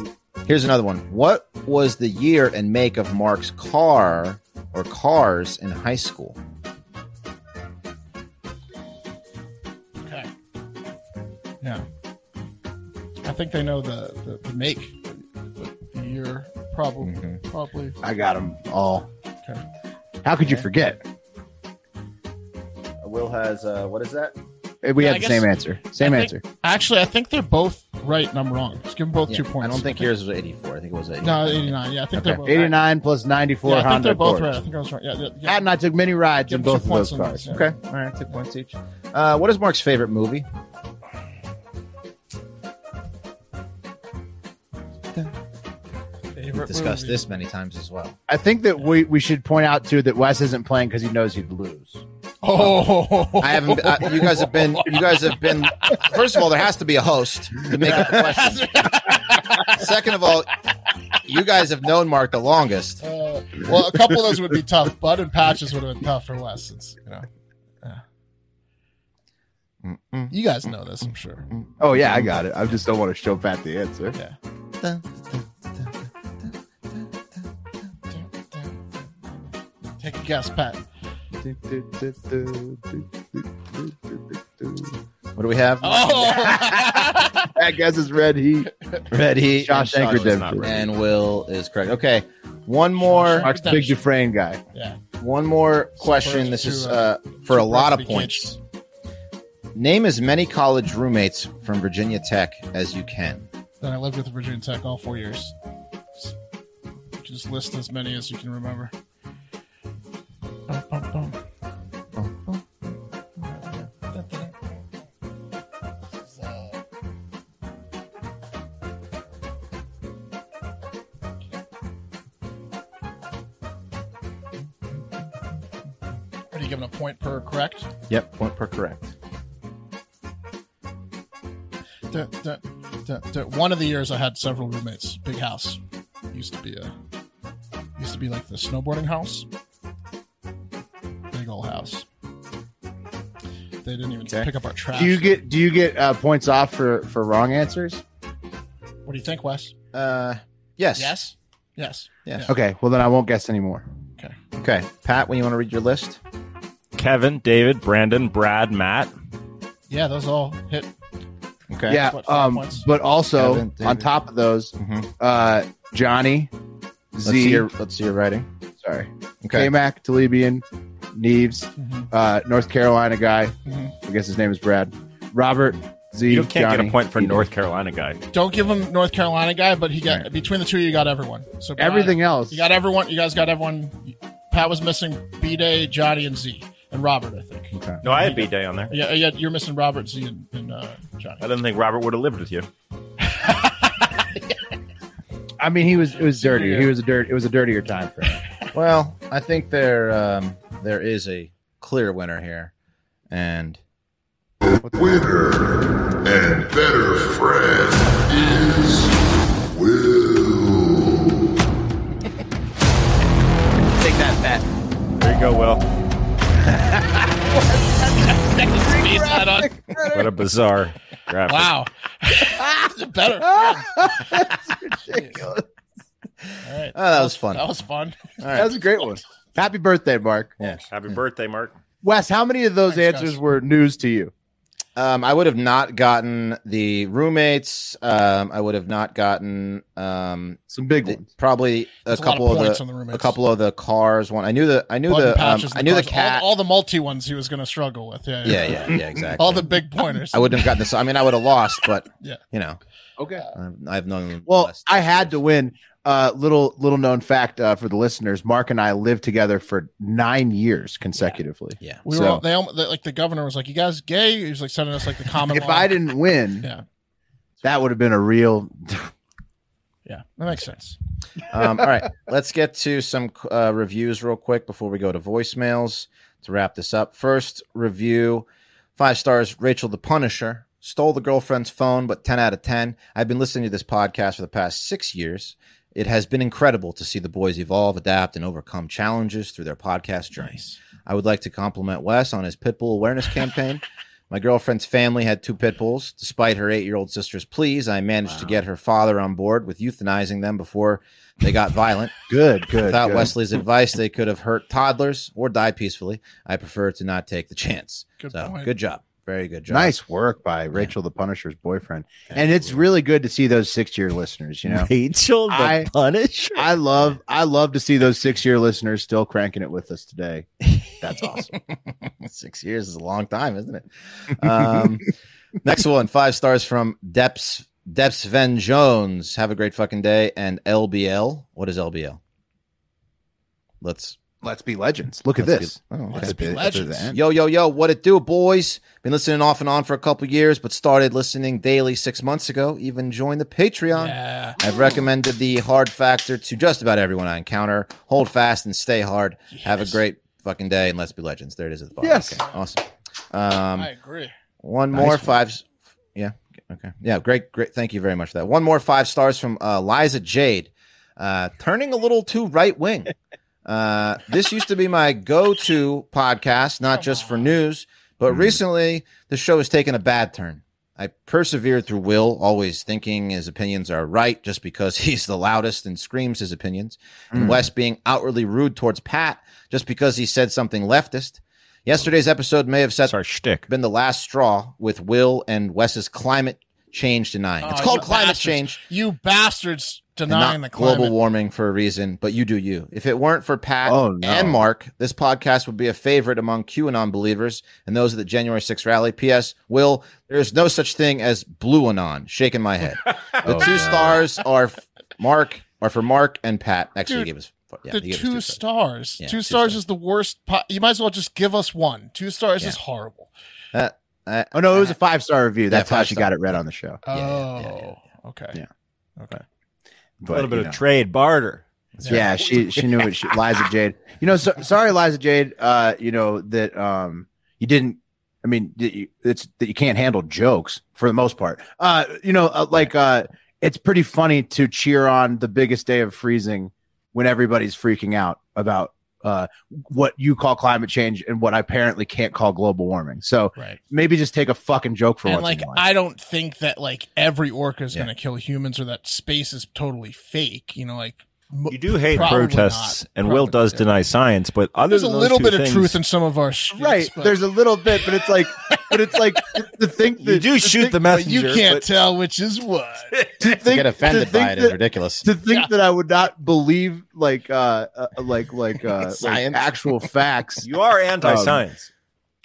Speaker 2: here's another one. What was the year and make of Mark's car or cars in high school?
Speaker 1: Okay. Yeah. I think they know the, the, the make, the year, probably.
Speaker 2: Mm-hmm.
Speaker 1: Probably.
Speaker 4: I got them all.
Speaker 1: Okay.
Speaker 4: How could you forget?
Speaker 2: Will has uh, what is that?
Speaker 4: We
Speaker 1: Yeah,
Speaker 4: had
Speaker 1: I
Speaker 4: the same
Speaker 1: guess-
Speaker 4: answer. Same
Speaker 1: I
Speaker 4: answer.
Speaker 1: think- Actually, I think they're both right and I'm wrong. Just give them both two points.
Speaker 2: I don't think yours was 84. I think it was 84.
Speaker 1: No, 89. Yeah, I think they're both
Speaker 4: Eighty nine plus ninety
Speaker 1: Right.
Speaker 4: four
Speaker 1: Yeah, I think
Speaker 4: Honda
Speaker 1: they're both
Speaker 4: Accord.
Speaker 1: right. I think I was right. Yeah, yeah, yeah.
Speaker 4: Pat and I took many rides
Speaker 1: Give
Speaker 4: in
Speaker 1: them
Speaker 4: both
Speaker 1: two
Speaker 4: of those
Speaker 1: points
Speaker 4: cars.
Speaker 1: on
Speaker 2: Okay. All right. Two points each. Uh, what is Mark's favorite movie?
Speaker 1: Favorite
Speaker 2: We've discussed
Speaker 1: movie.
Speaker 2: this many times as well.
Speaker 4: I think that we, we should point out too that Wes isn't playing because he knows he'd lose.
Speaker 1: Oh,
Speaker 2: I haven't. I, you guys have been. You guys have been. First of all, there has to be a host to make up the question. Second of all, you guys have known Mark the longest.
Speaker 1: Uh, well, a couple of those would be tough. Bud and Patches would have been tough for Wes. Since, you know,
Speaker 2: Mm-mm.
Speaker 1: you guys know this, I'm sure.
Speaker 4: Oh yeah, I got it. I just don't want to show Pat the answer.
Speaker 1: Yeah. Take a guess, Pat.
Speaker 2: What do we have?
Speaker 1: Oh,
Speaker 4: That guess is red heat.
Speaker 2: Red Heat,
Speaker 4: Shawshank
Speaker 2: and
Speaker 4: Redemption.
Speaker 2: and Will is correct. Okay, one more,
Speaker 4: Mark's big Dufresne guy.
Speaker 1: yeah.
Speaker 2: one more
Speaker 1: First
Speaker 2: question. This is
Speaker 1: two,
Speaker 2: uh,
Speaker 1: uh,
Speaker 2: for a
Speaker 1: two
Speaker 2: lot of
Speaker 1: birthday
Speaker 2: points. Name as many college roommates from Virginia Tech as you can.
Speaker 1: Then I lived with Virginia Tech all four years. Just list as many as you can remember. Bum, bum, bum. What are you giving a point per correct?
Speaker 2: Yep, point per correct.
Speaker 1: Dun, dun, dun, dun. One of the years I had several roommates. Big house. Used to be a used to be like the snowboarding house. Big old house. They didn't even
Speaker 5: Okay.
Speaker 1: pick up our trash.
Speaker 5: Do you get do you get uh, points off for for wrong answers?
Speaker 1: what do you think, Wes?
Speaker 2: Uh, yes.
Speaker 1: Yes. Yes.
Speaker 2: Yes.
Speaker 1: Yeah.
Speaker 5: Okay, well then I won't guess anymore.
Speaker 1: Okay.
Speaker 2: Okay, Pat, when you want to read your list,
Speaker 4: Kevin, David, Brandon, Brad, Matt.
Speaker 1: Yeah, those all hit.
Speaker 2: okay.
Speaker 5: Yeah,
Speaker 1: What, five
Speaker 5: um,
Speaker 1: points?
Speaker 5: but also
Speaker 2: Kevin, David.
Speaker 5: on top of those,
Speaker 2: Mhm.
Speaker 5: uh, Johnny,
Speaker 2: Let's see
Speaker 5: Z,
Speaker 2: your let's see your writing.
Speaker 5: sorry,
Speaker 2: Okay, Mm-hmm.
Speaker 5: K-Mac, Talibian, Neves,
Speaker 1: Mhm.
Speaker 5: uh, North Carolina guy.
Speaker 1: Mhm.
Speaker 5: I guess his name is Brad. Robert Z.
Speaker 4: You don't- can't
Speaker 5: Johnny,
Speaker 4: get a point for
Speaker 5: Ethan.
Speaker 4: North Carolina guy.
Speaker 1: Don't give him North Carolina guy, but he got between the two. You got everyone. So Brian,
Speaker 5: Everything else.
Speaker 1: You got everyone. You guys got everyone. Pat was missing B Day, Johnny, and Z, and Robert. I think.
Speaker 4: No, I had B Day on there.
Speaker 1: Yeah, yeah. You're missing Robert, Z, and, and uh, Johnny.
Speaker 4: I didn't think Robert would have lived with you.
Speaker 5: I mean, he was it was dirty. He was a dirt. It was a dirtier time for him.
Speaker 2: well, I think there um, there is a clear winner here, and
Speaker 12: Winner and better friend is Will.
Speaker 2: take that, Pat.
Speaker 4: There you go, Will.
Speaker 1: Sneeze that on.
Speaker 4: What a bizarre graphic.
Speaker 1: Wow. Better.
Speaker 5: ridiculous.
Speaker 1: All right.
Speaker 2: Oh, that was fun.
Speaker 1: That was fun.
Speaker 2: All
Speaker 5: That
Speaker 2: right.
Speaker 5: was a great one. Happy birthday, Mark.
Speaker 2: Yeah.
Speaker 4: Happy birthday, Mark.
Speaker 5: Wes, how many of those
Speaker 1: Thanks,
Speaker 5: answers
Speaker 1: guys.
Speaker 5: were news to you?
Speaker 2: Um, I would have not gotten the roommates. Um, I would have not gotten um,
Speaker 5: Some big
Speaker 2: the-
Speaker 5: ones.
Speaker 2: probably a
Speaker 1: There's a lot
Speaker 2: couple
Speaker 1: of
Speaker 2: of,
Speaker 1: points
Speaker 2: the,
Speaker 1: on the roommates.
Speaker 2: a couple of the cars. One, I knew the I knew
Speaker 1: Button
Speaker 2: the um,
Speaker 1: patches and
Speaker 2: I knew the
Speaker 1: cars.
Speaker 2: cat.
Speaker 1: All, all the multi ones he was going to struggle with. Yeah.
Speaker 2: yeah, yeah, yeah, exactly.
Speaker 1: All the big pointers.
Speaker 2: I wouldn't have gotten this. I mean, I would have lost, but
Speaker 1: Yeah.
Speaker 2: you know,
Speaker 5: Okay.
Speaker 2: I- I've known.
Speaker 5: Well,
Speaker 2: less-
Speaker 5: I had to win. Uh, little little known fact uh, for the listeners: Mark and I lived together for nine years consecutively.
Speaker 2: Yeah.
Speaker 1: We were
Speaker 5: So-
Speaker 1: all, they almost, like the governor was like, "You guys gay?" He was like sending us like the common.
Speaker 5: If
Speaker 1: law.
Speaker 5: I didn't win,
Speaker 1: Yeah.
Speaker 5: that would have been a real.
Speaker 1: yeah, that makes sense.
Speaker 2: Um, all right, let's get to some uh, reviews real quick before we go to voicemails to wrap this up. First review, five stars. Rachel the Punisher stole the girlfriend's phone, but ten out of ten. I've been listening to this podcast for the past six years. It has been incredible to see the boys evolve, adapt, and overcome challenges through their podcast journey. I would like to compliment Wes on his pit bull awareness campaign. My girlfriend's family had two pit bulls. Despite her eight year old sister's pleas, I managed to get her father on board with euthanizing them before they got violent.
Speaker 5: Good, good.
Speaker 2: Without
Speaker 5: good.
Speaker 2: Wesley's advice, they could have hurt toddlers or die peacefully. I prefer to not take the chance.
Speaker 1: Good
Speaker 2: so,
Speaker 1: point.
Speaker 2: good job. Very good job.
Speaker 5: Nice work by Rachel the Punisher's boyfriend. And it's really good to see those six year listeners, you know.
Speaker 4: Rachel
Speaker 5: the I-
Speaker 4: Punisher.
Speaker 5: I love I love to see those six year listeners still cranking it with us today. That's awesome.
Speaker 2: Six years is a long time, isn't it? Um, next one, five stars from Deps Deps Van Jones. Have a great fucking day. And LBL. What is LBL? Let's
Speaker 5: Let's be legends. Look at
Speaker 2: Let's
Speaker 5: this.
Speaker 2: be- oh, okay.
Speaker 5: That's
Speaker 1: Let's be
Speaker 5: the- that's
Speaker 1: legends.
Speaker 5: the end.
Speaker 2: Yo, yo, yo, what it do, boys? Been listening off and on for a couple years, but started listening daily six months ago. Even joined the Patreon.
Speaker 1: Yeah,
Speaker 2: I've recommended the hard factor to just about everyone I encounter. Hold fast and stay hard. Have a
Speaker 1: Yes.
Speaker 2: great fucking day and let's be legends. There it is at the bottom.
Speaker 5: Yes.
Speaker 2: Okay, awesome. Um,
Speaker 1: I agree.
Speaker 2: one
Speaker 5: Nice
Speaker 2: more
Speaker 5: one.
Speaker 2: five. s- Yeah. Okay. Yeah. Great. Great. Thank you very much for that. One more five stars from uh, Liza Jade. Uh, turning a little too right wing. Uh, this used to be my go to podcast, not just for news, but
Speaker 5: Mm-hmm.
Speaker 2: recently the show has taken a bad turn. I persevered through Will, always thinking his opinions are right just because he's the loudest and screams his opinions,
Speaker 5: Mm.
Speaker 2: and Wes being outwardly rude towards Pat just because he said something leftist. Yesterday's episode may have set
Speaker 4: That's our shtick.
Speaker 2: been the last straw with Will and Wes's climate change denying. it's
Speaker 1: Oh,
Speaker 2: called
Speaker 1: you
Speaker 2: climate
Speaker 1: bastards.
Speaker 2: change,
Speaker 1: You bastards
Speaker 2: and
Speaker 1: denying the
Speaker 2: not
Speaker 1: climate.
Speaker 2: global warming for a reason, but you do you. If it weren't for Pat
Speaker 5: Oh, no.
Speaker 2: and Mark, this podcast would be a favorite among QAnon believers and those at the January 6th rally. P.S. Will, there's no such thing as blue anon. Shaking my head. The
Speaker 5: Oh,
Speaker 2: two
Speaker 5: no.
Speaker 2: stars are f- Mark are for Mark and Pat. Actually,
Speaker 1: Dude,
Speaker 2: he gave us yeah,
Speaker 1: the
Speaker 2: he gave us
Speaker 1: two
Speaker 2: stars.
Speaker 1: stars.
Speaker 2: Yeah,
Speaker 1: two
Speaker 2: two
Speaker 1: stars
Speaker 2: stars.
Speaker 1: is the worst. Po- you might as well just give us one. Two stars
Speaker 2: Yeah.
Speaker 1: is horrible.
Speaker 2: Uh,
Speaker 5: Oh no, it was a five star review. That's how
Speaker 2: five
Speaker 5: she
Speaker 2: star.
Speaker 5: got it read on the show.
Speaker 1: Oh,
Speaker 2: Yeah, yeah, yeah, yeah,
Speaker 1: okay.
Speaker 5: Yeah.
Speaker 1: Okay.
Speaker 4: a little
Speaker 5: But,
Speaker 4: bit
Speaker 5: you
Speaker 4: of
Speaker 5: know.
Speaker 4: trade barter.
Speaker 2: Yeah, she she knew it. She, Liza Jade. You know, so, sorry, Liza Jade. Uh, you know that um you didn't. I mean, that you, it's that you can't handle jokes for the most part. Uh, you know, uh, like uh, it's pretty funny to cheer on the biggest day of freezing when everybody's freaking out about uh what you call climate change and what I apparently can't call global warming. So
Speaker 1: Right.
Speaker 2: maybe just take a fucking joke for
Speaker 1: and
Speaker 2: once.
Speaker 1: like
Speaker 2: in your life.
Speaker 1: I don't think that like every orca is going to kill humans or that space is totally fake. You know, like mo-
Speaker 4: You do hate
Speaker 1: probably
Speaker 4: protests,
Speaker 1: not.
Speaker 4: and Will
Speaker 1: Probably
Speaker 4: does
Speaker 1: not.
Speaker 4: deny science, but other
Speaker 1: There's a
Speaker 4: than
Speaker 1: little bit of truth
Speaker 4: and
Speaker 1: in some of our shits,
Speaker 2: right
Speaker 1: but-
Speaker 2: there's a little bit but it's like but it's like the- the thing that
Speaker 4: you do shoot
Speaker 2: thing-
Speaker 4: the
Speaker 1: but
Speaker 4: messenger.
Speaker 1: you can't
Speaker 4: but-
Speaker 1: tell which is what.
Speaker 2: to think,
Speaker 3: To get offended
Speaker 2: to think
Speaker 3: by it is
Speaker 2: that-
Speaker 3: ridiculous.
Speaker 2: to think that I would not believe like uh, uh like like uh like
Speaker 3: Science.
Speaker 2: actual facts.
Speaker 4: you are anti-science.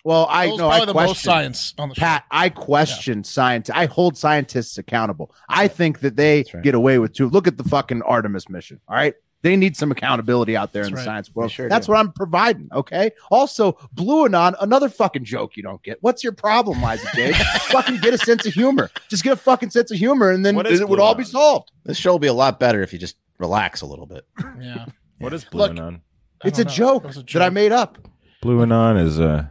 Speaker 2: Well, I
Speaker 1: Will's
Speaker 2: know
Speaker 1: probably
Speaker 2: I
Speaker 1: the
Speaker 2: question
Speaker 1: most science on the show.
Speaker 2: Pat. I question science. I hold scientists accountable. I think that they
Speaker 3: That's right.
Speaker 2: get away with too. Look at the fucking Artemis mission. All right. They need some accountability out there in the
Speaker 1: That's right.
Speaker 2: science world.
Speaker 3: They sure
Speaker 2: That's
Speaker 3: do.
Speaker 2: what I'm providing. Okay. Also, Blue Anon, another fucking joke you don't get. What's your problem, Liza Jade? fucking get a sense of humor. Just get a fucking sense of humor, and then
Speaker 4: What is
Speaker 2: it would
Speaker 4: Blue
Speaker 2: all be
Speaker 4: Anon?
Speaker 2: solved.
Speaker 3: This show will be a lot better if you just relax a little bit.
Speaker 1: Yeah.
Speaker 4: What is
Speaker 1: Look-
Speaker 4: blue anon?
Speaker 1: I
Speaker 2: It's a
Speaker 1: don't know.
Speaker 2: joke,
Speaker 1: It was a
Speaker 2: that I
Speaker 1: joke.
Speaker 2: made up.
Speaker 4: Blue anon is a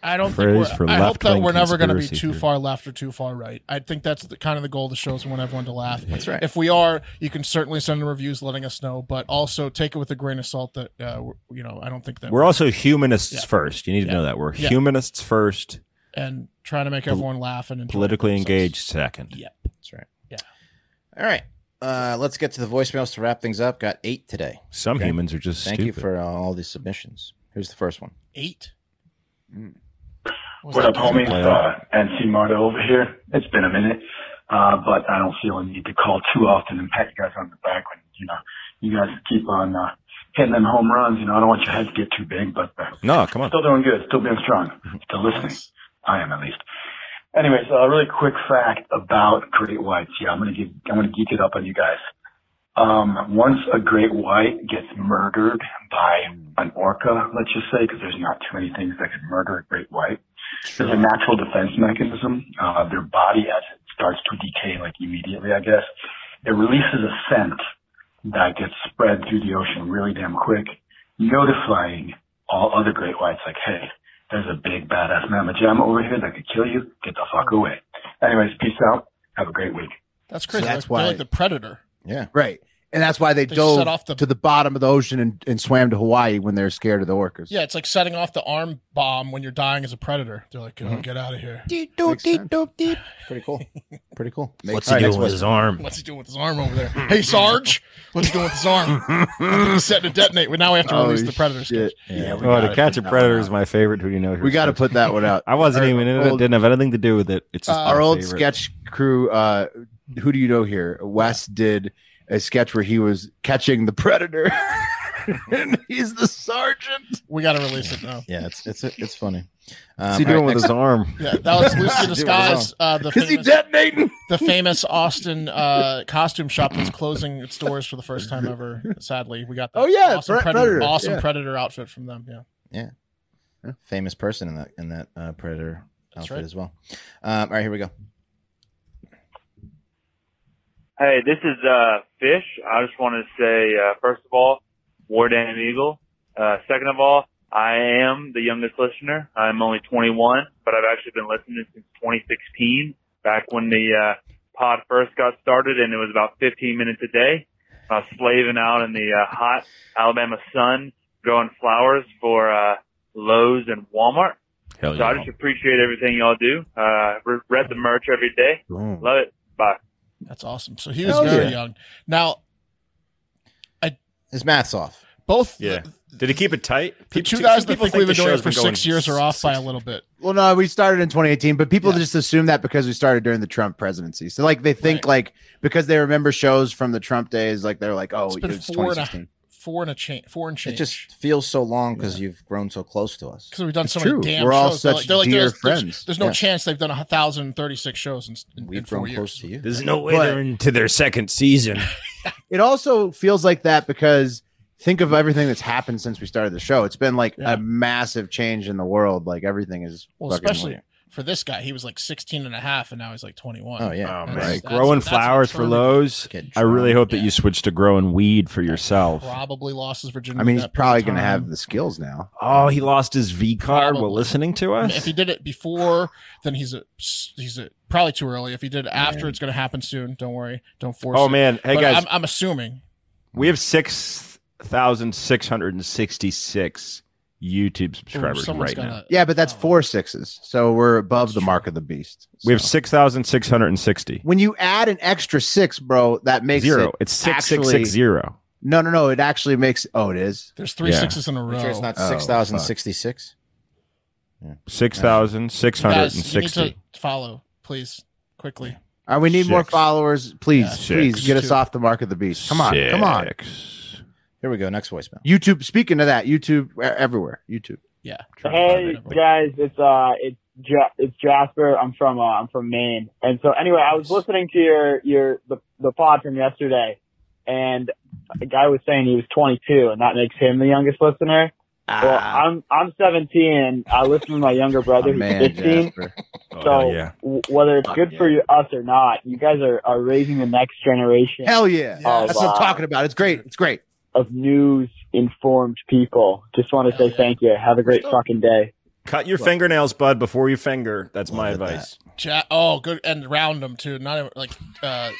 Speaker 1: I don't think
Speaker 4: Phrase
Speaker 1: we're,
Speaker 4: for
Speaker 1: I hope that
Speaker 4: left-wing
Speaker 1: we're never going to be
Speaker 4: conspiracy
Speaker 1: too
Speaker 4: theory.
Speaker 1: far left or too far right. I think that's the, kind of the goal of the show is we want everyone to laugh. That's
Speaker 3: right.
Speaker 1: If we are, you can certainly send in reviews letting us know, but also take it with a grain of salt that uh, we're- you know I don't think that
Speaker 4: We're also humanists
Speaker 1: Yeah.
Speaker 4: first. You need to
Speaker 1: Yeah.
Speaker 4: know that we're
Speaker 1: Yeah.
Speaker 4: humanists first,
Speaker 1: and trying to make everyone laugh and enjoy
Speaker 4: politically
Speaker 1: themselves.
Speaker 4: engaged second.
Speaker 1: Yeah.
Speaker 3: That's right.
Speaker 1: Yeah.
Speaker 3: All right. Uh, let's get to the voicemails to wrap things up. Got eight today.
Speaker 4: Some
Speaker 3: Okay.
Speaker 4: humans are just
Speaker 3: Thank
Speaker 4: stupid.
Speaker 3: you for uh, all these submissions. Here's the first one.
Speaker 1: Eight. Was
Speaker 13: What
Speaker 1: that
Speaker 13: up, homie?
Speaker 1: Tom?
Speaker 13: Uh, NC Marta over here. It's been a minute, uh, but I don't feel a need to call too often and pat you guys on the back when you know you guys keep on uh, hitting them home runs. You know, I don't want your heads to get too big, but uh,
Speaker 4: No, come on. Mm-hmm.
Speaker 13: still doing good, still being strong, still listening. I am at least. Anyways, a really quick fact about great whites. Yeah, I'm gonna give, I'm gonna geek it up on you guys. Um, once a great white gets murdered by an orca, let's just say, because there's not too many things that could murder a great white. There's a natural defense mechanism. Uh, their body, as it starts to decay, like immediately, I guess, it releases a scent that gets spread through the ocean really damn quick, notifying all other great whites, like, hey, there's a big badass mamma jamma over here that could kill you. Get the fuck away. Anyways, peace out. Have a great week.
Speaker 1: That's crazy.
Speaker 2: that's
Speaker 1: They're like- they're
Speaker 2: why-
Speaker 1: like the predator.
Speaker 3: Yeah.
Speaker 2: Right. And that's why they,
Speaker 1: They
Speaker 2: dove
Speaker 1: set off the-
Speaker 2: to the bottom of the ocean and, and swam to Hawaii when they're scared of the orcas.
Speaker 1: Yeah, it's like setting off the arm bomb when you're dying as a predator. They're like, oh,
Speaker 2: Mm-hmm.
Speaker 1: get out of here.
Speaker 2: Makes sense.
Speaker 3: Pretty cool. Pretty cool.
Speaker 4: What's
Speaker 3: All
Speaker 4: he
Speaker 3: right, next
Speaker 4: doing with his arm?
Speaker 1: What's he doing with his arm over there? Hey Sarge, what's he doing with his arm? I think He's setting to detonate. Well, now we have to release
Speaker 2: Holy
Speaker 1: the predator
Speaker 2: shit.
Speaker 1: sketch.
Speaker 2: Yeah, we
Speaker 4: Oh,
Speaker 2: gotta
Speaker 4: to catch a
Speaker 2: put that
Speaker 4: predator
Speaker 2: one
Speaker 4: is
Speaker 2: out.
Speaker 4: my favorite. Who do you know?
Speaker 2: We got to put that one out.
Speaker 4: I wasn't even in it.
Speaker 2: Old-
Speaker 4: It didn't have anything to do with it. It's just
Speaker 1: Uh,
Speaker 4: my
Speaker 2: Our old
Speaker 4: favorite.
Speaker 2: sketch crew, uh, who do you know here? Wes did a sketch where he was catching the predator, and he's the sergeant.
Speaker 1: We got to release it now.
Speaker 3: Yeah, it's it's it's funny.
Speaker 4: What's
Speaker 3: Um,
Speaker 4: he
Speaker 3: all right,
Speaker 4: doing with
Speaker 3: next-
Speaker 4: his arm?
Speaker 1: Yeah, that was loosely
Speaker 3: Dude,
Speaker 1: disguised. Uh, the
Speaker 2: Is he
Speaker 1: famous,
Speaker 2: detonating?
Speaker 1: the famous Austin uh, costume shop that's closing its doors for the first time ever. Sadly, we got that.
Speaker 2: Oh, yeah,
Speaker 1: awesome
Speaker 2: Pre-
Speaker 1: predator,
Speaker 2: Predator,
Speaker 1: awesome
Speaker 2: yeah.
Speaker 1: predator outfit from them. Yeah,
Speaker 3: famous person in that in that uh, predator
Speaker 1: That's
Speaker 3: outfit
Speaker 1: right.
Speaker 3: as well. Um, all right, here we go.
Speaker 14: Hey, this is uh, Fish. I just want to say, uh, first of all, War Damn Eagle. Uh, second of all, I am the youngest listener. I'm only 21, but I've actually been listening since 2016, back when the uh, pod first got started, and it was about 15 minutes a day. I was slaving out in the uh, hot Alabama sun, growing flowers for uh, Lowe's and Walmart.
Speaker 10: Oh,
Speaker 4: Hell
Speaker 14: So I just appreciate everything y'all do. Uh, re- read the merch every day. Love it. Bye.
Speaker 1: that's awesome. So he was
Speaker 2: Hell
Speaker 1: very
Speaker 2: yeah.
Speaker 1: young. Now,
Speaker 3: His math's off.
Speaker 1: both
Speaker 4: Yeah.
Speaker 1: the,
Speaker 4: Did he keep it tight?
Speaker 1: the
Speaker 4: People-
Speaker 1: two guys that
Speaker 4: people
Speaker 1: think we've been
Speaker 4: the
Speaker 1: doing it
Speaker 4: show's
Speaker 1: for
Speaker 4: going
Speaker 1: six years are off by a
Speaker 4: six-
Speaker 1: little bit.
Speaker 2: Well, no, we started in 2018, but people
Speaker 1: Yeah.
Speaker 2: just assume that because we started during the Trump presidency. So, like, they think
Speaker 1: Right.
Speaker 2: like because they remember shows from the Trump days, like they're like, oh,
Speaker 1: It's
Speaker 2: it's
Speaker 1: been four and
Speaker 2: 2016.
Speaker 1: a four and a chain, four and change.
Speaker 3: It just feels so long because you've grown so close to us.
Speaker 1: because we've done
Speaker 2: It's
Speaker 1: so
Speaker 2: true.
Speaker 1: many damn
Speaker 2: We're all
Speaker 1: shows. They're
Speaker 2: such
Speaker 1: like- they're like,
Speaker 2: dear
Speaker 1: there's, there's-
Speaker 2: friends.
Speaker 1: There's, no
Speaker 3: Yeah.
Speaker 1: chance they've done a thousand and thirty-six shows in, in, in
Speaker 3: We've
Speaker 1: four
Speaker 3: grown
Speaker 1: years.
Speaker 3: close to you.
Speaker 4: There's no way
Speaker 2: But-
Speaker 4: they're into their second season.
Speaker 2: it also feels like that because think of everything that's happened since we started the show. It's been like
Speaker 1: Yeah.
Speaker 2: a massive change in the world. Like everything is
Speaker 1: Well,
Speaker 2: fucking
Speaker 1: especially
Speaker 2: weird.
Speaker 1: for this guy. He was like 16 and a half, and now he's like 21.
Speaker 3: Oh, yeah.
Speaker 4: Oh, man.
Speaker 1: That's- that's-
Speaker 4: growing
Speaker 1: that's
Speaker 4: flowers for
Speaker 1: further-
Speaker 4: Lowe's. I really hope that you switch to growing weed for yourself.
Speaker 1: Probably lost his virginity.
Speaker 2: I mean,
Speaker 1: at
Speaker 2: he's
Speaker 1: that point
Speaker 2: probably
Speaker 1: in
Speaker 2: going to
Speaker 1: time.
Speaker 2: have the skills now.
Speaker 4: Oh, he lost his V card while listening to
Speaker 1: I mean,
Speaker 4: us.
Speaker 1: If he did it before, then he's a he's a probably too early. If he did it after, it's going to happen soon. Don't worry. Don't force.
Speaker 4: Oh,
Speaker 1: it.
Speaker 4: man. Hey,
Speaker 1: But
Speaker 4: guys.
Speaker 1: I'm, I'm assuming.
Speaker 4: We have 6,666 YouTube subscribers
Speaker 1: someone's
Speaker 4: right now.
Speaker 1: gonna-
Speaker 2: Yeah, but that's four sixes, so we're above the mark of the beast.
Speaker 4: We
Speaker 1: uh,
Speaker 4: have 6,660.
Speaker 2: When you add an extra six, bro, that makes
Speaker 4: Zero.
Speaker 2: It
Speaker 4: It's
Speaker 2: actually-
Speaker 4: 6,660.
Speaker 2: No, no, no. It actually makes. Oh, it is.
Speaker 1: There's three
Speaker 4: Yeah.
Speaker 1: sixes in a row.
Speaker 3: Sure it's not
Speaker 2: Oh,
Speaker 3: six thousand sixty-six.
Speaker 1: You guys, you need
Speaker 4: 6,660.
Speaker 1: to follow, please, quickly.
Speaker 2: All right, we need more followers, please.
Speaker 4: Yeah.
Speaker 2: please
Speaker 4: Six.
Speaker 2: get us off the mark of the beast. Come on, come on.
Speaker 3: Here we go. Next voicemail.
Speaker 2: YouTube. Speaking of that, YouTube e- everywhere. YouTube.
Speaker 1: Yeah.
Speaker 15: Hey guys, it's uh, it's ja- it's Jasper. I'm from uh, I'm from Maine, and so anyway, I was listening to your your the the pod from yesterday, and a guy was saying he was 22, and that makes him the youngest listener.
Speaker 4: Ah.
Speaker 15: Well, I'm I'm 17, and I listen to my younger brother who's
Speaker 2: Oh, Man,
Speaker 15: 15.
Speaker 2: Jasper.
Speaker 15: So
Speaker 4: Oh, yeah.
Speaker 15: w- whether it's good for you, us or not, you guys are, are raising the next generation.
Speaker 2: Hell yeah.
Speaker 15: of,
Speaker 2: That's what I'm
Speaker 15: uh,
Speaker 2: talking about. It's great. It's great.
Speaker 15: Of news informed people. Just want to say thank you. Have a great fucking day.
Speaker 4: Cut your fingernails, bud, before you finger. That's my advice.
Speaker 1: Ja- oh, good, and round them too. Not even, like, uh,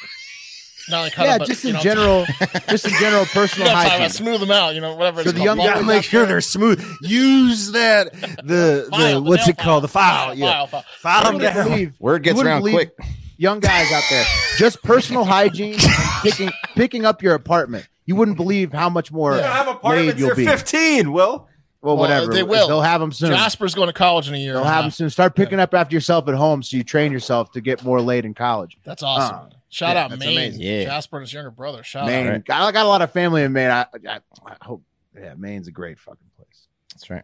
Speaker 1: not like cut
Speaker 2: Yeah,
Speaker 1: them, but,
Speaker 2: just
Speaker 1: you
Speaker 2: in
Speaker 1: know,
Speaker 2: general, just in general
Speaker 1: You
Speaker 2: personal
Speaker 1: know, what I'm talking
Speaker 2: hygiene.
Speaker 1: about, smooth them out. You know, whatever.
Speaker 2: So
Speaker 1: it's called,
Speaker 2: the young
Speaker 1: long
Speaker 2: guys
Speaker 1: them
Speaker 2: make
Speaker 1: out
Speaker 2: sure
Speaker 1: there.
Speaker 2: they're
Speaker 4: smooth. Use that the
Speaker 1: File, the what's nail it called? The file, file, yeah. file, file. File
Speaker 2: You wouldn't
Speaker 1: down.
Speaker 2: believe-
Speaker 3: Word gets
Speaker 2: you wouldn't
Speaker 3: around
Speaker 2: believe Young guys out there, just personal hygiene, and picking picking up your apartment. You wouldn't believe how much more
Speaker 4: You don't have
Speaker 2: laid
Speaker 4: apartments.
Speaker 2: you'll
Speaker 4: You're
Speaker 2: be.
Speaker 4: 15, Will.
Speaker 2: Well, whatever.
Speaker 1: They will.
Speaker 2: They'll have them soon.
Speaker 1: Jasper's going to college in a year.
Speaker 2: They'll
Speaker 1: and a
Speaker 2: have them
Speaker 1: half.
Speaker 2: soon. Start picking up after yourself at home, so you train yourself to get more laid in college.
Speaker 1: That's awesome.
Speaker 2: Uh,
Speaker 1: Shout
Speaker 2: yeah,
Speaker 1: out
Speaker 2: that's
Speaker 1: Maine.
Speaker 2: amazing. Yeah.
Speaker 1: Jasper and his younger brother. Shout
Speaker 2: Maine.
Speaker 1: out.
Speaker 2: I I got a lot of family in Maine. I, I, I hope. Yeah, Maine's a great fucking place.
Speaker 3: That's right.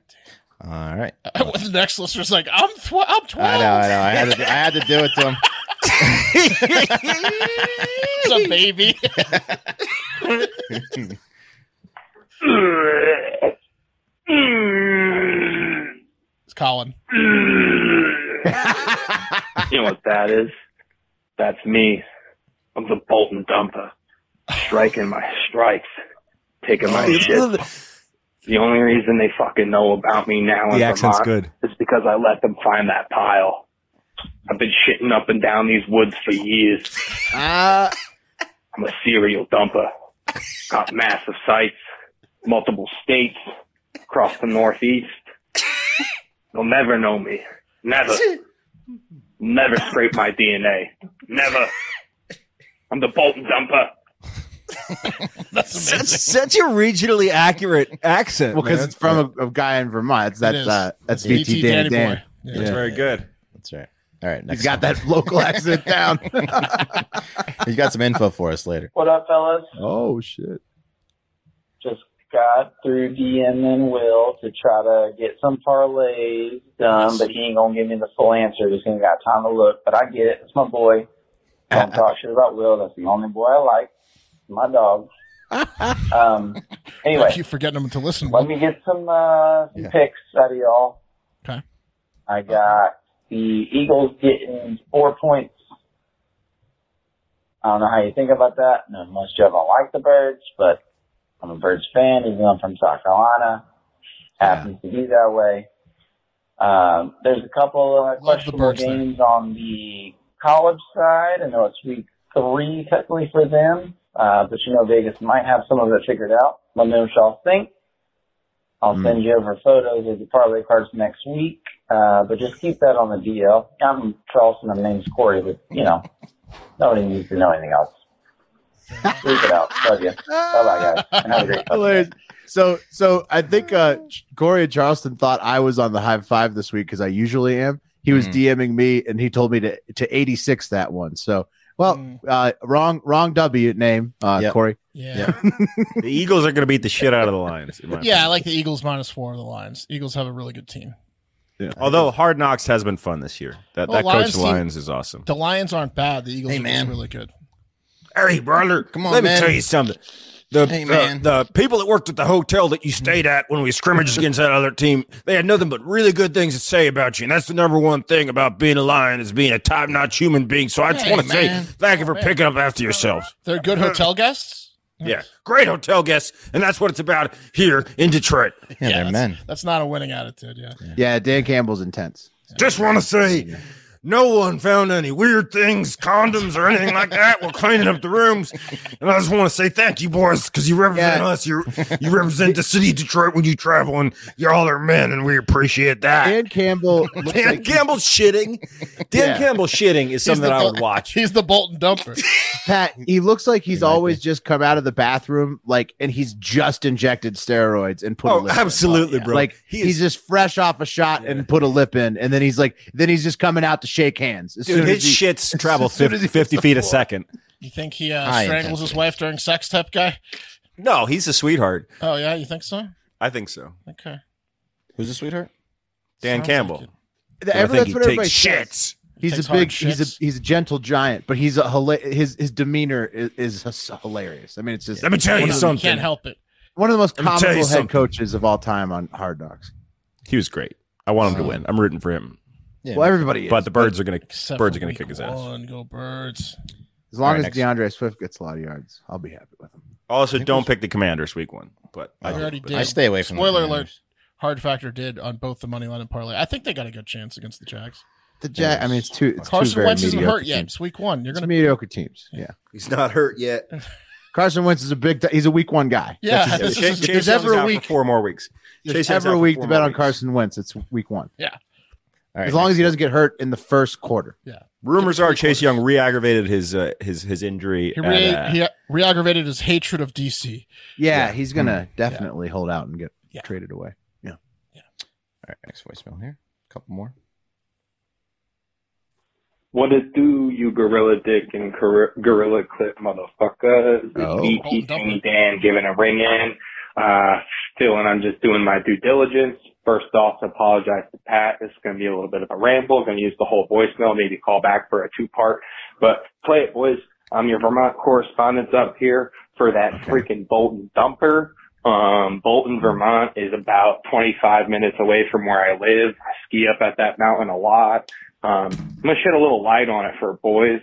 Speaker 3: All right.
Speaker 2: Uh,
Speaker 1: the next listener's like, I'm, tw- I'm 12.
Speaker 3: I know. I know. I had to. I had to do it to him.
Speaker 1: It's a baby. it's Colin.
Speaker 14: you know what that is? That's me. I'm the Bolton dumper, striking my strikes, taking my shit. The only reason they fucking know about me now in
Speaker 4: The accent's
Speaker 14: Vermont is because I let them find that pile. I've been shitting up and down these woods for years.
Speaker 2: Uh,
Speaker 14: I'm a serial dumper. Got massive sites, multiple states, across the Northeast. They'll never know me. Never. Never scrape my DNA. Never. I'm the Bolton dumper.
Speaker 4: Such, such a regionally accurate accent.
Speaker 2: Well, because
Speaker 4: man.
Speaker 2: it's from a, a guy in Vermont. It's
Speaker 4: It
Speaker 2: that
Speaker 4: is.
Speaker 2: uh, that's
Speaker 4: It's
Speaker 2: VT
Speaker 1: E
Speaker 4: VT Danny
Speaker 2: Danny, Dan.
Speaker 4: Boy. Yeah. That's very good.
Speaker 3: That's right. All right.
Speaker 2: He's got that local accent down.
Speaker 3: He's got some info for us later.
Speaker 15: What up, fellas?
Speaker 2: Oh shit.
Speaker 15: Just got through DMing Will to try to get some parlays done, but he ain't gonna give me the full answer. Just ain't got time to look. But I get it. It's my boy. Don't talk shit about Will. That's the only boy I like. My dog. Um. Anyway,
Speaker 1: I keep forgetting him to listen.
Speaker 15: let me get some uh, some picks out of y'all.
Speaker 1: Okay.
Speaker 15: I got the Eagles getting four points. I don't know how you think about that. No, most of y'all don't like the Birds, but I'm a Birds fan, even though I'm from South Carolina. Happens to be that way. Um, there's a couple of questionable
Speaker 1: Birds there.
Speaker 15: games on the college side. I know it's week three technically for them, uh, but you know Vegas might have some of it figured out. Let me know what y'all think. I'll send you over photos of the parlay cards next week, uh, but just keep that on the DL. I'm from Charleston. My name's Corey, but you know, nobody needs to know anything else. Leave it out. Love you. Bye bye, guys. And have a great
Speaker 2: Hilarious. So, so I think uh, Ch- Corey and Charleston thought I was on the high five this week because I usually am. He was
Speaker 4: Mm-hmm.
Speaker 2: DMing me, and he told me to to eighty six that one. So, well, uh, wrong wrong W name, uh, Corey.
Speaker 1: Yeah.
Speaker 4: the Eagles are going to beat the shit out of the Lions. in my
Speaker 1: Yeah, I like the Eagles minus four of the Lions. Eagles have a really good team.
Speaker 4: opinion. Although Hard Knocks has been fun this year. That,
Speaker 1: Well,
Speaker 4: that coach
Speaker 1: Lions
Speaker 4: of
Speaker 1: team-
Speaker 4: Lions is awesome.
Speaker 1: The Lions aren't bad. The Eagles are just really good.
Speaker 4: Hey, brother.
Speaker 1: Come on,
Speaker 4: Let me
Speaker 1: man.
Speaker 4: tell you something. The,
Speaker 3: Hey,
Speaker 4: the-
Speaker 3: man.
Speaker 4: the people that worked at the hotel that you stayed at when we scrimmaged against that other team, they had nothing but really good things to say about you. And that's the number one thing about being a lion is being a top notch human being. So I just
Speaker 1: Hey,
Speaker 4: want to say
Speaker 1: man.
Speaker 4: thank you for picking up after yourselves.
Speaker 1: They're good hotel guests.
Speaker 4: Yeah. Great hotel guests. And that's what it's about here in Detroit.
Speaker 3: Yeah, they're men.
Speaker 1: That's not a winning attitude. Yeah.
Speaker 2: Yeah, Dan Campbell's intense.
Speaker 4: Just want to say, no one found any weird things, condoms or anything like that. We're cleaning up the rooms, and I just want to say thank you, boys, because you represent
Speaker 2: Yeah.
Speaker 4: us. You you represent the city of Detroit when you travel, and y'all are men, and we appreciate that.
Speaker 2: Dan Campbell.
Speaker 4: Dan Campbell shitting. Dan
Speaker 2: Yeah.
Speaker 4: Campbell shitting is something
Speaker 1: the
Speaker 4: that I
Speaker 1: Bol-
Speaker 4: would watch.
Speaker 1: He's the Bolton dumper.
Speaker 2: Pat, he looks like he's always just come out of the bathroom, like, and he's just injected steroids and put a
Speaker 4: Oh,
Speaker 2: lip
Speaker 4: absolutely,
Speaker 2: in.
Speaker 4: bro.
Speaker 2: Like,
Speaker 4: He
Speaker 2: he's
Speaker 4: is-
Speaker 2: just fresh off a shot and put a lip in. And then he's like, then he's just coming out to shake hands. As
Speaker 4: Dude,
Speaker 2: soon
Speaker 4: his
Speaker 2: as he-
Speaker 4: shits travel
Speaker 2: as soon as
Speaker 4: 50,
Speaker 2: he hits the
Speaker 4: feet a
Speaker 2: floor.
Speaker 4: second.
Speaker 1: You think he uh,
Speaker 4: High
Speaker 1: strangles his wife during sex type guy?
Speaker 4: No, he's a sweetheart.
Speaker 1: Oh yeah, you think so?
Speaker 4: I think so.
Speaker 1: Okay.
Speaker 3: Who's a sweetheart?
Speaker 4: Dan
Speaker 1: Sounds
Speaker 4: Campbell.
Speaker 2: Th-
Speaker 4: I
Speaker 2: every-
Speaker 4: think
Speaker 2: that's
Speaker 4: he
Speaker 2: what
Speaker 4: takes
Speaker 2: everybody
Speaker 4: shits.
Speaker 2: says. He's
Speaker 1: takes
Speaker 2: a
Speaker 1: hard
Speaker 2: big, he's
Speaker 1: shits.
Speaker 2: a he's a gentle giant, but he's a hila- his his demeanor is, is hys- hilarious. I mean, it's just
Speaker 4: Let me tell you
Speaker 2: one of the-
Speaker 4: something.
Speaker 1: Can't help it.
Speaker 2: One of the most
Speaker 4: Let me tell you
Speaker 2: comical
Speaker 4: something.
Speaker 2: head coaches of all time on Hard Knocks.
Speaker 4: He was great. I want him to win. I'm rooting for him.
Speaker 3: Yeah.
Speaker 2: Well, everybody is.
Speaker 4: But the birds are gonna
Speaker 1: Except
Speaker 4: birds
Speaker 1: for
Speaker 4: are gonna
Speaker 1: week
Speaker 4: kick his ass.
Speaker 1: One, go birds.
Speaker 2: as long
Speaker 3: All right,
Speaker 2: as
Speaker 3: next.
Speaker 2: DeAndre Swift gets a lot of yards, I'll be happy with him.
Speaker 4: Also, don't pick the Commanders week one. But
Speaker 1: I already did.
Speaker 3: I stay away from the
Speaker 1: Spoiler alert.
Speaker 3: Commanders.
Speaker 1: Hard factor did on both the money line and parlay. I think they got a good chance against the Jags.
Speaker 2: The Jack, I mean, it's two. It's two
Speaker 1: Carson
Speaker 2: very
Speaker 1: Wentz isn't
Speaker 2: mediocre
Speaker 1: hurt yet.
Speaker 2: teams.
Speaker 1: It's week one. You're
Speaker 2: It's
Speaker 1: gonna
Speaker 2: mediocre teams. Yeah,
Speaker 4: He's not hurt yet.
Speaker 2: Carson Wentz is a big. T- he's a week one guy.
Speaker 1: yeah.
Speaker 4: Chase,
Speaker 1: This is,
Speaker 4: Chase Young's
Speaker 2: there's ever a
Speaker 4: out for
Speaker 2: week-
Speaker 4: four more weeks.
Speaker 2: There's
Speaker 4: Chase Young's
Speaker 2: ever
Speaker 4: out
Speaker 2: a
Speaker 4: for
Speaker 2: week
Speaker 4: four
Speaker 2: to
Speaker 4: more
Speaker 2: bet on
Speaker 4: weeks.
Speaker 2: Carson Wentz. It's week one.
Speaker 1: yeah.
Speaker 3: All right,
Speaker 2: As long as he doesn't get hurt in the first quarter.
Speaker 1: Yeah.
Speaker 4: Rumors are Chase Young re-aggravated his uh, his his injury.
Speaker 1: He
Speaker 4: at,
Speaker 1: re-
Speaker 4: uh,
Speaker 1: he re-aggravated his hatred of DC.
Speaker 2: Yeah, he's
Speaker 4: Hmm.
Speaker 2: gonna
Speaker 4: Mm-hmm.
Speaker 2: definitely hold out and get
Speaker 1: Yeah.
Speaker 2: traded away.
Speaker 3: All right, next voicemail here. A couple more.
Speaker 16: What it do, you gorilla dick and gor- gorilla clip motherfuckers? It's
Speaker 2: Oh.
Speaker 16: BT Tony Dan giving a ring in. Uh, feeling I'm just doing my due diligence. First off, to apologize to Pat. This is going to be a little bit of a ramble. going to use the whole voicemail, maybe call back for a two part. But play it, boys. I'm your Vermont correspondent up here for that freaking Bolton dumper. Um, Bolton, Vermont is about 25 minutes away from where I live. I ski up at that mountain a lot. Um, I'm gonna shed a little light on it for boys.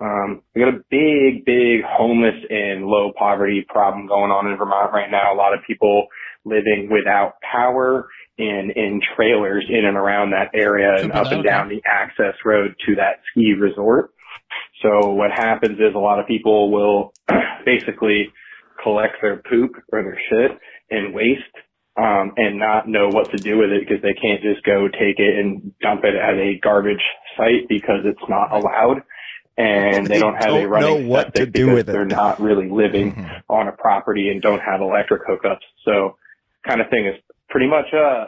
Speaker 16: Um, we got a big, big homeless and low poverty problem going on in Vermont right now. A lot of people living without power and in trailers in and around that area and
Speaker 1: Could be
Speaker 16: up
Speaker 1: that,
Speaker 16: and down the access road to that ski resort. So what happens is a lot of people will basically collect their poop or their shit and waste um, and not know what to do with it because they can't just go take it and dump it at a garbage site because it's not allowed. And they,
Speaker 4: They
Speaker 16: don't have a
Speaker 4: don't
Speaker 16: running
Speaker 4: know what to
Speaker 16: septic
Speaker 4: do
Speaker 16: because
Speaker 4: with it. Mm-hmm.
Speaker 16: They're not really living on a property and don't have electric hookups. So, kind of thing is pretty much uh,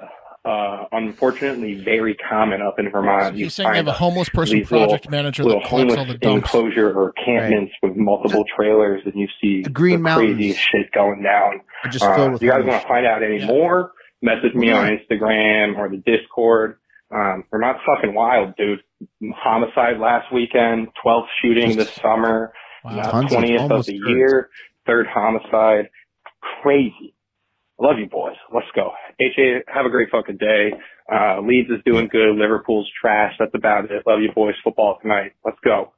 Speaker 16: uh, unfortunately very common up in Vermont.
Speaker 1: So
Speaker 16: You
Speaker 1: he's saying they have
Speaker 16: find
Speaker 1: a homeless person
Speaker 16: these little-
Speaker 1: project manager
Speaker 16: little
Speaker 1: that collects all
Speaker 16: homeless
Speaker 1: the dumps.
Speaker 16: enclosure or encampments with multiple trailers, and you see
Speaker 2: The Green
Speaker 16: the
Speaker 2: Mountains.
Speaker 16: craziest shit going down.
Speaker 2: I just
Speaker 16: Uh,
Speaker 2: filled with
Speaker 16: if you guys
Speaker 2: homeless.
Speaker 16: want to find out any
Speaker 1: Yeah.
Speaker 16: more, message me on Instagram or the Discord. Um, Vermont's fucking wild, dude. Homicide last weekend, 12th shooting this summer,
Speaker 1: Wow.
Speaker 2: Tons of
Speaker 16: 20th of
Speaker 2: homeless
Speaker 16: the
Speaker 2: birds.
Speaker 16: year, third homicide. Crazy. I love you, boys. Let's go. HA, have a great fucking day. Uh, Leeds is doing good. Liverpool's trash. That's about it. Love you, boys. Football tonight. Let's go.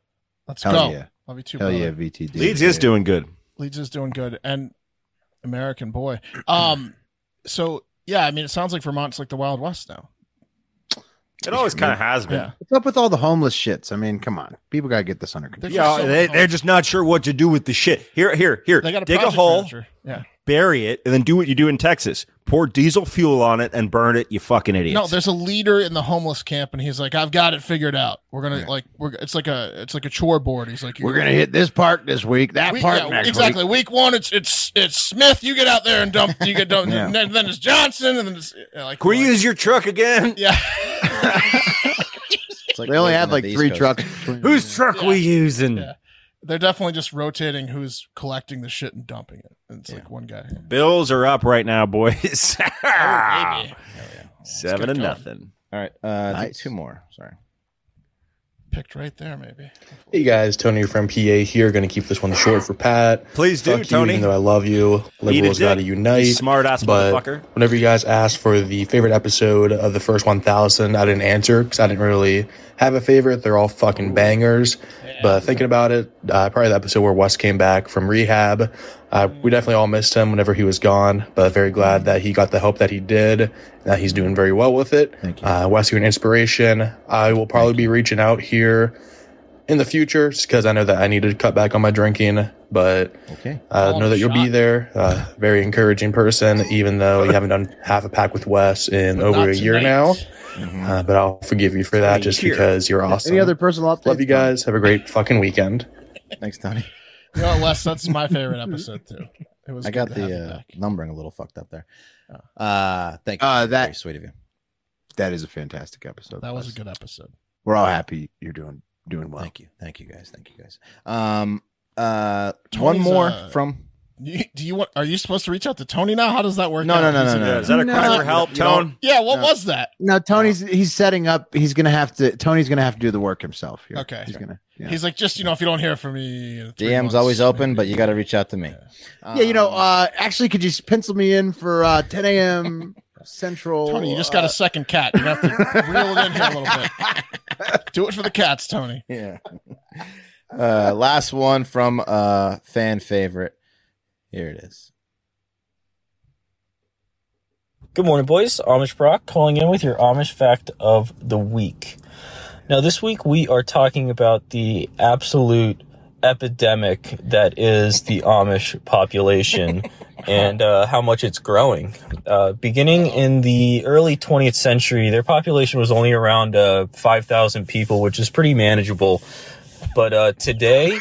Speaker 1: Let's
Speaker 2: Hell
Speaker 1: go.
Speaker 2: yeah.
Speaker 1: Love you too,
Speaker 2: Hell
Speaker 1: brother.
Speaker 2: yeah, VTD.
Speaker 4: Leeds is doing good.
Speaker 1: Leeds is doing good and American boy. Um, so yeah, I mean, it sounds like Vermont's like the Wild West now.
Speaker 4: It always kind of has been.
Speaker 1: Yeah,
Speaker 2: What's up with all the homeless shits? I mean, come on, people gotta get this under control.
Speaker 1: There's
Speaker 4: Yeah,
Speaker 1: just so
Speaker 4: they,
Speaker 1: much-
Speaker 4: they're just not sure what to do with the shit. Here, here, here.
Speaker 1: they got a
Speaker 4: Dig a
Speaker 1: project
Speaker 4: hole,
Speaker 1: manager. Yeah,
Speaker 4: bury it, and then do what you do in Texas. Pour diesel fuel on it and burn it. You fucking idiots.
Speaker 1: no, there's a leader in the homeless camp, and he's like, "I've got it figured out. We're gonna like, we're it's like a it's like a chore board. He's like,
Speaker 2: We're gonna hit this park this week, that
Speaker 1: We-
Speaker 2: park
Speaker 1: yeah,
Speaker 2: next
Speaker 1: exactly.
Speaker 2: week.
Speaker 1: Week one, it's it's it's Smith. You get out there and dump. You get dumped.
Speaker 2: Yeah.
Speaker 1: and then, then it's Johnson, and then it's yeah, like
Speaker 4: Can we
Speaker 1: like-
Speaker 4: use your truck again?
Speaker 1: Yeah,
Speaker 3: It's like
Speaker 2: They only
Speaker 3: living
Speaker 2: have
Speaker 3: at
Speaker 2: like
Speaker 3: the East
Speaker 2: three
Speaker 3: Coast.
Speaker 2: trucks.
Speaker 4: Whose truck we using?
Speaker 1: Yeah. they're definitely just rotating who's collecting the shit and dumping it. And it's like one guy.
Speaker 4: Bills are up right now, boys.
Speaker 1: Oh,
Speaker 4: Seven
Speaker 1: baby. Let's
Speaker 4: to
Speaker 1: get going.
Speaker 4: nothing.
Speaker 3: All right, uh, I think
Speaker 2: Nice.
Speaker 3: two more. Sorry.
Speaker 1: picked right there, maybe.
Speaker 17: Hey guys, Tony from PA here. Going to keep this one short for Pat.
Speaker 4: Please do,
Speaker 17: Fuck you,
Speaker 4: Tony.
Speaker 17: even though I love you,
Speaker 4: Eat a
Speaker 17: liberals
Speaker 4: dick,
Speaker 17: got to unite.
Speaker 4: you smart-ass
Speaker 17: But
Speaker 4: motherfucker.
Speaker 17: Whenever you guys asked for the favorite episode of the first 1,000, I didn't answer because I didn't really have a favorite. They're all fucking bangers. But thinking about it, uh, probably the episode where Wes came back from rehab. Uh,
Speaker 4: Mm.
Speaker 17: we definitely all missed him whenever he was gone, but very glad that he got the help that he did and that he's doing very well with it. Thank you. Uh, Wes, you're an inspiration. I will probably be reaching out here in the future just because I know that I need to cut back on my drinking. But
Speaker 3: okay.
Speaker 17: uh, know that you'll be there. Uh, very encouraging person, even though you haven't done half a pack with Wes in over
Speaker 2: not Mm-hmm.
Speaker 17: a year now. Uh, but I'll forgive you for that just
Speaker 2: Here.
Speaker 17: because you're
Speaker 2: Any
Speaker 17: awesome.
Speaker 2: other personal updates?
Speaker 17: Love you guys. Have a great fucking weekend.
Speaker 3: Thanks, Tony.
Speaker 1: You know, what, Les, that's my favorite episode too. It was.
Speaker 3: I
Speaker 1: good
Speaker 3: got
Speaker 1: to have you
Speaker 3: the uh,
Speaker 1: back. Oh.
Speaker 3: numbering a little fucked up there. Uh, thank you. Very
Speaker 2: Uh, that
Speaker 3: sweet of you.
Speaker 2: That is a fantastic episode.
Speaker 1: That was a
Speaker 2: Les.
Speaker 1: good episode.
Speaker 2: We're all happy you're doing doing well.
Speaker 3: Thank you, thank you guys, thank you guys. Um, uh, one
Speaker 1: Tony's,
Speaker 3: more
Speaker 1: uh,
Speaker 3: from.
Speaker 1: You, do you want? Are you supposed to reach out to Tony now? How does that work?
Speaker 3: No, no,
Speaker 1: out?
Speaker 3: no,
Speaker 1: He's
Speaker 3: no,
Speaker 1: in-
Speaker 3: no, Is that a no. cry for help,
Speaker 1: You don't-
Speaker 3: Tone?
Speaker 1: Yeah. What was that?
Speaker 2: No, Tony's he's setting up. He's gonna have to. Tony's gonna have to do the work himself. Here.
Speaker 1: Okay.
Speaker 2: He's gonna. Yeah.
Speaker 1: He's like, just you know, if you don't hear from me, in three
Speaker 3: DM's
Speaker 1: months,
Speaker 3: always open, but you got to reach out to me.
Speaker 2: yeah, you know. Uh, actually, could you just pencil me in for uh, 10 a.m. Central?
Speaker 1: Tony, you just
Speaker 3: uh,
Speaker 1: got a second cat. You have to reel it in here a little bit. Do it for the cats, Tony.
Speaker 3: Yeah. Uh, last one from uh fan favorite. Here it is.
Speaker 18: Good morning, boys. Amish Brock calling in with your Amish fact of the week. Now, this week we are talking about the absolute epidemic that is the Amish population and uh, how much it's growing. Uh, beginning in the early 20th century, their population was only around uh, 5,000 people, which is pretty manageable. But uh, today,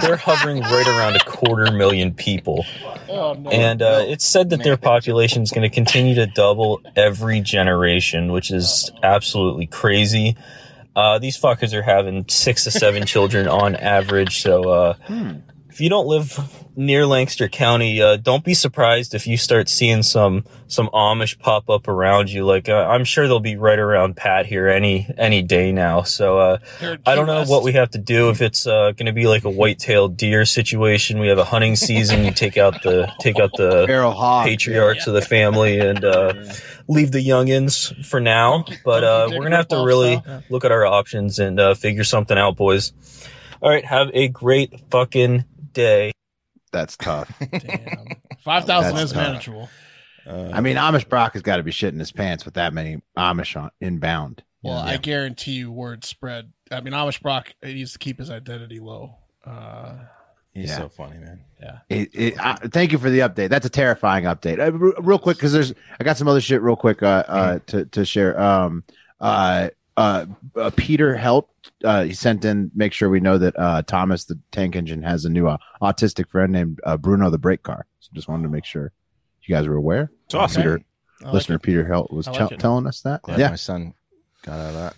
Speaker 18: they're hovering right around a quarter million people. And uh, it's said that their population is going to continue to double every generation, which is absolutely crazy. Uh, these fuckers are having six to seven children on average. So uh, if you don't live near Lancaster County, uh, don't be surprised if you start seeing some some Amish pop up around you. Like uh, I'm sure they'll be right around Pat here any any day now. So uh,
Speaker 1: They're
Speaker 18: I don't know what we have to do if it's uh, going to be like a white-tailed deer situation. We have a hunting season. You take out the take out the patriarchs of the family and uh, leave the youngins for now. But uh, we're gonna have to really look at our options and uh, figure something out, boys. All right, have a great fucking day.
Speaker 2: That's tough.
Speaker 1: Five thousand
Speaker 2: That's
Speaker 1: is
Speaker 2: tough.
Speaker 1: manageable.
Speaker 3: Uh,
Speaker 2: I mean, Amish Brock has got to be shitting his pants with that many Amish on, inbound.
Speaker 1: Well, I guarantee you, word spread. I mean, Amish Brock he needs to keep his identity low. Uh,
Speaker 3: He's
Speaker 2: Yeah.
Speaker 3: so funny, man.
Speaker 1: Yeah.
Speaker 2: It, it, I, thank you for the update. That's a terrifying update. Uh, re- real quick, because there's I got some other shit real quick uh, uh,
Speaker 4: Mm-hmm.
Speaker 2: to to share. Um, uh, uh, uh, Peter helped. Uh, he sent in make sure we know that uh, Thomas the Tank Engine has a new uh, autistic friend named uh, Bruno the Brake Car. So just wanted to make sure you guys were aware.
Speaker 4: It's awesome.
Speaker 2: Peter,
Speaker 4: I like
Speaker 2: listener
Speaker 4: it.
Speaker 2: Peter Helt was
Speaker 4: I like
Speaker 2: tell-
Speaker 4: it.
Speaker 2: telling us that.
Speaker 3: Glad
Speaker 2: yeah,
Speaker 3: my son got out of that.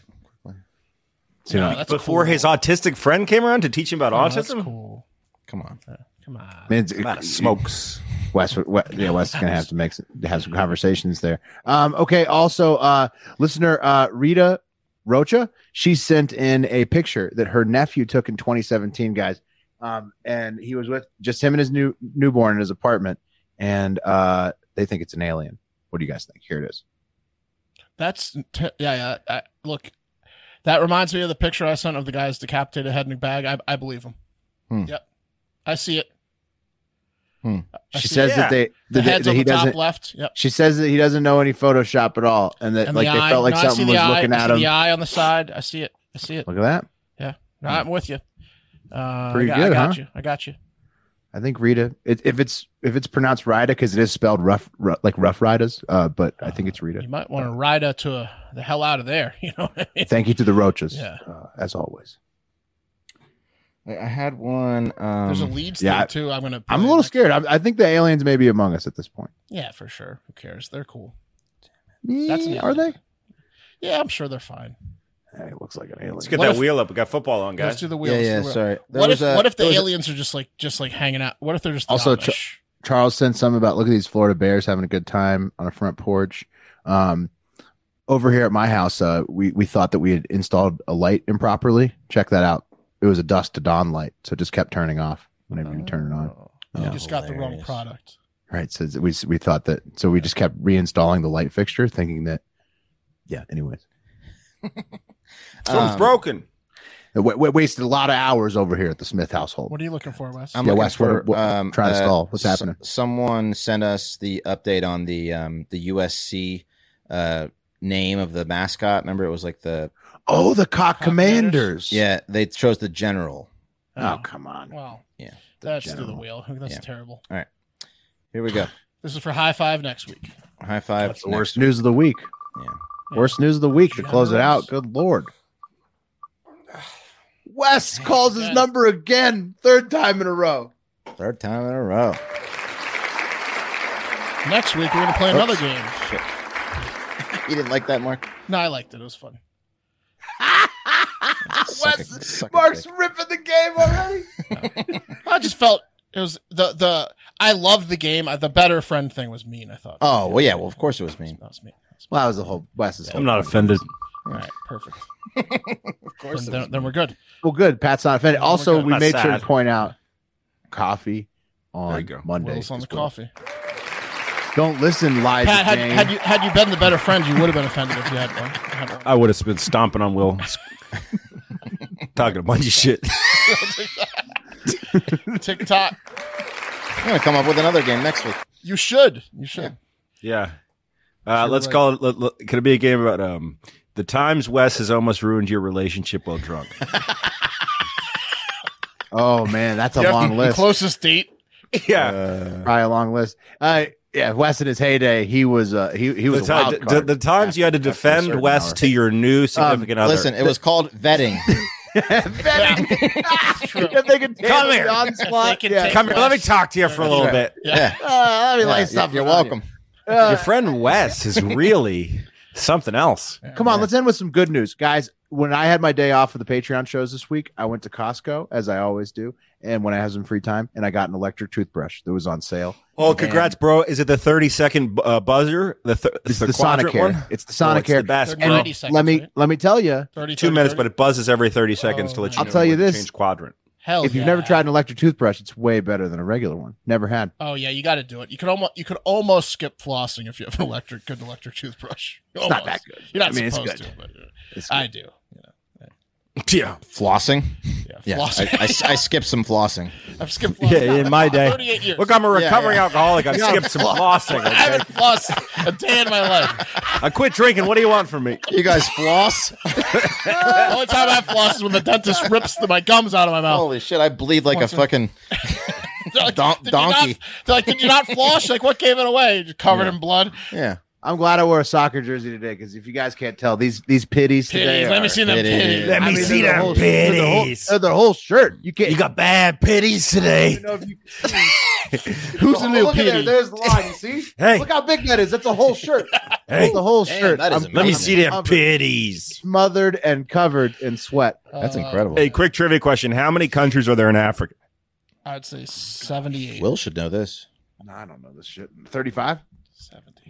Speaker 2: So, you know,
Speaker 4: Before his autistic friend came around to teach him about
Speaker 1: Oh, that's
Speaker 4: autism,
Speaker 1: cool.
Speaker 3: Come on.
Speaker 1: Come on.
Speaker 2: I mean, it's-
Speaker 4: Amount of smokes.
Speaker 2: Wes, Wes, yeah, Wes is gonna have to make some, have some conversations there. Um, okay. Also, uh, listener uh, Rita Rocha, she sent in a picture that her nephew took in 2017, guys, um, and he was with just him and his new newborn in his apartment, and uh, they think it's an alien. What do you guys think? Here it is.
Speaker 1: That's te- yeah, yeah. I, look, that reminds me of the picture I sent of the guy's decapitated head in a bag. I, I believe him.
Speaker 3: Hmm.
Speaker 1: Yep, I see it. I
Speaker 2: She
Speaker 1: see
Speaker 2: says
Speaker 1: it.
Speaker 2: that they
Speaker 1: the
Speaker 2: that, they-
Speaker 1: heads
Speaker 2: that
Speaker 1: on
Speaker 2: he
Speaker 1: the
Speaker 2: doesn't.
Speaker 1: top left. Yep.
Speaker 2: She says that he doesn't know any Photoshop at all, and that
Speaker 1: And
Speaker 2: like
Speaker 1: the
Speaker 2: they
Speaker 1: eye.
Speaker 2: felt like
Speaker 1: No, I see
Speaker 2: something
Speaker 1: the
Speaker 2: was
Speaker 1: eye.
Speaker 2: looking
Speaker 1: I
Speaker 2: at
Speaker 1: see
Speaker 2: him.
Speaker 1: The eye on the side. I see it. I see it.
Speaker 2: Look at that. Hmm.
Speaker 1: Yeah. No, I'm with you. Uh,
Speaker 2: Pretty
Speaker 1: I got, I
Speaker 2: good,
Speaker 1: got
Speaker 2: huh?
Speaker 1: you. I got you.
Speaker 2: I think Rita. It, if it's if it's pronounced Rida, because it is spelled rough, ru- like Rough Riders, uh, but I think it's Rita.
Speaker 1: You might want to ride her to uh, the hell out of there. You know. What I mean?
Speaker 2: Thank you to the roaches,
Speaker 1: Yeah.
Speaker 2: uh, as always.
Speaker 3: I I had one. Um,
Speaker 1: There's a Leeds
Speaker 2: yeah, I-
Speaker 1: thing too. I'm gonna.
Speaker 2: I'm a little scared. I, I think the aliens may be among us at this point.
Speaker 1: Yeah, for sure. Who cares? They're cool.
Speaker 2: That's
Speaker 1: an
Speaker 2: are they?
Speaker 1: Yeah, I'm sure they're fine.
Speaker 2: It looks like an alien.
Speaker 4: Let's get
Speaker 1: What
Speaker 4: that
Speaker 1: if-
Speaker 4: wheel up. We got football on, guys.
Speaker 1: Let's do the wheel.
Speaker 3: yeah,
Speaker 1: let's do the
Speaker 3: sorry.
Speaker 1: wheel.
Speaker 3: There
Speaker 1: What
Speaker 3: was
Speaker 1: if
Speaker 3: a-
Speaker 1: what if the
Speaker 3: there was a-
Speaker 1: aliens are just like just like hanging out? What if they're just the
Speaker 2: also
Speaker 1: Amish?
Speaker 2: Ch- charles sent something about look at these florida bears having a good time on a front porch um over here at my house, uh, we we thought that we had installed a light improperly. Check that out. It was a dusk to dawn light, so it just kept turning off whenever you turn it on.
Speaker 1: You just got the wrong product.
Speaker 2: Right. So we we thought that. So we just kept reinstalling the light fixture, thinking that. Yeah. Anyways,
Speaker 4: Something's
Speaker 2: Um,
Speaker 4: broken.
Speaker 2: we, we wasted a lot of hours over here at the Smith household.
Speaker 1: What are you looking for, Wes?
Speaker 2: Yeah, Wes, what- what- try to stall. What's
Speaker 3: um, uh, s-
Speaker 2: happening?
Speaker 3: someone sent us the update on the um, the USC uh, name of the mascot. Remember, it was like the
Speaker 2: oh the cock commanders.
Speaker 3: Yeah, they chose the general.
Speaker 2: Oh come on.
Speaker 1: Wow.
Speaker 3: Yeah.
Speaker 1: That's through
Speaker 3: general.
Speaker 1: the wheel. That's
Speaker 3: Yeah.
Speaker 1: terrible.
Speaker 3: All right, here we go.
Speaker 1: This is for high five next week.
Speaker 3: High five.
Speaker 2: That's the worst news of the week. Yeah. Worst news of the week to close it out. Good lord. Wes calls his number again, third time in a row.
Speaker 3: Third time in a row.
Speaker 1: Next week we're gonna play another
Speaker 3: Oops.
Speaker 1: game.
Speaker 3: Shit. you didn't like that, Mark?
Speaker 1: No, I liked it. It was fun. Ah,
Speaker 3: Suck a- suck a dick.
Speaker 2: ripping the game already.
Speaker 1: I just felt it was the the I loved the game. I, the better friend thing was mean. I thought.
Speaker 3: Oh well, yeah. Well, of course it was mean.
Speaker 1: was mean.
Speaker 2: Well, that was the whole Wes's.
Speaker 3: I'm not offended.
Speaker 1: All right, perfect.
Speaker 3: of course,
Speaker 1: then, then, then we're good. Oh
Speaker 2: Well, good. Pat's not offended. Also,
Speaker 1: good.
Speaker 2: we
Speaker 1: Not
Speaker 2: made sure
Speaker 1: sad.
Speaker 2: to point out coffee on Monday.
Speaker 1: Will's on
Speaker 2: as
Speaker 1: the
Speaker 2: well.
Speaker 1: coffee.
Speaker 2: Don't listen, Liza
Speaker 1: Pat, had,
Speaker 2: Jane.
Speaker 1: had you had you been the better friend, you would have been offended if you had one. Had one.
Speaker 4: I would have been stomping on Will, talking a bunch of shit.
Speaker 1: TikTok.
Speaker 3: I'm gonna come up with another game next week.
Speaker 1: You should. You should.
Speaker 4: Yeah. Uh,
Speaker 1: Sure,
Speaker 4: let's
Speaker 1: like-
Speaker 4: call it. Let, let- could it be a game about um, the times Wes has almost ruined your relationship while drunk?
Speaker 2: oh man, that's a
Speaker 1: You have
Speaker 2: long
Speaker 1: the
Speaker 2: list.
Speaker 1: Closest date.
Speaker 4: Yeah,
Speaker 2: probably a long list. Uh, yeah, Wes in his heyday, he was uh, he he was
Speaker 4: the, ti-
Speaker 2: a wild
Speaker 4: the-
Speaker 2: card.
Speaker 4: the times you had to defend
Speaker 2: certain
Speaker 4: Wes
Speaker 2: hour.
Speaker 4: to your new significant other.
Speaker 3: Um, Listen, it was called vetting.
Speaker 2: if they could
Speaker 4: Come here.
Speaker 2: on spot, yeah.
Speaker 4: Come here. Let me talk to you for a little bit.
Speaker 3: Yeah.
Speaker 2: Uh, let me
Speaker 3: Yeah,
Speaker 2: lay
Speaker 3: you're-
Speaker 2: something
Speaker 3: you're
Speaker 2: on you.
Speaker 3: welcome.
Speaker 2: Uh,
Speaker 4: Your friend Wes is really something else.
Speaker 2: Come on, let's end with some good news, guys. When I had my day off for the Patreon shows this week, I went to Costco as I always do, and when I have some free time, and I got an electric toothbrush that was on sale.
Speaker 4: Oh, congrats, bro! Is it the thirty second uh, buzzer? The th-
Speaker 2: It's the, Sonic
Speaker 4: quadrant
Speaker 2: Sonicare.
Speaker 4: one?
Speaker 2: It's the
Speaker 4: Oh,
Speaker 2: Sonicare.
Speaker 4: it's the best.
Speaker 2: And
Speaker 4: bro.
Speaker 2: let me let me tell you.
Speaker 1: 30,
Speaker 4: Two
Speaker 1: 30,
Speaker 4: minutes, but it buzzes every thirty
Speaker 1: Oh,
Speaker 4: seconds to let you.
Speaker 2: I'll
Speaker 4: know
Speaker 2: tell you
Speaker 4: when to
Speaker 2: this.
Speaker 4: Change quadrant.
Speaker 1: Hell
Speaker 2: if you've
Speaker 1: yeah.
Speaker 2: never tried an electric toothbrush, it's way better than a regular one. Never had.
Speaker 1: Oh yeah, you got to do it. You could almost you could almost skip flossing if you have an electric good electric toothbrush.
Speaker 2: It's not
Speaker 1: Almost.
Speaker 2: that good.
Speaker 1: You're not
Speaker 2: I mean, it's
Speaker 1: supposed
Speaker 2: good.
Speaker 1: to, but uh,
Speaker 2: It's
Speaker 1: I do.
Speaker 4: Yeah.
Speaker 3: Flossing. Yeah.
Speaker 1: flossing.
Speaker 3: I, I s- I skipped some flossing.
Speaker 1: I've skipped flossing.
Speaker 4: Yeah, in my day.
Speaker 1: 38 years.
Speaker 4: Look, I'm a
Speaker 1: Yeah,
Speaker 4: recovering
Speaker 1: yeah.
Speaker 4: alcoholic. I've skipped some flossing.
Speaker 1: I
Speaker 4: Okay?
Speaker 1: haven't flossed a day in my life.
Speaker 4: I quit drinking. What do you want from me?
Speaker 3: You guys floss?
Speaker 1: the only time I floss is when the dentist rips the, my gums out of my mouth.
Speaker 3: Holy shit! I bleed like a
Speaker 1: Once a-
Speaker 3: fucking
Speaker 1: They're like,
Speaker 3: don-
Speaker 1: "Did you not-"
Speaker 3: donkey.
Speaker 1: they're like, did you not floss? Like, what gave it away? You're covered in blood.
Speaker 3: Yeah.
Speaker 2: I'm glad I wore a soccer jersey today because if you guys can't tell, these these pitties today.
Speaker 1: Pitties, let me
Speaker 2: are-
Speaker 1: see them
Speaker 2: Pitties.
Speaker 1: pitties. Let
Speaker 2: I
Speaker 1: me
Speaker 2: mean,
Speaker 1: see
Speaker 2: they're the
Speaker 1: them
Speaker 2: whole- they're the whole-
Speaker 4: pitties.
Speaker 2: They're the whole shirt. You can't.
Speaker 4: You got bad pitties today.
Speaker 1: Who's a new
Speaker 2: Oh, Look at there.
Speaker 1: pitty?
Speaker 2: There's the line. You see?
Speaker 4: Hey.
Speaker 2: Look how big that is. That's a whole shirt.
Speaker 4: Hey.
Speaker 2: That's a whole
Speaker 3: Damn,
Speaker 2: shirt.
Speaker 3: that is
Speaker 2: I'm
Speaker 4: Let me see them
Speaker 2: covered-
Speaker 4: pitties.
Speaker 2: Smothered and covered in sweat.
Speaker 1: Uh,
Speaker 3: That's incredible.
Speaker 4: Hey, quick trivia question: How many countries are there in Africa?
Speaker 1: I'd say 78.
Speaker 3: Will should know this.
Speaker 2: No, I don't know this shit.
Speaker 4: Oh,
Speaker 2: 35?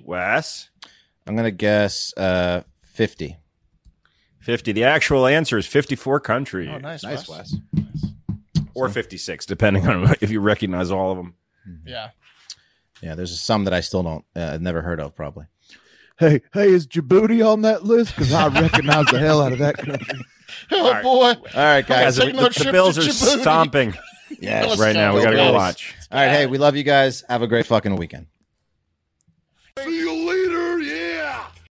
Speaker 4: Wes,
Speaker 3: I'm gonna guess uh, fifty.
Speaker 4: fifty. The actual answer is fifty-four countries,
Speaker 1: Oh, nice.
Speaker 2: Nice,
Speaker 1: Wes.
Speaker 2: Wes.
Speaker 4: or fifty-six, depending on if you recognize all of them.
Speaker 1: Yeah.
Speaker 3: Yeah, there's some that I still don't, uh, never heard of, probably.
Speaker 2: Hey, hey, is Djibouti on that list? Because I recognize the hell out of that country.
Speaker 1: Oh,
Speaker 4: right.
Speaker 1: boy.
Speaker 3: All right,
Speaker 4: Guys,
Speaker 3: guys.
Speaker 1: taking
Speaker 4: the,
Speaker 1: a trip
Speaker 4: the Bills
Speaker 1: to
Speaker 4: are
Speaker 1: Djibouti.
Speaker 4: stomping
Speaker 3: Yes.
Speaker 1: Let's
Speaker 4: right now. We
Speaker 3: go,
Speaker 4: got to go
Speaker 3: Bills.
Speaker 4: watch.
Speaker 3: All right, hey, we love you guys. Have a great fucking weekend.
Speaker 5: See you later. Yeah.